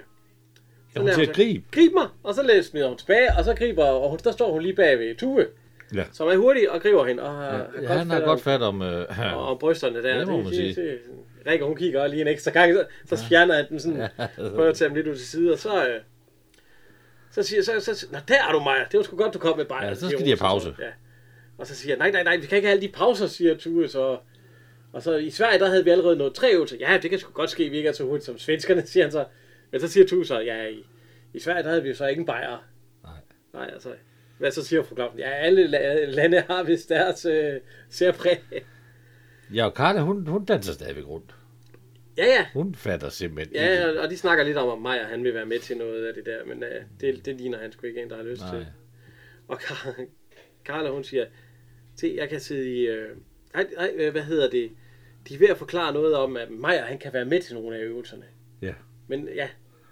hun
lader
siger,
sig-
grib.
grib mig, og så læ- smider hun tilbage, og så griber, og hun, der står hun lige bag ved Tue,
Ja.
som er hurtig og griber hende, og har
Ja, han har godt fat om... Øh, (clears throat)
om, og om brysterne der.
Ja, må man sige.
det, det, Rikke, hun kigger også lige en ekstra gang, så, så fjerner han den sådan, prøver at tage ham lidt ud til side, og så... Øh, så siger så, så, så, Nå, der er du, Maja. Det var sgu godt, du kom med Bayer.
Ja, så
siger
skal
hun,
de have pause.
Ja. Og så siger jeg, nej, nej, nej, vi kan ikke have alle de pauser, siger Tue, så... Og så i Sverige, der havde vi allerede nået tre øvelser. Ja, det kan sgu godt ske, vi ikke er så hurtigt som svenskerne, siger han så. Men så siger Tue så, ja, i, i Sverige, der havde vi jo så ikke en bajer.
Nej.
Nej, altså. Hvad så siger fru Clausen? Ja, alle la- lande har vist deres øh, særpræg. (laughs)
ja, og Karla, hun, hun danser stadigvæk rundt.
Ja, ja.
Hun fatter simpelthen ikke.
Ja, og- og de snakker lidt om, om Maja, han vil være med til noget af det der, men øh, det, det ligner han sgu ikke en, der har lyst Nej.
Nej.
til. Og Kar- Carla, hun siger, se, jeg kan sidde i... Øh, ej, ej, øh, hvad hedder det? De er ved at forklare noget om, at Maja, han kan være med til nogle af øvelserne.
Ja.
Men ja,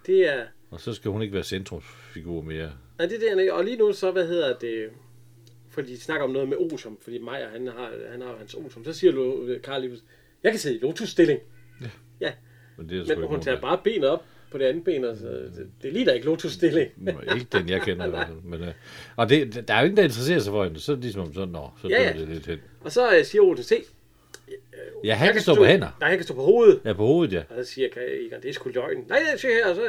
det er...
Og så skal hun ikke være centrumfigur mere.
Nej, det er det, han ikke. Og lige nu så, hvad hedder det? Fordi de snakker om noget med Osum, fordi Maja, han har, han har jo hans Osum. Så siger Lo- øh, Karl lige pludselig, jeg kan sidde i lotusstilling. Ja,
Men det er sgu
men
ikke
hun
hun
tager bare benet op på det andet ben, og så, det, det ligner ikke lotusstilling.
bare... ikke den, jeg kender. i hvert fald, men, øh, og det, der er jo ingen, der interesserer sig for hende. Så er det ligesom sådan, nå, så
Ja,
ja,
ja.
ja. det lidt hen.
Og så øh, siger Olsen, se.
Ja, han
jeg
kan stå på hænder.
Nej, han kan stå på hovedet.
Ja, på hovedet, ja.
Og så siger Ka- Egon, det er sgu løgn. Nej, det siger her, og så...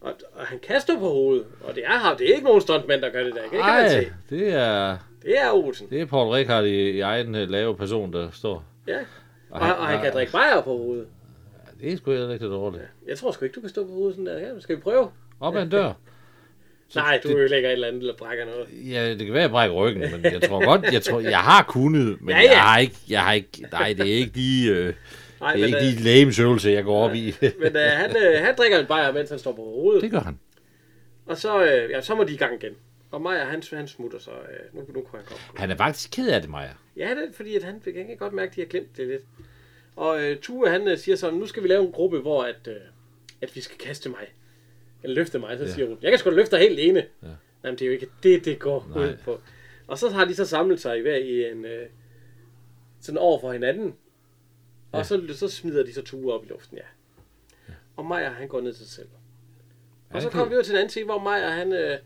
Og, og, han kan stå på hovedet. Og det er ham. Det er ikke nogen stuntmand, der gør det der. Det kan man
Nej,
se.
det er,
Det er Olsen.
det er Paul Rickard i, i egen øh, lave person, der står.
Ja. Og,
han-
og, han kan
og-
drikke bajer på hovedet.
Ja, Det er sgu heller ikke så dårligt.
Jeg tror sgu ikke, du kan stå på hovedet sådan der. Ja, skal vi prøve?
Op ad en dør.
Nej, du ødelægger et eller andet, eller brækker noget.
Ja, det kan være, at jeg brækker ryggen, men jeg tror godt, jeg tror, jeg har kunnet, men
Ja, ja.
jeg har ikke, jeg har ikke, nej, det er ikke de, øh,
Nej,
det
men,
er ikke
øh,
de lægemsøvelser, jeg går op i.
men øh, han, øh, han drikker en bajer, mens han står på hovedet.
(laughs) Det gør han.
Og så, øh, ja, så må de i gang igen. Og Maja, han, han smutter så. Øh, nu, nu kunne han komme.
Han er faktisk ked af det, Maja.
Ja, det er fordi, at han, han kan godt mærke, at de har glemt det lidt. Og øh, Tue, han øh, siger sådan, nu skal vi lave en gruppe, hvor at, øh, at vi skal kaste mig. Eller løfte mig, så ja. siger hun, jeg kan sgu da løfte dig helt ene. Ja. Jamen, det er jo ikke det, det går Nej. ud på. Og så har de så samlet sig i hver i en, øh, sådan over for hinanden. Og ja. så, så smider de så ture op i luften, ja. ja. Og Maja, han går ned til sig selv. Og så
det-
kommer vi ud til en anden ting, hvor Maja, han, øh,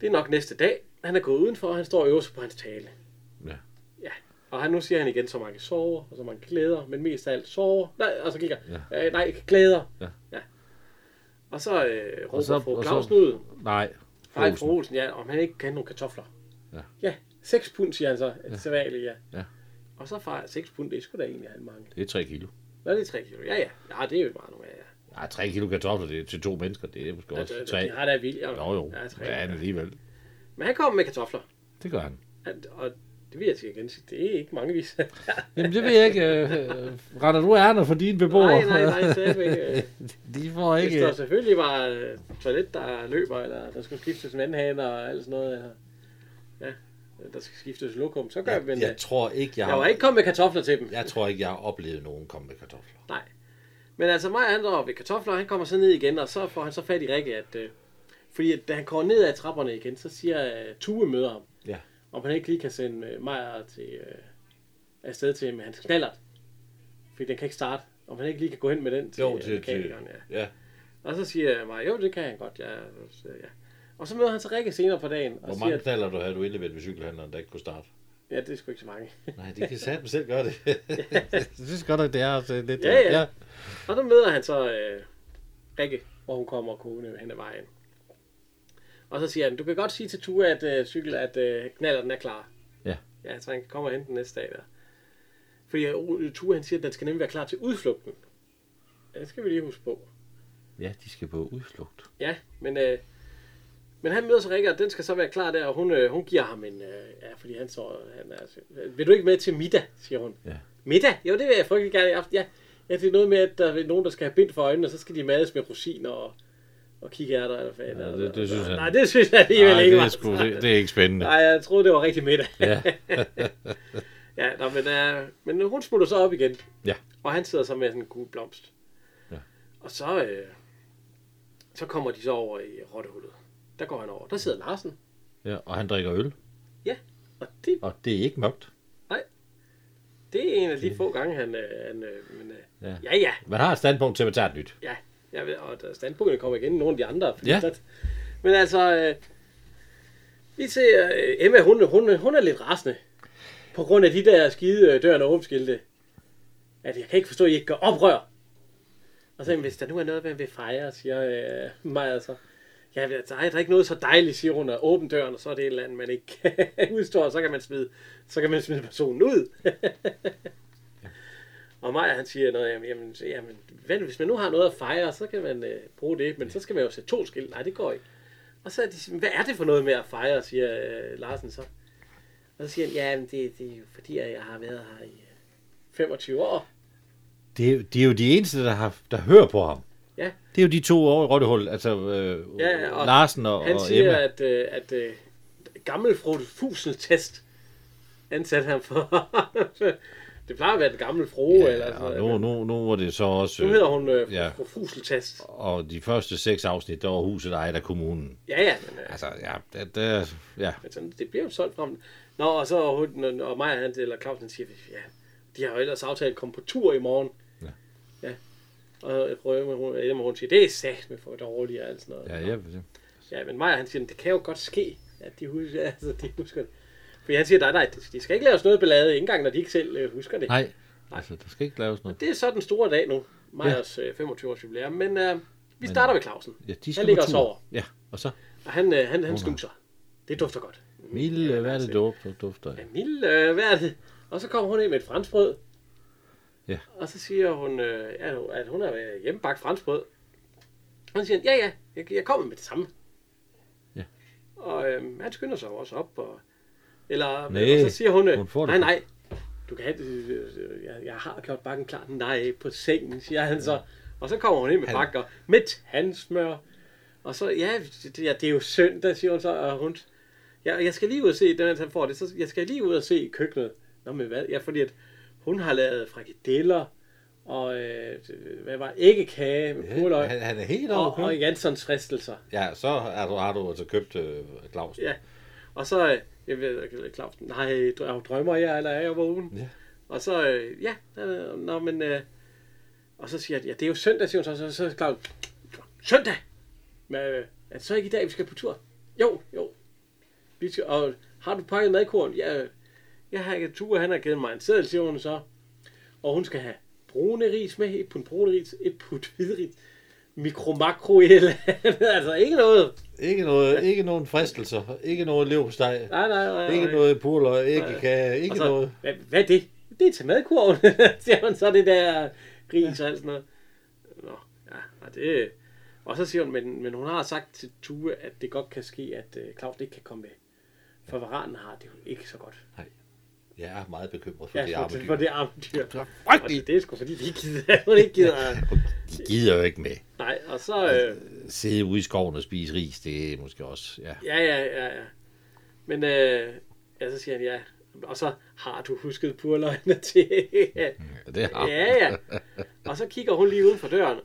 det er nok næste dag, han er gået udenfor, og han står og øver sig på hans tale.
Ja.
Ja. Og han, nu siger han igen, så mange sover, og så mange glæder, men mest af alt sover. Nej, og så kigger ja. øh, nej, glæder.
Ja.
ja. Og så øh, råber
så-
fru
og så-
Clausen ud.
Nej.
Nej,
Frosen.
fru Olsen, ja, om han ikke kan have nogle kartofler.
Ja.
Ja, 6 pund, siger han så, ja. sædvanligt, ja.
Ja.
Og så far, 6 pund, det er sgu da egentlig han mange.
Det er 3 kilo.
Nå, det er 3 kilo. Ja, ja. Ja, det er jo meget normalt, ja.
Ja, 3 kilo kartofler det er til to mennesker. Det er måske
Ja,
også
det,
3.
det, de har da vilje.
Jo, jo.
Ja, tre.
Ja, han alligevel.
Men han kommer med kartofler.
Det gør han.
Han- Og det vil jeg til igen sige, det er ikke mange vis. nej,
Jamen, det ved jeg ikke. Øh, øh, Render du ærner for dine beboere?
nej, nej, stadigvæk. øh,
(laughs) De får
Hvis der
ikke...
selvfølgelig var øh, toilet, der løber, eller der skulle skiftes vandhaner og alt sådan noget, eller, ja, der skal skiftes lokum, så gør vi det.
Jeg tror ikke, jeg
øh, Jeg var
har...
ikke kommet med kartofler til dem.
Jeg tror ikke, jeg har oplevet nogen komme med kartofler.
Nej. Men altså mig han står ved kartofler, og han kommer så ned igen, og så får han så fat i Rikke, at... Øh, fordi at, da han kommer ned ad trapperne igen, så siger øh, Tue møder ham,
Ja.
om han ikke lige kan sende øh, Maja til, øh, afsted til med hans knallert. Fordi den kan ikke starte. Om han ikke lige kan gå hen med den til,
Jo,
øh,
til... til
mekanikeren, ja.
ja.
Og så siger Maja, jo det kan han godt, ja. Så, ja. Og så møder han så Rikke senere på dagen, og
Hvor
siger,
mange
at,
knaller du havde du indleveret ved cykelhandleren, der ikke kunne (laughs) starte?
ja, det er sgu ikke så mange. (laughs)
Nej, de kan satme selv gøre det. (laughs) jeg synes godt, at det er altså lidt...
Ja, ja. Og der møder han så øh, Rikke, hvor hun kommer kone hen ad vejen. Og så siger han, du kan godt sige til Ture, at øh, cykel, at øh, knallerten er klar.
Ja.
Ja, så han kommer hen den næste dag der. Fordi øh, Ture, han siger, at den skal nemlig være klar til udflugten. Ja, det skal vi lige huske på.
ja, de skal på udflugt.
Ja, men, øh, men han møder så Rikke, og den skal så være klar der, og hun, øh, hun giver ham en... Øh, ja, fordi han så... Han er, så- vil du ikke med til middag, siger hun.
Ja.
Middag? Jo, det vil jeg frygtelig gerne i aften. Ja, ja, det er noget med, at der er nogen, der skal have bind for øjnene, og så skal de mades med rosiner og, og kikærter. Eller hvad,
Ja,
eller,
det- det synes han-
Nej, det synes jeg alligevel
Nej,
ikke
det
var
er, sgu, det, det er ikke spændende.
Nej, jeg troede, det var rigtig middag.
Ja.
(laughs) ja, nå, men, øh, men hun smutter så op igen.
Ja.
Og han sidder så med sådan en gul blomst.
Ja.
Og så, øh, så kommer de så over i rottehullet. Der går han over. Der sidder Larsen.
ja. Og han drikker øl,
Ja, og det,
og det er ikke mørkt.
det er en af de få gange, han... Øh, han øh, men, øh,
Ja.
ja. ja, ja,
Man har et standpunkt til, at man tager et nyt.
ja. Jeg ved, og der standpunkterne kommer igen, nogle af de andre. fordi
Ja.
Der, men altså, øh, vi ser, øh, Emma, hun, hun, hun er lidt rasende. På grund af de der skide øh, døren og åbnskilte. At jeg kan ikke forstå, at I ikke gør oprør. Og så, hvis der nu er noget, man vil fejre, siger øh, Maja så. Ja, der er der ikke noget så dejligt, siger hun, at åbne døren, og så er det et eller andet, man ikke kan udstå, og så kan man smide, så kan man smide personen ud. og Maja, han siger noget, jamen, jamen, så- jamen vent, hvis man nu har noget at fejre, så kan man øh, bruge det, men så skal man jo sætte to skilt. Nej, det går ikke. Og så er de sådan, hvad er det for noget med at fejre, siger øh, Larsen så. Og så siger han, ja, men det, det er jo fordi, at jeg har været her i øh, 25 år.
Det, er- de er jo de eneste, der, har, der hører på ham.
Ja.
Det er jo de to over i Rottehul, altså øh,
Ja, ja, og
Larsen og,
Han
og
siger,
Emma.
at, øh, at øh, gammel fru Fusens test ansatte ham for. (laughs) det plejer at være den gamle fru, ja, eller sådan
og
noget.
nu,
Nu,
nu, nu var det så også...
nu hedder hun øh,
ja.
ja. fru Fuseltest.
Og de første seks afsnit, der var huset ejet af kommunen.
Ja, ja, men, øh,
Altså, ja, det, det, ja.
men sådan, Altså, det bliver jo solgt frem. Nå, og så og hun, og Maja, han, eller Claus, han siger, ja, de har jo ellers aftalt at komme på tur i morgen.
Ja.
ja. Og jeg prøver med, hun, Emma, hun siger, det er sagt med for dårligt og alt sådan noget.
Ja, ja, ja.
Ja, men Maja han siger, det kan jo godt ske, at de husker, (laughs) altså, de husker det. Fordi han siger, nej, nej, de skal ikke lave os noget ballade, ikke engang, når de ikke selv øh, husker det.
Nej, altså, der skal ikke laves noget.
Det er så den store dag nu, Majas øh, 25-års jubilæum, men øh, vi starter med Clausen.
Ja, de
Han
skal
ligger
på
og
tur.
sover.
Ja, og så
Og han, øh, han, han snuser. Det dufter godt.
milde, hvad er
altså-
det dåb, der dufter af?
Emil, øh, hvad er det? Og så kommer hun ind med et franskbrød.
Ja.
Og så siger hun, øh, at hun- at hun har været hjemmebagt franskbrød. Og så siger han, ja, ja, jeg, jeg kommer med det samme.
Ja.
Og øh, han skynder sig jo også op. Og, eller,
Næh,
og så siger hun, øh,
hun får det
nej,
kun."
nej, du kan have det, øh, jeg, jeg har gjort bakken klar. Nej, på sengen, siger han så. Og så kommer hun ind med bakker med tandsmør. Og så, ja, det, ja, det er jo søndag, siger hun så, og hun, Ja, og jeg skal lige ud og se, den han får det, så jeg skal lige ud og se i køkkenet. Nå, men hvad? Ja, fordi at hun har lavet frikadeller og øh, hvad var det? æggekage med purløg,
Han, han er helt
og, og
overkøbt.
Janssons fristelser.
Ja, så har du, har du altså købt øh, Claus.
Ja. Og så, øh, jeg ved ikke, Claus, nej, drø- drømmer jeg, eller er jeg vågen?
Ja.
Og så, øh, ja, øh, nå, men, øh, og så siger jeg, ja, det er jo søndag, siger hun så, så, så, så Claus, søndag! Men, øh, er det så ikke i dag, vi skal på tur? Jo, jo. Vi skal, og har du pakket madkorn? Ja, øh, jeg har ikke tur, han har givet mig en seddel, siger hun så. Og hun skal have brune ris med, et pund brune ris, et pund hvidris, mikro makro et eller andet. (laughs) altså ikke noget.
Ikke, noget, ikke nogen fristelser, ikke noget levsteg,
Nej, nej, nej.
ikke
nej.
noget purløg, ikke, kage, ikke
Og så,
noget.
Hvad, hvad er det? Det er til madkurven, (laughs) siger hun så det der gris og alt sådan noget. Nå, ja, og det... Og så siger hun, men, men hun har sagt til Tue, at det godt kan ske, at øh, Claus ikke kan komme med. For varanen har det jo ikke så godt.
Jeg er meget bekymret for
Ja,
det
for, for
armedyr.
det armedyr.
Så
Og
frygteligt.
det, det er sgu fordi, de ikke gider. (laughs) Hun ikke gider.
De gider jo ikke med.
Nej, og så... Øh,
Sidde ude i skoven og spise ris, det er måske også, ja.
Ja, ja, ja, ja. Men øh, ja, så siger han ja. Og så har du husket purløgne (laughs) til. ja,
Det har
ja. Og så kigger hun lige uden for døren.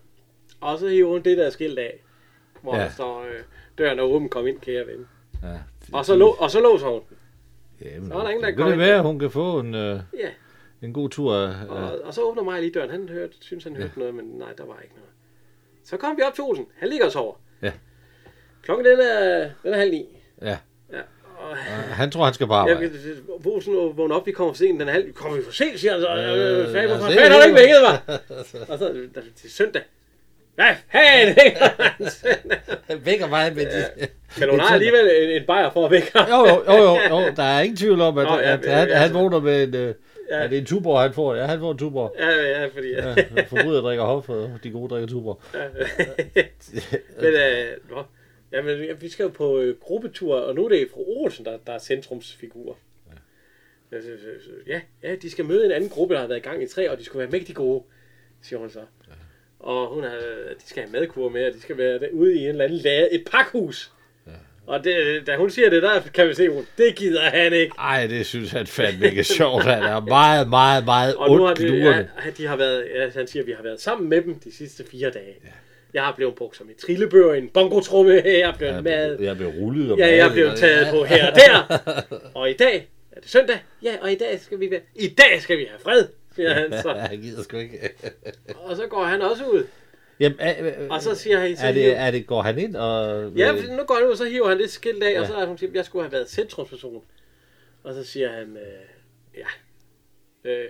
Og så hiver hun det der skilt af. Hvor
Ja.
ja. der står, øh, døren er åben, kom ind, kære ven.
ja.
Og så, lå, og så låser hun den.
Jamen,
Så er der ingen, der
det
kommer
kan det
ind.
være, at hun kan få en, øh,
Ja.
en god tur.
Og,
Øh,
ja. og så åbner mig lige døren. Han hørte, synes, han hørte ja. noget, men nej, der var ikke noget. Så kom vi op til Olsen. Han ligger og sover.
Ja.
Klokken den er, den er halv ni.
ja.
Ja. Og,
Han tror, han skal på
Ja,
arbejde.
vi- Vosen vågner op, vi kommer for sent, den er halv. Kommer vi for sent, siger han så. Øh,
Øh,
fanden,
altså,
hvorfor
det-
fanden har du ikke vækket mig?
(laughs)
Og så, der, det er søndag. Hvad fanden vækker han søndag?
Han vækker mig med de...
Men hun har alligevel en, en bajer for at vække ham.
(laughs) Jo, jo, jo, jo, jo, der er ingen tvivl om, at,
Nå,
Nå,
ja,
ja, at
men,
han,
altså-
han vågner med en... Øh,
Ja.
ja. Er det en tuborg, han får? Ja, han får en tuborg.
Ja, ja, fordi... Ja.
Ja, forbryder drikker hof, og de gode drikker tuborg.
(laughs) Men, øh, nå. Jamen, ja, vi skal jo på øh, gruppetur, og nu er det fru Olsen, der, der er centrumsfigur. Ja. så- så- så- Ja, ja, de skal møde en anden gruppe, der har været i gang i tre, og de skulle være mægtig gode, siger hun så. Og hun har, øh, de skal have madkur med, og de skal være der- ude i en eller anden lade, et pakhus. Og det, øh, da hun siger det der, kan vi se, hun, det gider han ikke.
Ej, det synes han fandme ikke er sjovt. Han er meget, meget, meget ondt
de,
lurende.
ja, de har været, ja, han siger, at vi har været sammen med dem de sidste fire dage. Ja. Jeg har blevet brugt som et trillebør, en bongotrumme, jeg er blevet ja, mad,
Jeg blev rullet og
Ja, jeg
malet,
blev
og-
taget på her og der. (laughs) Og i dag er det søndag. Ja, og i dag skal vi være... I dag skal vi have fred, siger han
(laughs)
(laughs)
Ja,
så.
jeg gider sgu ikke.
Og så går han også ud.
Jamen, er, er,
Og så siger han... Så
er, det,
hiver-
er det, går han ind og... øh,
Ja, fordi nu går han ud, og så hiver han det skilt af, og så er hun siger, jeg skulle have været centrumsperson. Og så siger han, øh, ja, øh,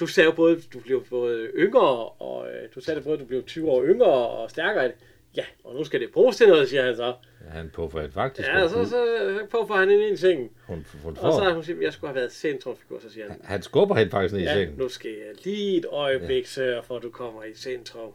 du sagde jo både, du blev både yngre, og øh, du sagde det både, du blev 20 år yngre og stærkere. Ja, og nu skal det bruges til noget, siger han så.
Han puffer et faktisk.
Ja, så, så, så påfører han ind i sengen.
Hun, hun
Og så
får.
er hun siger, jeg skulle have været centrumsfigur, så siger han,
Han skubber hende faktisk ned i
Ja,
sengen.
nu skal jeg lige et øjeblik sørge for, at du kommer i centrum.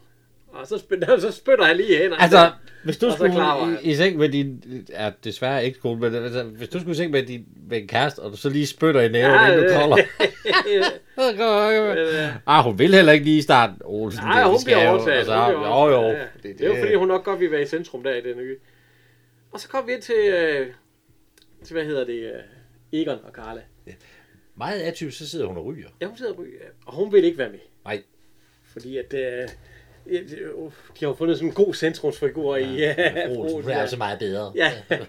Og så, spytter, (laughs) så spytter han lige hen. (laughs)
Altså, hvis du
Og så
skulle
klarer
i, i, seng med din... Ja, desværre ikke kone, men altså, hvis du skulle i seng med din med en kæreste, og du så lige spytter i næven,
Ja,
ja, inden du
det- (laughs)
kolder.
øh.
ah, hun vil heller ikke lige i starten, Olsen.
Nej, hun bliver overtaget.
Altså,
hun bliver
jo, jo.
overtaget. Ja, ja. Det er jo fordi, hun nok godt vil være i centrum der i den ø. Og så kom vi ind til, øh, til hvad hedder det, øh, Egon og Karla.
Meget atyp, så sidder hun og ryger.
Ja, hun sidder og ryger, og hun vil ikke være med.
Nej.
Fordi at, øh, ja, det- øh, de har jo fundet sådan en god centrumsfigur i øh, ja,
Olsen, hun er altså meget bedre.
Ja. (laughs)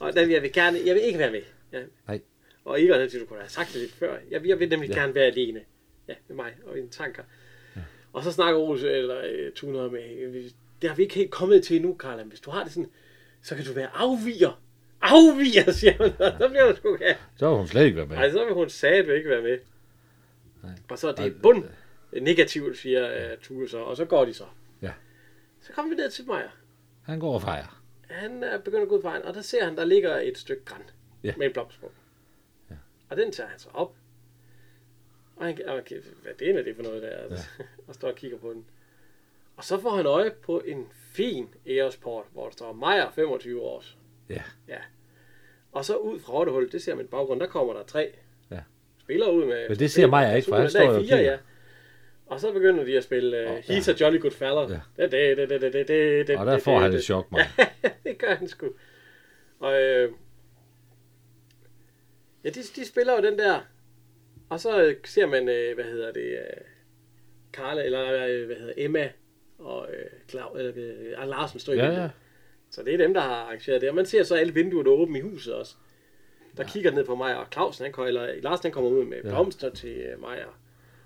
Og den, jeg vil gerne, jeg vil ikke være med. Ja.
Nej.
Og Egon, han siger, du kunne da have sagt det lidt før. Jeg, jeg vil nemlig ja. gerne være alene. Ja, med mig og en tanker. Og så snakker Rose, eller øh, Tune om, øh, vi- det har vi ikke helt kommet til endnu, Karl. Men Hvis du har det sådan, så kan du være afviger. Afviger, (laughs) siger hun. Og så bliver hun sgu ja.
Så vil hun slet ikke være med.
Nej, så vil hun satme ikke være med.
Nej.
Og så er
Ej,
det bund negativt, siger øh, Tue så. Og så går de så.
Ja.
Så kommer vi ned til Maja.
Han går og fejrer.
Han er begyndt at gå ud på vejen, og der ser han, der ligger et stykke græn ja.
Ja.
med en blomst på. Og den tager han så op. Og han, og han kan- hvad det er det for noget der? Ja. og står og kigger på den. Og så får han øje på en fin æresport, hvor der står Majer 25 års.
Ja.
ja. Og så ud fra rottehullet, det ser man i baggrunden, der kommer der tre
Ja.
spillere ud med...
Men det ser Maja ikke, for han
Der er
står jo og
fire,
kigger.
ja. Og så begynder de at spille uh, He's a Jolly Good Fella. Ja. Det, det, det, det, det, det, det, det,
Og der får han et chok, mand.
(laughs) det gør han sgu. Og øh, ja, de, de spiller jo den der, og så øh, ser man, øh, hvad hedder det, øh, Carla, eller øh, hvad hedder Emma og øh, Clau, øh, øh, Larsen står i
Ja,
vinduet.
ja.
Så det er dem, der har arrangeret det. Og man ser så alle vinduerne åbne i huset også. Der kigger ned på mig, og Clausen, han, kommer- eller Larsen, han kommer ud med blomster til øh, mig. Og,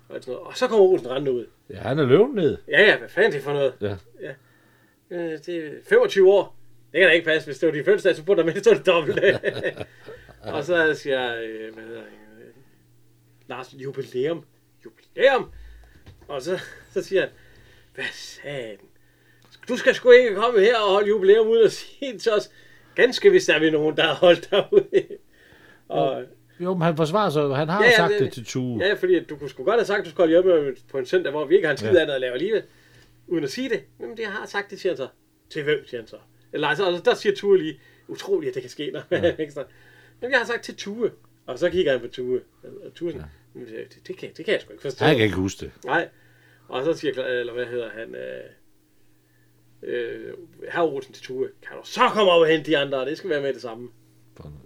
og, alt sådan noget. og så kommer Olsen rendende ud.
Ja, han er løven ned.
Ja, ja, hvad fanden er det for noget?
Ja.
ja. Øh, det er 25 år. Det kan da ikke passe, hvis det var din fødselsdag, så burde der mindst stå det dobbelte. og så siger jeg, øh, hvad hedder han, øh, Lars, jubilæum, jubilæum. Og så, så siger han, hvad sagde den? Du skal sgu ikke komme her og holde jubilæum uden at sige det til os. Ganske vist er vi nogen, der har holdt derude. Og,
Jo, men han forsvarer sig. Han har
Ja,
ja,
ja,
sagt
det-
det, det til Tue.
Ja, fordi at du kunne sgu godt have sagt, at du skulle holde hjemme på en søndag, hvor vi ikke har en skid
Ja.
andet at lave alligevel, uden at sige det. Men det jeg har sagt, det siger han så. Til hvem, siger han så. Eller altså, altså der siger Tue lige, utroligt, at det kan ske, når (laughs) man ja. Men jeg har sagt til Tue, og så kigger han på Tue. Og Tue sådan, ja. det, det, kan, det kan jeg sgu ikke forstå.
Han kan ikke huske det.
Nej. Og så siger, Cla- eller hvad hedder han, øh, øh, herr Olsen til Tue, kan du så komme op og hente de andre, og det skal være med det samme.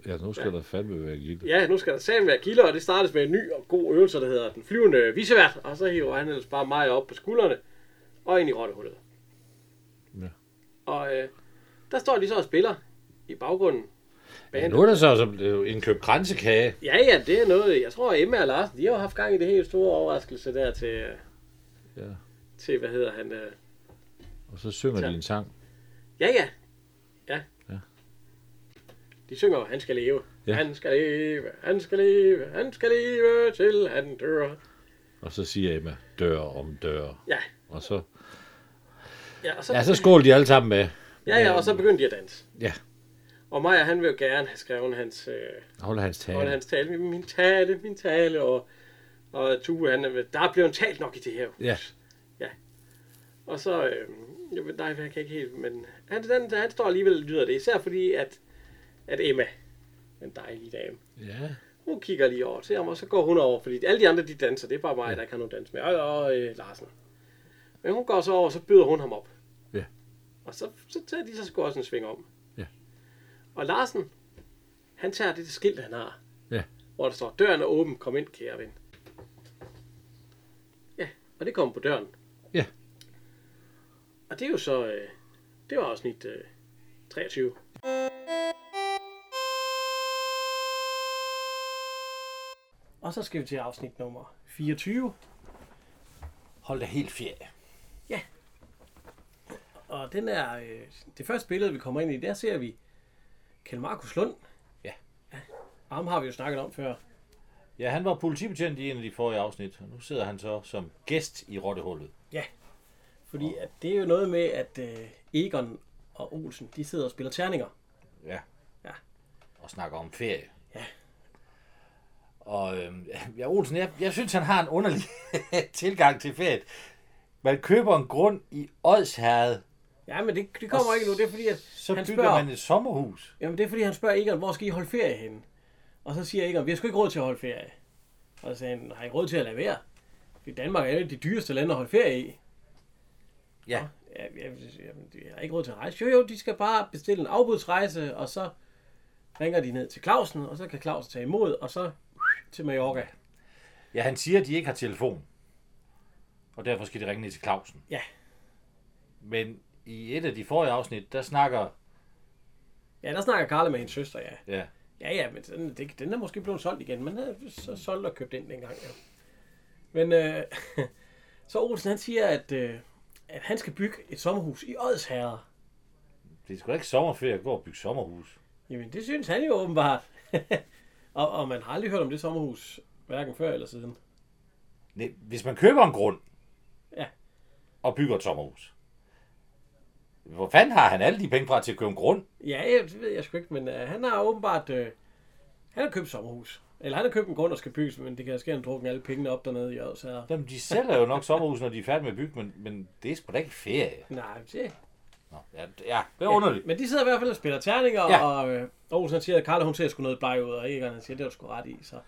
Ja, nu skal ja. der fandme være gilde.
Ja, nu skal der sammen være kilder, og det startes med en ny og god øvelse, der hedder den flyvende visevært, og så hiver han ellers bare mig op på skuldrene og ind i rottehullet.
Ja.
Og øh, der står lige så og spiller i baggrunden.
Ja, nu er der så som det er jo indkøbt kransekage.
Ja, ja, det er noget. Jeg tror, Emma og Larsen, de har jo haft gang i det helt store overraskelse der til, øh,
Ja.
til hvad hedder han, øh,
Og så synger
Tak.
de en sang.
Ja, ja. Ja.
Ja.
De synger jo, han skal leve. Ja.
Ja.
Han skal leve, han skal leve, han skal leve, til han dør.
Og så siger Emma, dør om dør.
Ja,
Og så,
ja, og så,
ja, så skål de alle sammen med.
ja, ja, og så begyndte de at danse.
Ja.
Og Maja, han vil jo gerne have skrevet hans, øh,
Hold hans
ja.
tale.
hans tale. Min tale, min tale. Og, og Tue, han, er ved- der er blevet talt nok i det her hus.
Ja.
Og så, øh, jeg ved, nej, jeg kan ikke helt, men han, den, han står alligevel og lyder det. Især fordi, at, at Emma, den dejlige dame,
Ja.
hun kigger lige over til ham, og så går hun over, fordi alle de andre, de danser, det er bare mig, der ikke har nogen dans med, og, og øh, Larsen. Men hun går så over, og så byder hun ham op.
Ja.
Og så, så tager de så sgu også en sving om.
Ja.
Og Larsen, han tager det skilt, han har.
Ja.
Hvor der står, døren er åben, kom ind, kære ven. Ja, og det kom på døren.
Ja.
Og det er jo så, øh, det var afsnit øh, 23. Og så skal vi til afsnit nummer 24.
Hold da helt ferie.
Og den er, øh, det første billede, vi kommer ind i, der ser vi Kjell Markus Lund.
Ja.
Og ham har vi jo snakket om før.
Ja, han var politibetjent i en af de forrige afsnit. og Nu sidder han så som gæst i Rottehullet.
Fordi at det er jo noget med, at øh, Egon og Olsen, de sidder og spiller terninger.
Ja.
Ja.
Og snakker om ferie.
Ja.
Og øhm, ja, Olsen, jeg, jeg synes, han har en underlig (laughs) tilgang til ferie. Man køber en grund i Odsherred,
Ja, men det, det kommer
Og
ikke nu. Det er fordi, at
så
han
bygger
spørger,
man et sommerhus.
Jamen det er fordi, han spørger Egon, hvor skal I holde ferie henne? Og så siger Egon, vi har sgu ikke råd til at holde ferie. Og så sagde han, har I råd til at lade være? Fordi Danmark er et af de dyreste lande at holde ferie i.
Ja.
Ja, jamen, jamen, de har ikke råd til at rejse. Jo, jo, de skal bare bestille en afbudsrejse, og så ringer de ned til Clausen, og så kan Clausen tage imod, og så til Mallorca.
Ja, han siger, at de ikke har telefon. Og derfor skal de ringe ned til Clausen.
Ja.
Men i et af de forrige afsnit, der snakker...
Ja, der snakker Karla med hendes søster, ja.
Ja,
Ja, ja, men den, det, den er måske blevet solgt igen. Man havde så solgt og købt ind dengang, ja. Men øh, (laughs) så Olsen, han siger, at, øh, at han skal bygge et sommerhus i Odsherre.
det er sgu da ikke sommerferie at gå og bygge sommerhus.
Jamen, det synes han jo åbenbart. (laughs) og, og man har aldrig hørt om det sommerhus, hverken før eller siden.
Nej, Hvis man køber en grund
Ja.
og bygger et sommerhus, hvor fanden har han alle de penge fra til at købe en grund?
Ja, ja, det ved jeg sgu ikke, men øh, han har åbenbart... Øh, han har købt sommerhus. Eller han har købt en grund, der skal bygges, men det kan ske, at han drukken alle pengene op dernede i Odsherre.
Jamen, de sælger jo
(laughs)
nok sommerhus, når de er færdige med at bygge, men, men det er sgu da ikke ferie.
Nej, det,
Nå, ja, ja, det er underligt.
Men de sidder i hvert fald og spiller terninger, ja.
Ja.
og øh, Olsen han siger, at Carla hun ser sgu noget bleg ud, og Egon han siger, det er du sgu ret i. Så,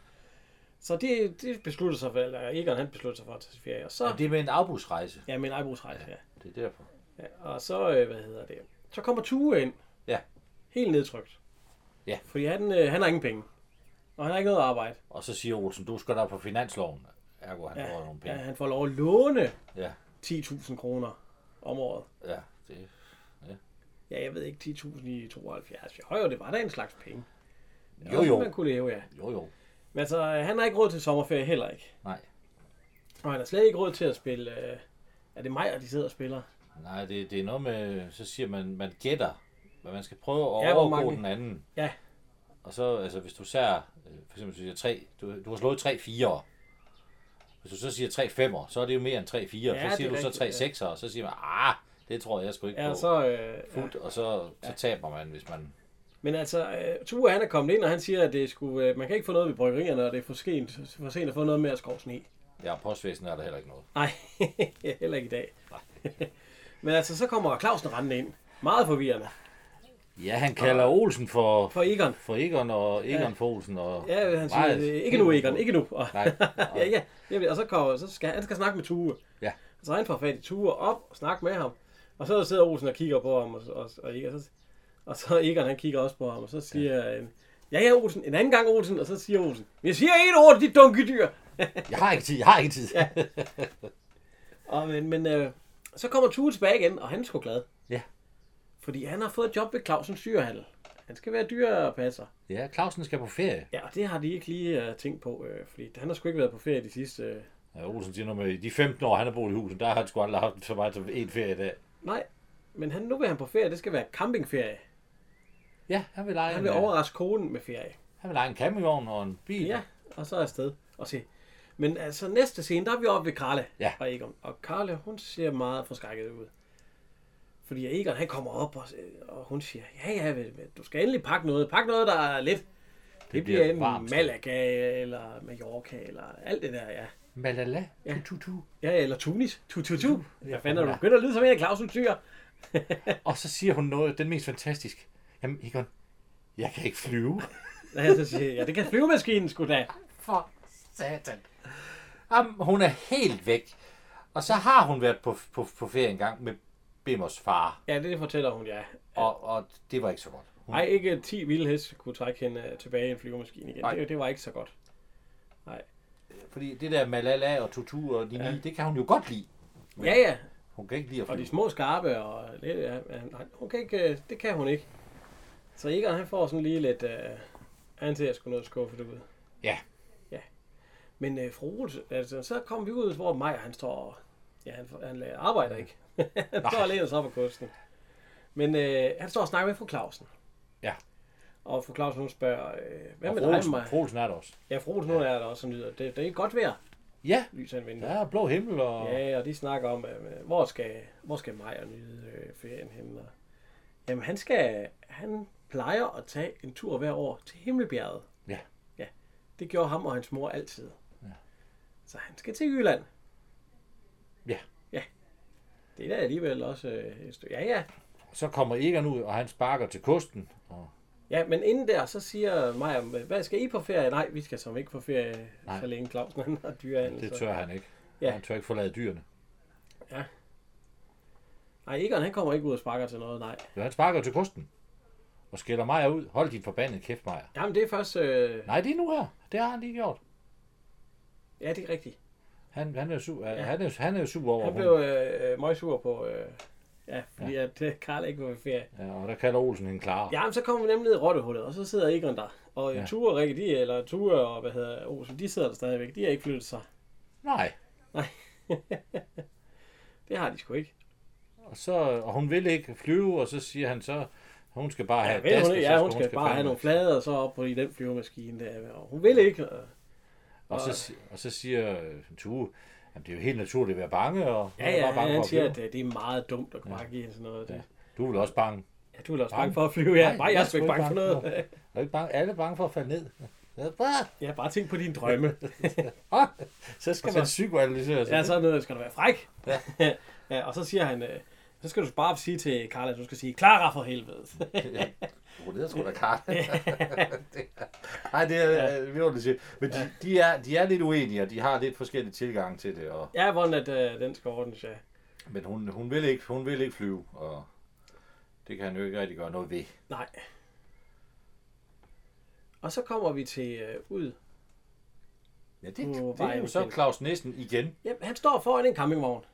så de, de beslutter sig for, eller Egon han beslutter sig for at tage til ferie, og så...
Ja, det er med en afbudsrejse.
Ja, min egbrugsrejse, ja.
Det er derfor.
ja. Og så, øh, hvad hedder det, så kommer Tue ind.
Ja.
Helt nedtrykt.
Ja.
Fordi han, øh, han har ingen penge. Og han har ikke noget arbejde.
Og så siger Olsen, du skal da på finansloven. Ergo, han får
Ja,
nogle
ja,
penge.
han får lov at låne
Ja,
10.000 kroner om året.
ja. Det,
Ja, jeg ved ikke, 10.000 i 72. Jo, jo, det var da en slags penge. Det var
jo,
sådan,
jo.
Man kunne leve, ja.
Jo, jo.
Men altså, han har ikke råd til sommerferie heller ikke.
Nej.
Og han har slet ikke råd til at spille... Øh, er det mig, de sidder og spiller?
Nej, det, det er noget med, så siger man, man gætter, men man skal prøve at
Ja,
ja,
hvor
overgå
mange-
den anden.
Ja.
Og så, altså hvis du ser, øh, for eksempel siger tre, du, du har slået tre firer. Hvis du så siger tre femmer, så er det jo mere end tre firer.
Ja,
Ja, så
det
siger du
er
så
rigtigt,
tre
ja.
sekser, og så siger man, ah, det tror jeg sgu ikke
Ja,
på.
så... Øh, ja.
Fuldt, og så, så taber man, hvis man...
Men altså, øh, Ture han er kommet ind, og han siger, at det skulle, øh, man kan ikke få noget ved bryggerierne, og det er for sent, for sent at få noget med at skovsen i.
Ja, postvæsenet er der heller ikke noget.
Nej, (laughs) heller ikke i dag. (laughs) Men altså, så kommer Clausen rendende ind. Meget forvirrende.
Ja, han kalder Olsen for,
For Egon.
for Egon og Egon ja. for Olsen. Og,
Ja, han
Meget-
siger, øh, ikke nu Egon, ikke nu. Og,
Nej.
(laughs) ja, ja, ja, og så, kommer, så skal han skal snakke med Ture.
Ja.
Så han får fat i Ture op og snakke med ham. Og så sidder Olsen og kigger på ham, og, og, og, Egon, så, og så Egon han kigger også på ham, og så siger ja. ja, ja, Olsen, en anden gang Olsen, og så siger Olsen, jeg siger et ord, dit dunkedyr.
Jeg har ikke tid, jeg har ikke tid. Ja.
Og, men men øh, så kommer Tue tilbage igen, og han er sgu glad.
Ja.
Fordi han har fået et job ved Clausens dyrehandel. Han skal være dyrepasser.
ja, Clausen skal på ferie.
Ja, og det har de ikke lige øh, tænkt på, øh, fordi han har sgu ikke været på ferie de sidste... Øh.
Ja, Olsen siger noget med, i de 15 år, han har boet i huset, der har han sgu aldrig haft så meget som en ferie i dag.
Nej, men han, nu vil han på ferie. Det skal være campingferie.
Ja, han vil lege,
Han
han
vil
vil en, over...
overraske konen med ferie.
han vil lege en campingvogn og en bil.
Ja, og så afsted og se. Men altså næste scene, der er vi oppe ved Karla
Ja.
og Egon. Og Karla, hun ser meget forskrækket ud. Fordi Egon, han kommer op, og, og hun siger, ja, ja, vel, vel, du skal endelig pakke noget. Pak noget, der er let. Det, det
bliver
bliver, enten
varmt.
Malaga, eller Mallorca, eller alt det der, ja.
Malala.
Ja.
Tu, tu, tu.
Ja, eller Tunis. Tu, tu, tu.
Ja,
Hvad fanden er du
ja.
begyndt at lyde som en af Clausens tyre?
Og så siger hun noget, den mest fantastisk. Jamen, Egon, jeg kan ikke flyve.
Ja, så siger jeg, ja, det kan flyvemaskinen sgu da.
For satan. Jamen, hun er helt væk. Og så har hun været på, på, på ferie engang med Bimmers far.
Ja, det fortæller hun, ja.
Og, og det var ikke så godt. Hun,
Nej, ikke 10 vilde heste kunne trække hende øh, tilbage i en flyvemaskine igen.
Nej.
Det, det, var ikke så godt.
fordi det der Malala og Tutu og Nini, ja. det kan hun jo godt lide.
Ja, ja.
Hun kan ikke lide at
Og de
flyve.
små skarpe og lidt, ja, ja, nej, hun kan ikke, øh, det kan hun ikke. Så Egon han får sådan lige lidt, øh, han ser sgu noget skuffet ud.
Ja.
Ja. Men øh, fru Olsen, altså, så kom vi ud, hvor Maja han står og, ja, han, han øh, arbejder ikke. (laughs) han står og læner sig op ad kusten. Men øh, han står og snakker med fru Clausen.
Ja.
Og fru Clausen hun spørger, øh, hvad
Og
med dig,
Froelsen,
Maja?
Froelsen er der også.
Ja, fru Olsen hun er der også og nyder. Det, det er godt vejr,
Ja,
lyser han vinduet.
der er blå himmel og...
Ja, og de snakker om, øh, hvor skal, hvor skal Maja nyde øh, ferien henne? Og, jamen, han, skal, han plejer at tage en tur hver år til Himmelbjerget.
Ja.
ja. Det gjorde ham og hans mor altid. Ja. Så han skal til Jylland.
Ja.
Ja. Det er da alligevel også øh, et stykke. Ja, ja.
Så kommer Egon ud, og han sparker til kosten. Og
Ja, men inden der, så siger Maja, hvad skal I på ferie? Nej, vi skal som ikke på ferie, Nej.
Nej.
så længe Clausen han har dyrehandel.
det
så-
tør han ikke.
Ja.
Ja. Han tør ikke forlade dyrene.
Nej, Egon, han kommer ikke ud og sparker til noget, nej.
Så han sparker til kosten. Og skælder Maja ud. Hold din forbandede kæft, Maja.
Jamen, det er først... Øh...
Nej, det er nu her. Det har han lige gjort.
Ja, det er rigtigt.
Han, han, er, sur, ja. han, er, han er super over
Han
hun.
blev øh, øh, meget sur på, øh, ja, fordi ja. at øh, Karl ikke var på ferie.
Ja, og der kalder Olsen en klar. Ja.
Ja, men så kommer vi nemlig ned i Rottehullet, og så sidder Egon der. Og ja.
Ja.
Ture og Rikke, de, eller Ture og hvad hedder Olsen, de sidder der stadigvæk. De har ikke flyttet sig.
Nej.
Det har de sgu ikke.
Og, så, og hun vil ikke flyve, og så siger han så, hun skal bare
Ja,
have
ved
dask,
hun,
og
ikke?
så
ja, hun skal bare
fandme-
have nogle flader og så op på i den flyvemaskine der. Og hun vil ikke. og-
Og så, si- og så siger øh, Tue, jamen det er jo helt naturligt at være bange, og hun
Ja,
er
ja,
bare bange
han
for at flyve.
siger, at øh, det er meget dumt at kunne ja. i sådan noget. Ja.
Du er vel også bange.
ja, du er da også bange
Bange?
for at flyve. Ja,
Nej,
bare jeg
jeg
er
er
sgu
sgu
ikke
ikke
bange for
bange for
noget.
Er ikke bange? Alle er bange for at falde ned.
Ja, bare tænk på dine drømme.
Så skal man psykoanalysere sig.
Ja, sådan noget skal du være fræk. Ja. (laughs) ja og så siger han, øh, så skal du bare sige til Karla, at du skal sige, Clara for helvede. (laughs)
Oh, det er sgu da kart. (laughs) Nej, det er øh, vi må det sige. Men de, de, er, de er lidt uenige, og de har lidt forskellige tilgange til det. Og,
ja, hvordan at, øh, den skal ordnes, ja.
men hun, hun, vil ikke, hun vil ikke flyve, og det kan han jo ikke rigtig gøre noget ved.
Nej. Og så kommer vi til øh, ud
Ja, det,
På
det er jo
vejen
så
igen.
Claus Nissen igen.
Jamen, han står foran en campingvogn.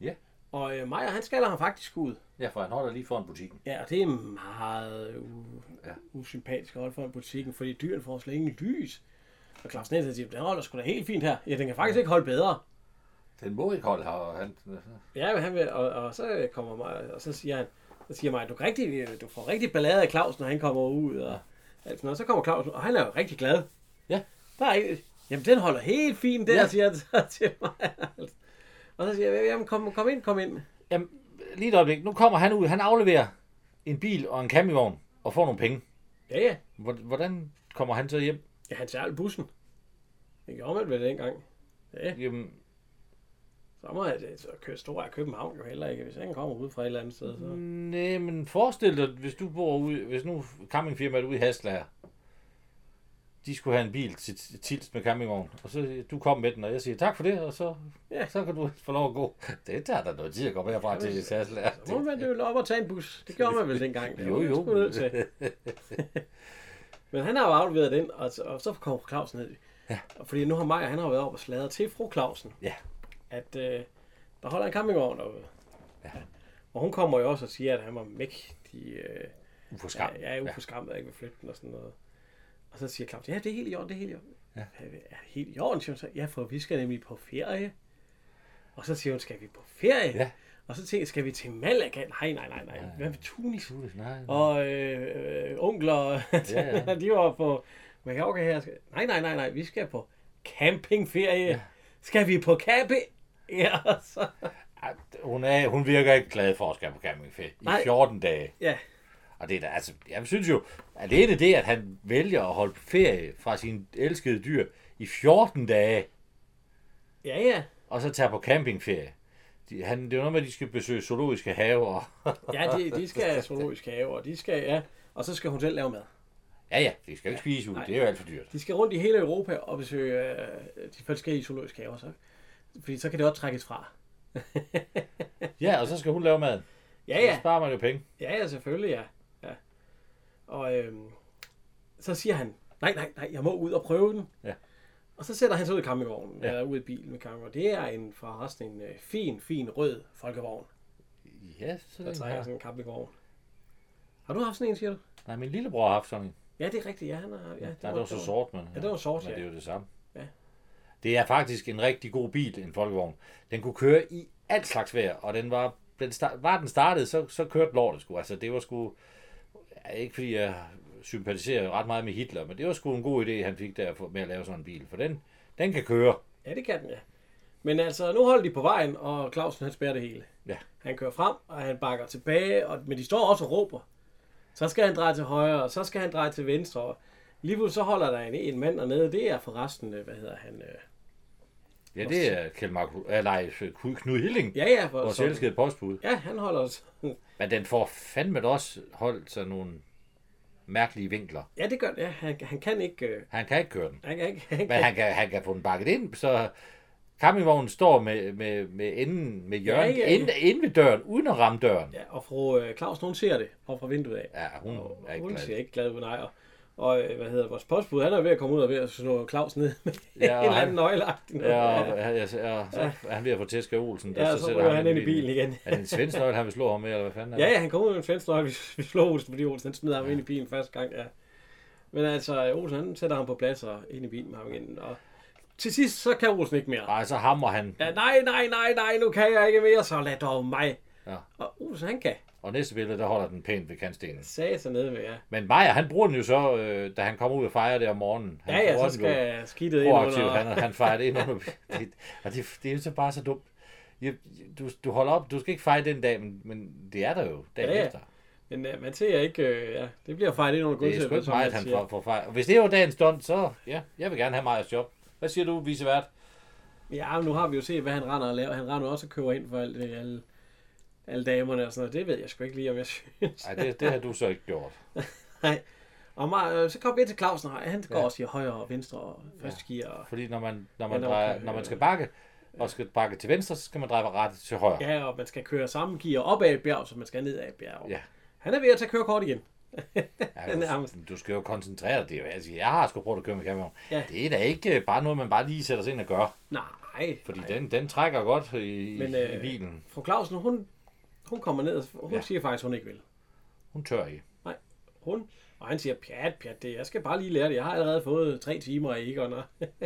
Ja.
Og øh, Maja, han skaller ham faktisk ud.
Ja, for han holder lige foran butikken.
Ja, og det er meget u-
Ja.
ja. usympatisk at holde foran butikken, fordi dyrene får slet ingen lys. Og Claus Nielsen siger, den holder sgu da helt fint her. Ja, den kan faktisk ikke holde bedre.
Den må ikke holde her, og han...
Ja, men han vil, og, og, så kommer mig, og så siger han, så siger mig, du, kan rigtig, du får rigtig ballade af Claus, når han kommer ud. Og, alt sådan noget. så kommer Claus, og han er jo rigtig glad.
Ja.
Der er ikke, jamen, den holder helt fint der,
Ja.
ja. siger han så (laughs) til mig. Og så siger jeg, jamen, kom, kom ind, kom ind.
Jamen, lige et øjeblik. Nu kommer han ud. Han afleverer en bil og en campingvogn og får nogle penge.
Ja, ja.
Hvor- Hvordan kommer han så hjem?
Ja, han tager bussen. Det gjorde man vel dengang. Ja.
Jamen,
Så må jeg så køre stor af København jo heller ikke, hvis han kommer ud fra et eller andet sted. Så.
nej, men forestil dig, hvis du bor ude, hvis nu campingfirmaet ude i Hasla her, de skulle have en bil til til Tilst med campingvogn, og så du kom med den, og jeg siger tak for det, og så, ja.
Ja.
så kan du få lov at gå. (laughs) Det tager da noget tid at komme herfra til Hasla.
Så må man jo op og tage en bus. Det gjorde man vel dengang. Det var
Jo,
man
jo.
sgu nødt til. Men han har jo afleveret den, og, så- og så kommer Clausen ned. Ja. Og fordi nu har Maja, han har været op og sladret til fru Clausen,
Ja,
at øh, der holder en campingvogn derude. Ja. Og hun kommer jo også og siger, at han var mægtig... Øh,
uforskam.
Ja, jeg er uforskammet, at jeg ikke vil flytte den og sådan noget. Og så siger Claus, ja, det er helt i orden, det er helt i orden. Ja. Er det helt i orden, siger hun så. Ja, for vi skal nemlig på ferie. Og så siger hun, skal vi på ferie?
Ja.
Og så tænker jeg, skal vi til Malaga? Nej, nej, nej, nej. Hvad med Tunis?
Tunis, nej.
Og øh, øh, onkler, (laughs)
Ja,
ja,
ja.
ja. de var på Mallorca her. Nej, nej, nej, nej, vi skal på campingferie. Ja. Skal vi på camping? (laughs) Ja, og så...
Ej, Hun, er, hun virker ikke glad for at skal på campingferie i
Nej.
14 dage.
Ja,
Og det er da, altså, jeg synes jo, alene det, at han vælger at holde ferie fra sine elskede dyr i 14 dage,
ja, ja.
og så tager på campingferie. De, han, det er jo noget med, at de skal besøge zoologiske haver.
Ja, de, de skal zoologisk have, og de skal, ja. Og så skal hun selv lave mad.
(laughs) ja, ja, de skal jo ikke spise ud. Det er jo alt for dyrt.
De skal rundt i hele Europa og besøge øh, de forskellige zoologiske haver, så. fordi så kan det også trækkes fra.
Ja, og så skal hun lave maden.
Ja,
Så
ja,
sparer man jo penge.
Altså. ja, ja selvfølgelig, ja. ja. Og øhm, så siger han, nej, nej, nej, jeg må ud og prøve den.
Ja.
Og så sætter han sig ud i campingvognen,
Ja.
ja. eller ud i bilen med campingvognen. Det er en forresten en øh, fin, fin rød folkevogn,
Ja, så
der
den
trækker
her.
sådan en campingvogn. Har du haft sådan en, siger du?
Nej, min lillebror har haft sådan en.
Ja, det er rigtigt, ja. Han har, ja, det
Nej, det var så sort, men...
Ja, det var sort,
men
ja.
det er jo det samme.
Ja.
Det er faktisk en rigtig god bil, en folkevogn. Den kunne køre i alt slags vejr, og den var, den start, var den startede, så, så kørte lortet sgu. Altså, det var sgu... Ja, ikke fordi jeg sympatiserer ret meget med Hitler, men det var sgu en god idé, han fik der for- med at lave sådan en bil, for den, den kan køre.
Ja, det kan den, ja. Men altså, nu holder de på vejen, og Clausen han spærer det hele.
Ja.
Han kører frem, og han bakker tilbage, og, men de står også og råber. Så skal han dreje til højre, og så skal han dreje til venstre. Og lige pludselig så holder der en, en mand dernede, det er forresten, øh, hvad hedder han? Øh,
Ja, det er Kjeld Mark, ah, nej, Knud Hilling,
ja, ja, for,
vores elskede postbud.
Ja, han holder os. (laughs)
Men den får fandme da også holdt sig nogle mærkelige vinkler.
Ja, det gør den, ja. Han, han kan ikke... Øh,
Han kan ikke køre den.
han kan ikke, han
Men
kan,
han kan, han kan få den bakket ind, så campingvognen står med, med, med enden med hjørnet ja,
Ja,
ja,
ja,
ja.
ja.
Inde, inde ved døren, uden at ramme døren.
ja, og fru øh, Clausen, hun ser det op fra vinduet af.
Ja, hun er ikke
Hun ser
glad.
ikke glad ud, nej. Og, og øh, hvad hedder vores postbud, han er ved at komme ud og ved at snå Claus ned med
Ja,
ja, (laughs) en
og
eller
han-
anden nøgleagtig noget.
Ja, og, ja, ja, så er han ved at få tæsk af Olsen.
Ja, så ryger han ind i bilen igen.
Er det en svensknøgle, han vil slå ham med, eller hvad fanden er
Ja,
det?
ja, han kom ud med en fenster, vi, (laughs) vi slog Olsen, fordi Olsen han smider ham ind i bilen første gang, ja. Men altså, Olsen han sætter ham på plads og ind i bilen med ham igen, og til sidst, så kan Olsen ikke mere.
Ej, så hammer han,
Ja, nej, nej, nej, nej, nu kan jeg ikke mere, så lad dog mig.
Ja.
Og Olsen han kan,
og næste billede, der holder den pænt ved kantstenen.
sagde sig nede med, ja.
Men Maja, han bruger den jo så, øh, da han kommer ud og fejrer det om morgenen. Han
Ja,
bruger
ja, så
den jo.
skal skidtet ind
proaktivt.
under.
Han, han fejrer det ind under...
(laughs)
Det, og det, det er jo så bare så dumt. Jeg- Du, du holder op. Du skal ikke fejre den dag, men, men det er der jo dagen
Ja,
ja,
ja.
efter.
Men uh, man ser ikke, uh, ja, det bliver fejret ind under
Det er sgu
gulvtæppet,
ikke
som
meget,
man
han
siger.
får, får fejret. Og Hvis det er jo dagens stund, så ja, jeg vil gerne have Majas job. Hvad siger du, vicevært?
Ja, men nu har vi jo set, hvad han render og laver. Han render også og køber ind for alt det, alle, alle damerne og sådan noget. Det ved jeg sgu ikke lige, om jeg (laughs) synes.
Nej, det, det har du så ikke gjort.
Nej. Og Mar- øh, så kom vi ind til Clausen, og han går ja. og siger højre og venstre og første gear. Og,
Fordi når man, når man,
Ja, når man
drejer,
kan-
når man skal bakke, og skal bakke til venstre, så skal man dreje ret til højre.
ja, og man skal køre samme gear op ad et bjerg, som man skal ned ad et bjerg.
Ja.
Han er ved at tage kørekort igen.
Ja, du,
Nærmest.
du skal jo koncentrere dig. Altså, jeg har sgu prøvet at køre med kameraet.
Ja.
Ja. Det er da ikke øh, bare noget, man bare lige sætter sig ind og gør.
Nej.
Fordi
nej.
den, den trækker godt i,
Men,
Men, øh, i
øh,
bilen.
Fru Clausen, hun, hun kommer ned, og hun ja.
Ja.
siger faktisk, hun ikke vil.
Hun tør ikke.
Nej, hun. Og han siger, pjat, pjat, det, jeg skal bare lige lære det. Jeg har allerede fået tre timer af Egon. og- (laughs)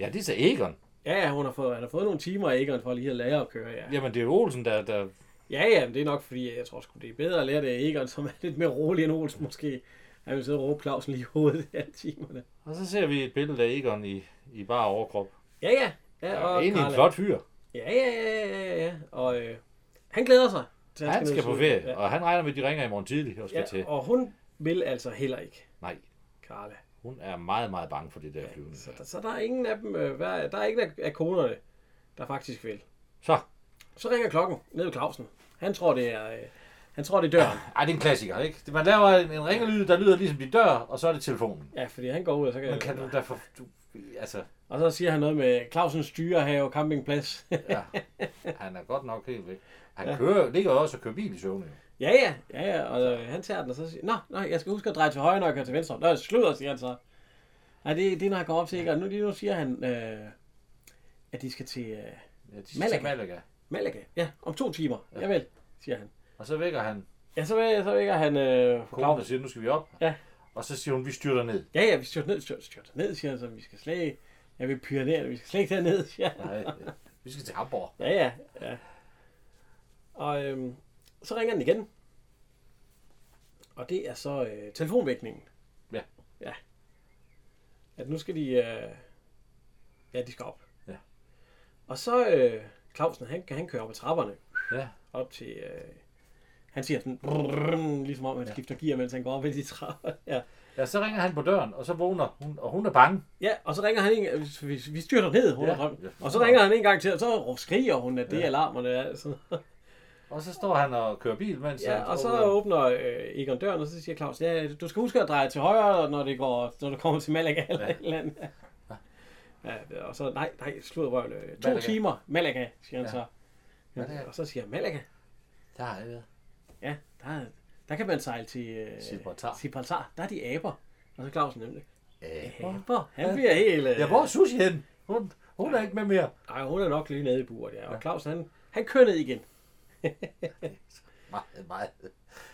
Ja, det er så Egon.
ja, ja, hun har fået, han har fået nogle timer af Egon for lige at lære at køre, ja.
Jamen, det er jo Olsen, der... der
Ja, ja, men det er nok, fordi jeg tror sgu, det er bedre at lære det af Egon, (laughs) som er lidt mere rolig end Olsen måske. Han vil sidde og råbe Clausen lige i hovedet i alle timerne.
og så ser vi et billede af Egon i, i bare overkrop.
Ja, ja. ja
Ja, egentlig en
Karla.
flot fyr.
Ja, ja, ja, ja, ja, ja. Og øh, han glæder sig. til, at
Han
ned
skal
i
på
Sydney.
ferie, og han regner med, at de ringer i morgen tidlig og skal
Ja,
ja, til.
ja, og hun vil altså heller ikke,
Nej,
Karla.
hun er meget, meget bange for det der flyvende.
Så der, så der er ingen af dem, øh, hver, der er ingen af, af konerne, der faktisk vil.
Så,
Så ringer klokken ned ved Clausen. Han tror, det er, øh, han tror, det er døren.
ej, det er en klassiker, ikke? Det- Man laver en, en ringelyd, der lyder ligesom din dør, og så er det telefonen.
Ja, fordi han går ud, og så kan,
Men kan du da for... Du, altså,
Og så siger han noget med Clausens dyrehave, (laughs) campingplads.
ja. Han er godt nok helt væk. Han kører, ligger også og kører bil i søvn. jo.
ja, ja, ja, ja. Og øh, han tager den, og så siger Nå, nå, jeg skal huske at dreje til højre, når jeg kører til venstre. Nå, sludder, siger han så. Nej, det, det er, når han går op til Egon. Nu, lige nu siger han, øh, at de skal til øh,
Ja, de Malaga.
Malaga.
Til
Malaga.
Malaga.
Ja, om to timer. Ja. Javel, siger han.
Og så vækker han
Ja, så, væ- så vækker han øh, fru
konen og
Clausen.
siger, nu skal vi op.
Ja.
Og så siger hun, vi styrter ned.
Ja, ja, vi styrter ned, styrter, styrter ned, siger han så. Vi skal slet ikke... Jeg vil pyrenere, vi skal slet ikke derned, siger han.
Nej, vi skal til Hamburg.
Ja, ja, ja. Og øhm, så ringer den igen. Og det er så øh, telefonvækningen.
Ja.
Ja. At nu skal de... Øh, ja, de skal op.
Ja.
Og så øh, Clausen, han, han kører op ad trapperne.
Ja.
Op til... Øh, han siger sådan... Brrrr, ligesom om han skifter gear, mens han går op ad de trapper. Ja.
ja, så ringer han på døren, og så vågner hun, og hun er bange.
Ja, og så ringer han en, vi, vi styrter ned, hun
Ja.
ja.
Ja.
og så ringer han en gang til, og så skriger hun, at det er alarmerne. Ja, sådan.
Og så står han og kører bil, mens
Ja,
han
og
står
så
ude.
åbner øh, Egon døren, og så siger Claus, ja, du skal huske at dreje til højre, når det går, når du kommer til Malaga eller ja. et eller andet. Ja, og så, nej, nej, slut røvl. øh, To
Malaga.
timer, Malaga, siger han ja. så. Ja,
Malaga.
og så siger han, Malaga,
Der er jeg ved.
ja, der, er- der kan man sejle til øh,
Gibraltar.
Gibraltar. Der er de aber. Og så Clausen nemlig.
Ja.
Aber, han bliver helt... Øh,
Ja, hvor er Susie henne? Hun, hun er ikke med mere.
Ej, hun er nok lige nede i buret, ja. Og Claus, han, han kører ned igen.
Meget, meget.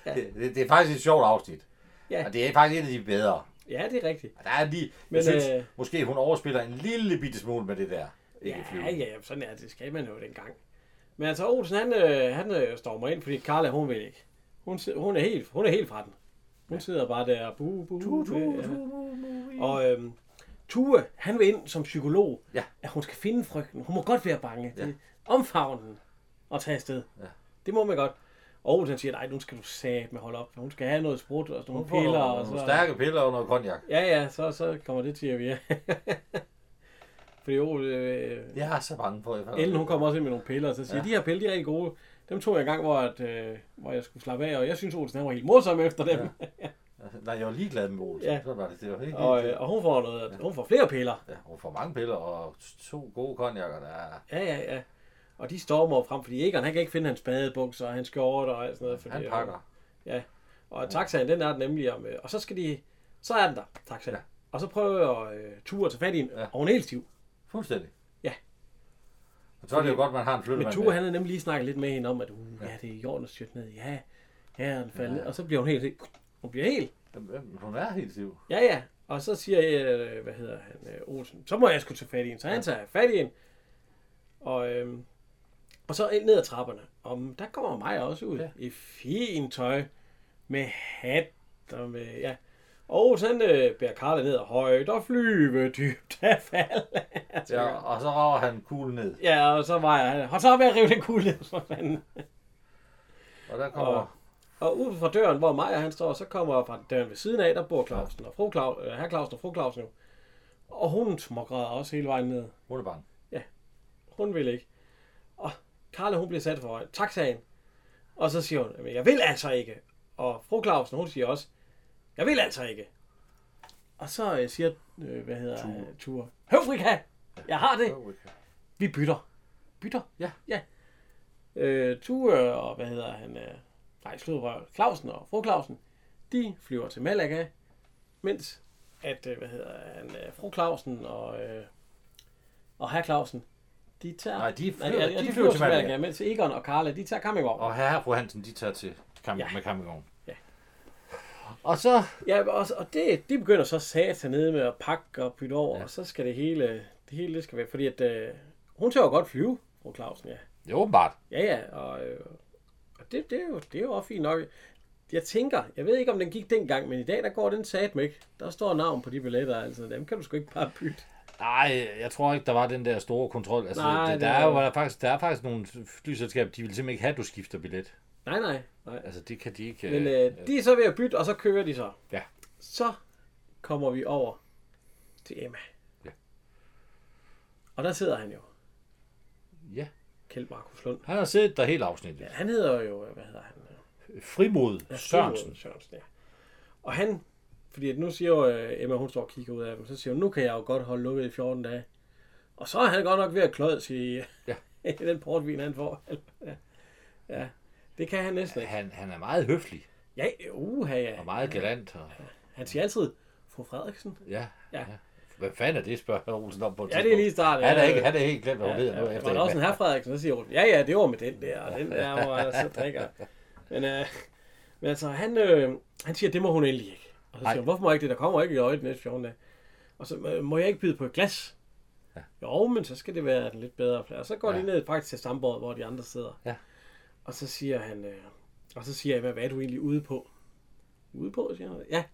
Det, det, det er faktisk et sjovt afsnit.
Ja.
Og det er faktisk et af de bedre.
Ja, det er rigtigt.
Og Der er lige,
Men,
Men, jeg synes,
øh,
øh... måske hun overspiller en lille bitte smule med det der. Ikke
Ja,
flyve.
ja, ja, sådan er det. Det skal man jo dengang. Men altså, Olsen, han, øh, han øh, stormer ind, fordi Carla, hun vil ikke. Hun, si- hun, er, helt, hun er helt fra den. Hun sidder bare der, bu, bu,
Du,
bu,
du,
ja.
du, du, du.
Og øhm, Tue, han vil ind som psykolog,
Ja.
at hun skal finde frygten. Hun må godt være bange. Ja. Omfavne den og tage afsted. Ja. Det må man godt. Og Olsen siger, nej, nu skal du sæt med holde op. Hun skal have noget sprut og sådan nogle
Hun får
piller.
nogle,
Og så,
nogle stærke piller og noget konjak.
Ja, ja, så, så kommer det til at virke. (laughs) Fordi Ole, øh,
Jeg er så bange for, at jeg
Ellen, hun kommer også ind med nogle piller, og så siger, ja. de her piller, de er rigtig gode. Dem tog jeg en gang, hvor, at, øh, hvor jeg skulle slappe af, og jeg synes, Olsen han var helt morsom efter dem. Ja.
Nej, jeg var ligeglad med Olsen.
Ja.
Ja. Så var det, det var helt,
og, øh, og hun får noget, ja. hun får flere piller.
ja, hun får mange piller og to gode konjakker, der er...
Ja, ja, ja. Og de stormer frem, fordi Egon, han kan ikke finde hans badebukser og hans skjorte og alt sådan noget. Fordi,
Han pakker.
Ja. Og taxaen, den er den nemlig om, øh, og så skal de, så er den der, taxaen. Ja. Og så prøver øh, Ture at tage fat i den, ja.
Ja.
og hun er helt stiv.
Fuldstændig.
Ja.
Men så er det jo godt, man har en
Men
flyttemand.
Tue,
med.
han havde nemlig lige snakket lidt med hende om, at uh, ja, det er jorden styrt ned. Ja, ja, den faldt ja. Og så bliver hun helt... Hun bliver helt...
Jamen, Hun er helt stiv.
Ja, ja. Og så siger jeg, øh, hvad hedder han, øh, Olsen, så må jeg skulle tage fat i en. Så han tager fat i en. Og, øhm, og så ind ned ad trapperne. Og mm, der kommer mig også ud ja.
Ja.
i fint tøj. Med hat og med, ja. Og sådan øh, bærer Karla ned og højt og flyve dybt af fald.
Ja, og så rager han kuglen ned.
ja, og så var jeg, hold så op med at rive den kugle ned, for fanden.
Og der kommer...
Og- Og ud fra døren, hvor Maja han står, så kommer fra døren ved siden af, der bor Clausen og fru Claus, øh, herr Clausen og fru Clausen jo. Og hun smågræder også hele vejen ned.
Hun er bange.
Hun vil ikke. Og Karla, hun bliver sat for taxaen. Og så siger hun, "Jamen, jeg vil altså ikke. Og fru Clausen, hun siger også, jeg vil altså ikke. Og så øh, siger, øh, hvad hedder Ture. Ture. Høvfrika, jeg har det. Vi bytter. Bytter?
Ja.
Ja. Øh, Tue og hvad hedder han? Øh, nej, sludrør. Clausen og fru Clausen. De flyver til Malaga, mens at, øh, hvad hedder han, øh, fru Clausen og, øh, og herr Clausen, de tager...
Nej, de flyver-
ja,
de flyver til Malaga.
mens Egon og Karla, de tager Kammergård.
Og herre og fru Hansen, de tager til kamp
Ja.
ja. med kampvognen.
Ja.
Og så...
Ja, og, og det, de begynder så satan nede med at pakke og pytte over, ja. og så skal det hele, det hele det skal være, fordi at, øh, hun tør jo godt flyve, fru Clausen, ja.
Det er åbenbart.
Ja, ja, og, øh, og det, det, er jo, det er jo også fint nok. Jeg tænker, jeg ved ikke, om den gik dengang, men i dag, der går den satme ikke. Der står navn på de billetter, altså. Dem kan du sgu ikke bare bytte.
Nej, jeg tror ikke, der var den der store kontrol. Altså,
Nej,
Nej, det, der,
det
er
var-
jo faktisk, der er faktisk nogle flyselskaber, de vil simpelthen ikke have, at du skifter billet.
Nej, nej, nej.
Altså, det kan de ikke...
Men øh, de er så ved at bytte, og så kører de så.
Ja.
Så kommer vi over til Emma.
Ja.
Og der sidder han jo,
Ja.
Kjeld Markus Lund.
Han har siddet der helt afsnittet.
Ja, han hedder jo, hvad hedder han?
Frimod Sørensen.
Sørensen, ja. Og han, fordi at nu siger jo, øh, Emma, hun står og kigger ud af dem, så siger hun, nu kan jeg jo godt holde lukket i 14 dage. Og så er han godt nok ved at kløds i, ja.
Ja.
(laughs) i den portvin, han får. ja. ja, det kan han næsten ikke.
Han, han er meget høflig
Ja, uha, ja.
og meget galant. Og,
Han siger altid, fru Frederiksen.
ja,
Ja.
ja. ja. Hvad fanden er det, spørger hr. Olsen om på et
Ja, det er
tidspunkt.
lige i starten,
Han er,
ja.
ikke, han er helt glemt, hvad hun
Ja,
ja, hedder nu.
ja,
efter
var der
det.
også en herr Frederiksen, der siger hun, ja, ja, det var med den der, og den der, hvor jeg så drikker. Men, øh, men altså, han, øh, han siger, det må hun endelig ikke. Og så siger
Nej.
hun, hvorfor må jeg ikke det? Der kommer ikke i øjet de næste 14 dage. Og så, "Øh, må jeg ikke byde på et glas? Ja. Jo, men så skal det være den lidt bedre plads. Og så går ja. de
Ja.
ned faktisk til stambordet, hvor de andre sidder.
Ja.
Og så siger han, øh, og så siger Emma, hvad er du egentlig ude på? Ude på, siger han. Ja.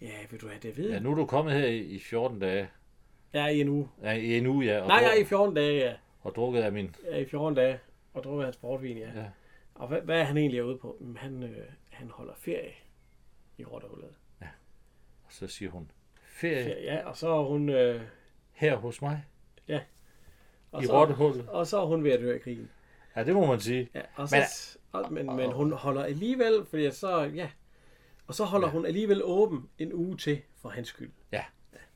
Ja, vil du have det at vide?
Ja, nu er du kommet her i, i 14 dage.
Ja, i en uge.
Ja, i en uge, ja. Og,
Nej,
druk-
ja, i 14 dage, ja.
og drukket af min...
Ja, i 14 dage og drukket hans portvin, ja. ja.
Ja.
Og hvad, hvad er han egentlig ude på? Jamen, han, øh, han holder ferie i Rottehullet.
Og så siger hun, ferie
Ja, ja, og så er hun... Øh,
her hos mig
og
i
så,
Rottehullet.
Og så er hun ved at dø af krigen.
Ja, det må man sige.
Ja, og så, men, og, men, men hun holder alligevel, fordi jeg så... Ja, og så holder ja. hun alligevel åben en uge til for hans skyld.
Ja.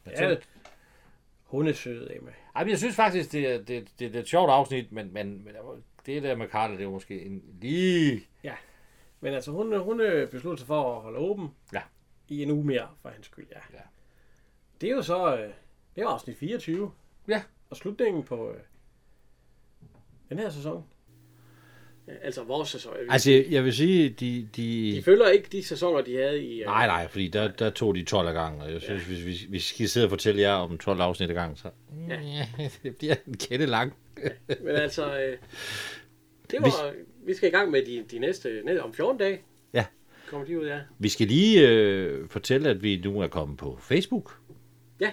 Ja, det- hun er sød, Emma.
Ej, men jeg synes faktisk, det er, det, det, det er et sjovt afsnit, men, men, men det der med Karla, det er måske en lige...
Men altså, hun, hun øh, besluttede sig for at holde åben
Ja.
i en uge mere for hans skyld, ja.
Ja.
Det er jo så... Øh, det er jo afsnit 24.
Ja.
Og slutningen på øh, den her sæson. Ja, altså vores sæson. Altså,
Altså, jeg vil sige, de... de...
de følger ikke de sæsoner, de havde i... Øh,
Nej, nej, fordi der, der tog de 12 af gangen, og jeg synes, ja. hvis, hvis, hvis vi skal sidde og fortælle jer om 12 afsnit ad gangen, så ja. (laughs) det bliver en kende lang.
Men altså, øh, det var... Vi, vi skal i gang med de, de næste... Ned om 14 dage
Ja.
kommer de ud, ja.
Vi skal lige øh, fortælle, at vi nu er kommet på Facebook,
Ja,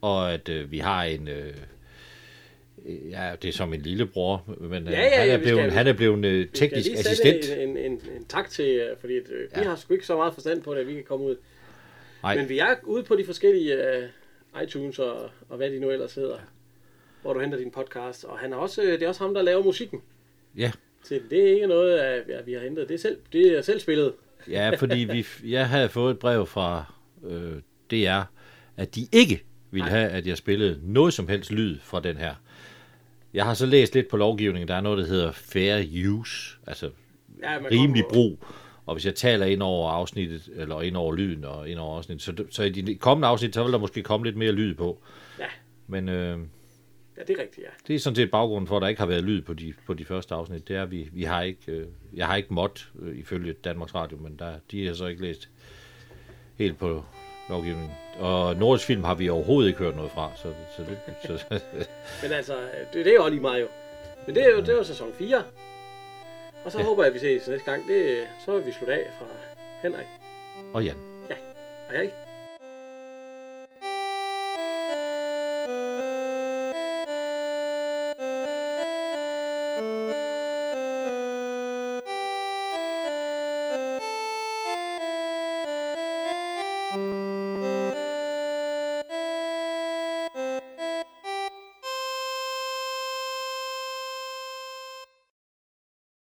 og at øh, vi har en... Øh, øh, ja, det er som en lillebror, men øh,
Ja, ja,
han,
ja,
er
vi
blevet,
skal-
han er blevet øh,
vi skal
teknisk
lige sætte
assistent.
En, en, en, en tak til... øh, Fordi at, øh, ja. vi har sgu ikke så meget forstand på det, at vi kan komme ud.
Nej.
Men vi er ude på de forskellige øh, iTunes og, og hvad de nu ellers hedder. Hvor du henter din podcast. Og han er også, øh, det er også ham, der laver musikken.
Ja.
til. Det er ikke noget, at at vi har hentet. Det er selv, det er selv spillet.
ja, fordi vi, jeg havde fået et brev fra øh, DR, at de ikke ville have, at jeg spillede noget som helst lyd fra den her. Jeg har så læst lidt på lovgivningen. Der er noget, der hedder fair use, altså
Ja, man
rimelig
kommer-
brug. Og hvis jeg taler ind over afsnittet, eller ind over lyden og ind over afsnittet, så, så i de kommende afsnit, så vil der måske komme lidt mere lyd på.
Ja.
Men øh,
Ja, det er rigtigt, ja.
det er sådan set baggrunden for, at der ikke har været lyd på de, på de første afsnit. Det er, at vi, vi har ikke, øh, jeg har ikke måttet øh, ifølge Danmarks Radio, men der, de har så ikke læst helt på lovgivningen. Og Nordisk Film har vi overhovedet ikke hørt noget fra, så, så, det, så, så (laughs)
Men altså, det, det er jo også lige meget jo. Men det er jo, det er jo sæson 4. Og så ja. håber jeg, at vi ses næste gang. Det, så vil vi slutte af fra Henrik
og Jan.
og jeg.